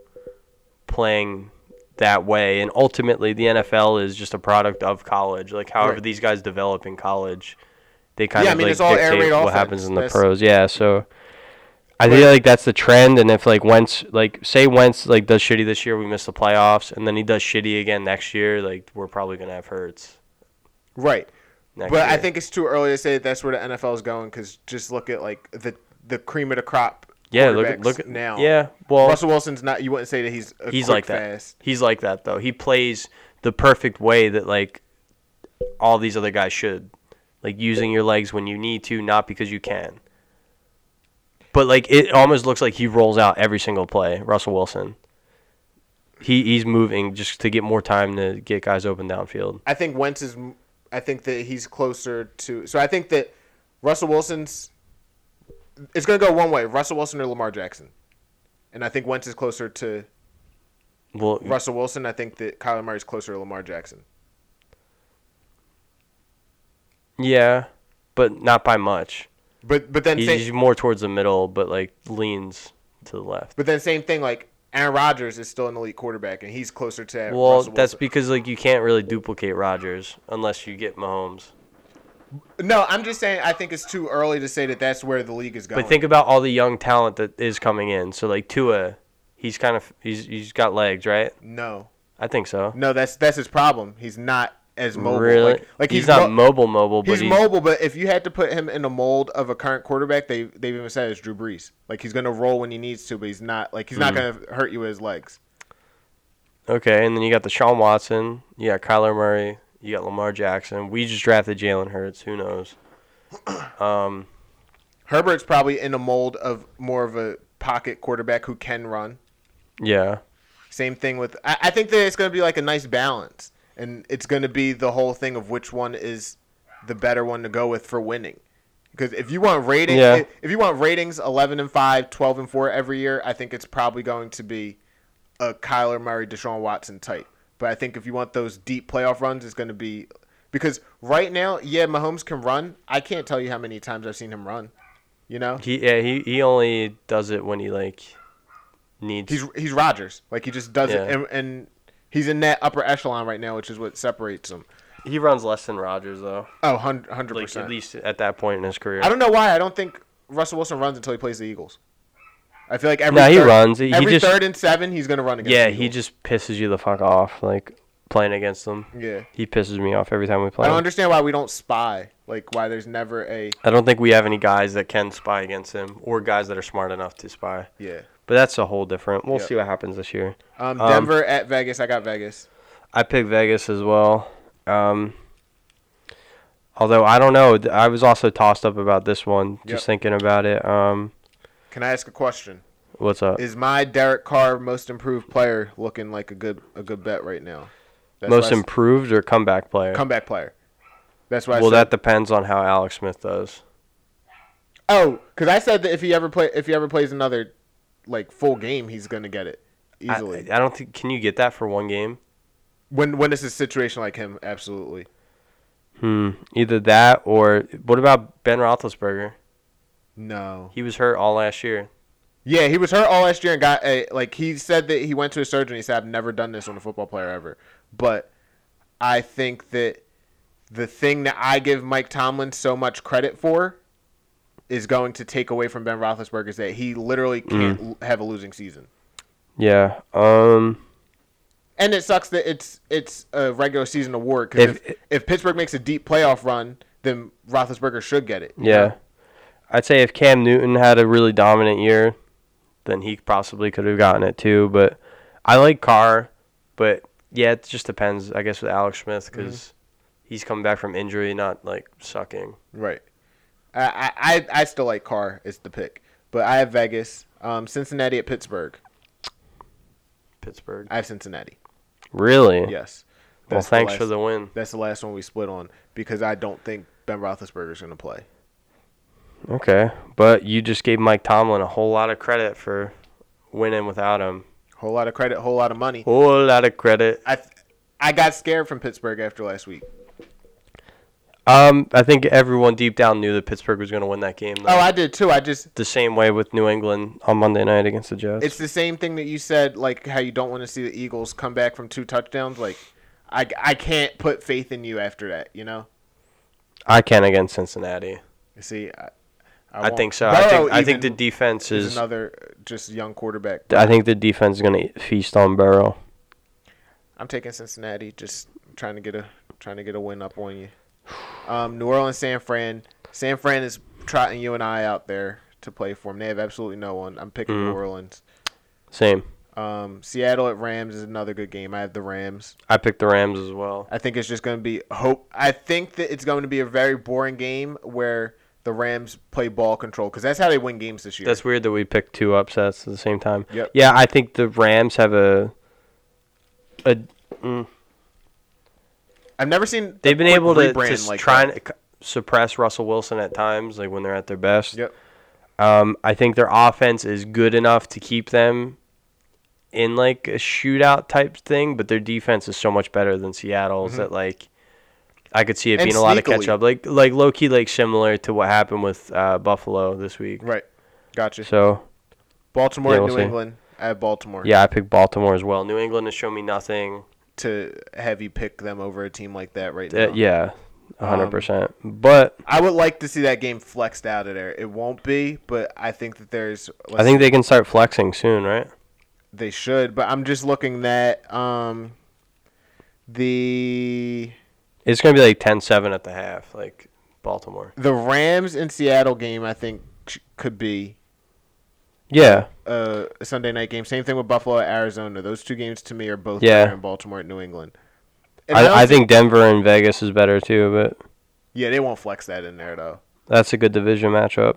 playing that way and ultimately the NFL is just a product of college. Like however
Right.
these guys develop in college, they kind
Yeah, I
of
mean,
like
it's all air
dictate
raid
what
offense.
happens in the
That's-
pros. Yeah, so I feel like that's the trend and if like Wentz like say Wentz like does shitty this year, we miss the playoffs and then he does shitty again next year, like we're probably going to have Hurts
right.
next
But I
year.
think it's too early to say that that's where the NFL is going because just look at like the the cream of the crop.
yeah, look at
quarterbacks
look at
now.
Yeah, well
Russell Wilson's not. You wouldn't say that he's a
he's
quick,
like that.
fast.
He's like that though. He plays the perfect way that like all these other guys should, like using your legs when you need to, not because you can. But like it almost looks like he rolls out every single play. Russell Wilson. He he's moving just to get more time to get guys open downfield.
I think Wentz is. I think that he's closer to. So I think that Russell Wilson's. It's going to go one way: Russell Wilson or Lamar Jackson. And I think Wentz is closer to
Well,
Russell Wilson. I think that Kyler Murray is closer to Lamar Jackson.
yeah, but not by much.
But but then
He's,
same,
he's more towards the middle, but like leans to the left.
but then same thing like Aaron Rodgers is still an elite quarterback and he's closer to that
Well,
Russell
that's
Wilson.
because like you can't really duplicate Rodgers unless you get Mahomes.
no. I'm just saying I think it's too early to say that that's where the league is going.
But think about all the young talent that is coming in. So like Tua, he's kind of he's he's got legs, right?
no,
I think so.
no, that's that's his problem. He's not as mobile.
Really?
Like, like
he's, not
mo-
mobile mobile, but
He's
he's,
mobile, but if you had to put him in the mold of a current quarterback, they they've even said it's Drew Brees. Like he's gonna roll when he needs to, but he's not like he's
Mm.
not gonna hurt you with his legs.
okay. And then you got the Sean Watson, you got Kyler Murray, you got Lamar Jackson. We just drafted Jalen Hurts. Who knows? Um,
Herbert's probably in the mold of more of a pocket quarterback who can run.
yeah.
Same thing with I, I think that it's gonna be like a nice balance, and it's gonna be the whole thing of which one is the better one to go with for winning. Because if you want rating,
Yeah.
if you want ratings, eleven and 5, 12 and four every year, I think it's probably going to be a Kyler Murray, Deshaun Watson type. But I think if you want those deep playoff runs, it's going to be because right now, yeah, Mahomes can run. I can't tell you how many times I've seen him run. You know,
He yeah he he only does it when he like needs.
he's he's Rodgers. Like he just does it,
Yeah.
and, and he's in that upper echelon right now, which is what separates him.
he runs less than Rodgers though.
Oh, 100
Like
percent.
at least at that point in his career.
I don't know why. I don't think Russell Wilson runs until he plays the Eagles. I feel like every
No, he
third-
runs. He- he
every
just-
third and seven, he's gonna run against.
Yeah,
the
he
Eagles.
just pisses you the fuck off. Like playing against them,
Yeah,
he pisses me off every time we play.
I
him.
don't understand why we don't spy. Like why there's never a
I don't think we have any guys that can spy against him, or guys that are smart enough to spy.
yeah.
But that's a whole different. We'll
Yep.
see what happens this year.
Um,
Um,
Denver at Vegas. I got Vegas.
I picked Vegas as well. Um, although I don't know, Th- I was also tossed up about this one. Just thinking about it. Um,
Can I ask a question?
what's up?
Is my Derek Carr most improved player looking like a good a good bet right now? That's
Most
why I s-
improved or comeback player?
comeback player. That's why. I
well,
said,
that depends on how Alex Smith does.
oh, because I said that if he ever play if he ever plays another like full game, he's gonna get it
I,
easily.
I don't think. Can you get that for one game?
when when it's a situation like him, absolutely.
Hmm. Either that or what about Ben Roethlisberger?
No.
He was hurt all last year.
Yeah, he was hurt all last year and got a like he said that he went to a surgeon. He said I've never done this on a football player ever, but I think that the thing that I give Mike Tomlin so much credit for is going to take away from Ben Roethlisberger is that he literally can't l- have a losing season.
Yeah. Um.
And it sucks that it's it's a regular season award because
If-
if, if Pittsburgh makes a deep playoff run, then Roethlisberger should get it.
Yeah. I'd say if Cam Newton had a really dominant year, then he possibly could have gotten it too. But I like Carr, but yeah, it just depends, I guess, with Alex Smith because he's coming back from injury, not like sucking.
Right. I, I I still like Carr as the pick, but I have Vegas, um, Cincinnati at Pittsburgh.
Pittsburgh.
I have Cincinnati.
Really?
Yes.
Well,
That's
thanks
last-
for the win.
That's the last one we split on because I don't think Ben Roethlisberger is going to play.
Okay, but you just gave Mike Tomlin a whole lot of credit for winning without him.
Whole lot of credit, whole lot of money.
Whole lot of credit.
I I got scared from Pittsburgh after last week.
Um, I think everyone deep down knew that Pittsburgh was going to win that game. Though.
Oh, I did too. I just
the same way with New England on Monday night against the Jets.
it's the same thing that you said, like how you don't want to see the Eagles come back from two touchdowns. Like I I can't put faith in you after that. You know.
I can against Cincinnati.
See, I,
I,
won't-
think so. I
Burrow
think I think the
even
defense
is
is.
another just young quarterback.
I think the defense is going to feast on Burrow.
I'm taking Cincinnati. Just trying to get a trying to get a win up on you. Um, New Orleans, San Fran. San Fran is trotting you and I out there to play for them. They have absolutely no one. I'm picking
Mm-hmm.
New Orleans.
Same.
Um, Seattle at Rams is another good game. I have the Rams.
I picked the Rams as well.
I think it's just going to be hope. I think that it's going to be a very boring game where the Rams play ball control because that's how they win games this year.
That's weird that we picked two upsets at the same time.
Yep.
Yeah, I think the Rams have a. a mm,
I've never seen.
they've been
a quick
able to
rebrand
just
like
try
that.
and c- suppress Russell Wilson at times, like when they're at their best.
Yep.
Um, I think their offense is good enough to keep them in like a shootout type thing, but their defense is so much better than Seattle's that like I could see it
Mm-hmm. And
being a lot of
sneakily.
catch up, like like low key like similar to what happened with uh, Buffalo this week.
Right. Gotcha.
So
Baltimore
Yeah,
and
we'll
New
see.
England. I have Baltimore.
yeah, I picked Baltimore as well. New England has shown me nothing.
to have you pick them over a team like that right
Uh,
now.
yeah, a hundred
Um,
percent. But
I would like to see that game flexed out of there. It won't be, but I think that there's.
I think they can start flexing soon, right?
they should. But I'm just looking that um, the
It's gonna be like 10-7 at the half, like Baltimore.
the Rams and Seattle game. I think sh- could be
Yeah,
uh, a Sunday night game. Same thing with Buffalo at Arizona. Those two games to me are both
Yeah.
there in Baltimore at New England. And
I, I
also-
think Denver and Vegas is better too, but.
yeah, they won't flex that in there though.
That's a good division matchup.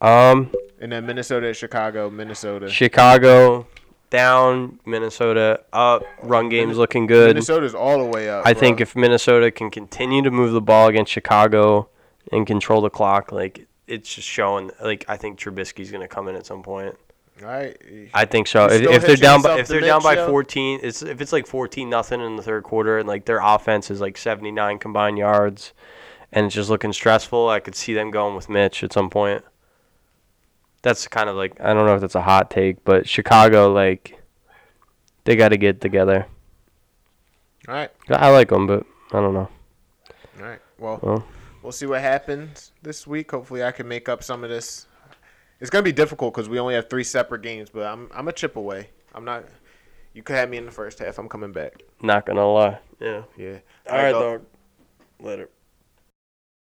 Um,
And then Minnesota at Chicago, Minnesota.
Chicago down, Minnesota up. Run game's looking good.
Minnesota's all the way up.
I
bro.
think if Minnesota can continue to move the ball against Chicago and control the clock, like it's just showing. Like I think Trubisky's gonna come in at some point.
all right.
I think so.
You
If,
still
if they're
hitching
down by
yourself
if
to
they're down
Mitch,
by
yo?
14, it's if it's like 14 nothing in the third quarter and like their offense is like 79 combined yards and it's just looking stressful, I could see them going with Mitch at some point. That's kind of like I don't know if that's a hot take, but Chicago like they got to get together.
All right.
I like them, but I don't know.
All right. Well,
Well.
we'll see what happens this week. Hopefully, I can make up some of this. It's gonna be difficult because we only have three separate games, but I'm I'm a chip away. I'm not. You could have me in the first half. I'm coming back.
Not gonna lie. Yeah.
Yeah.
All right,
though.
dog. Later.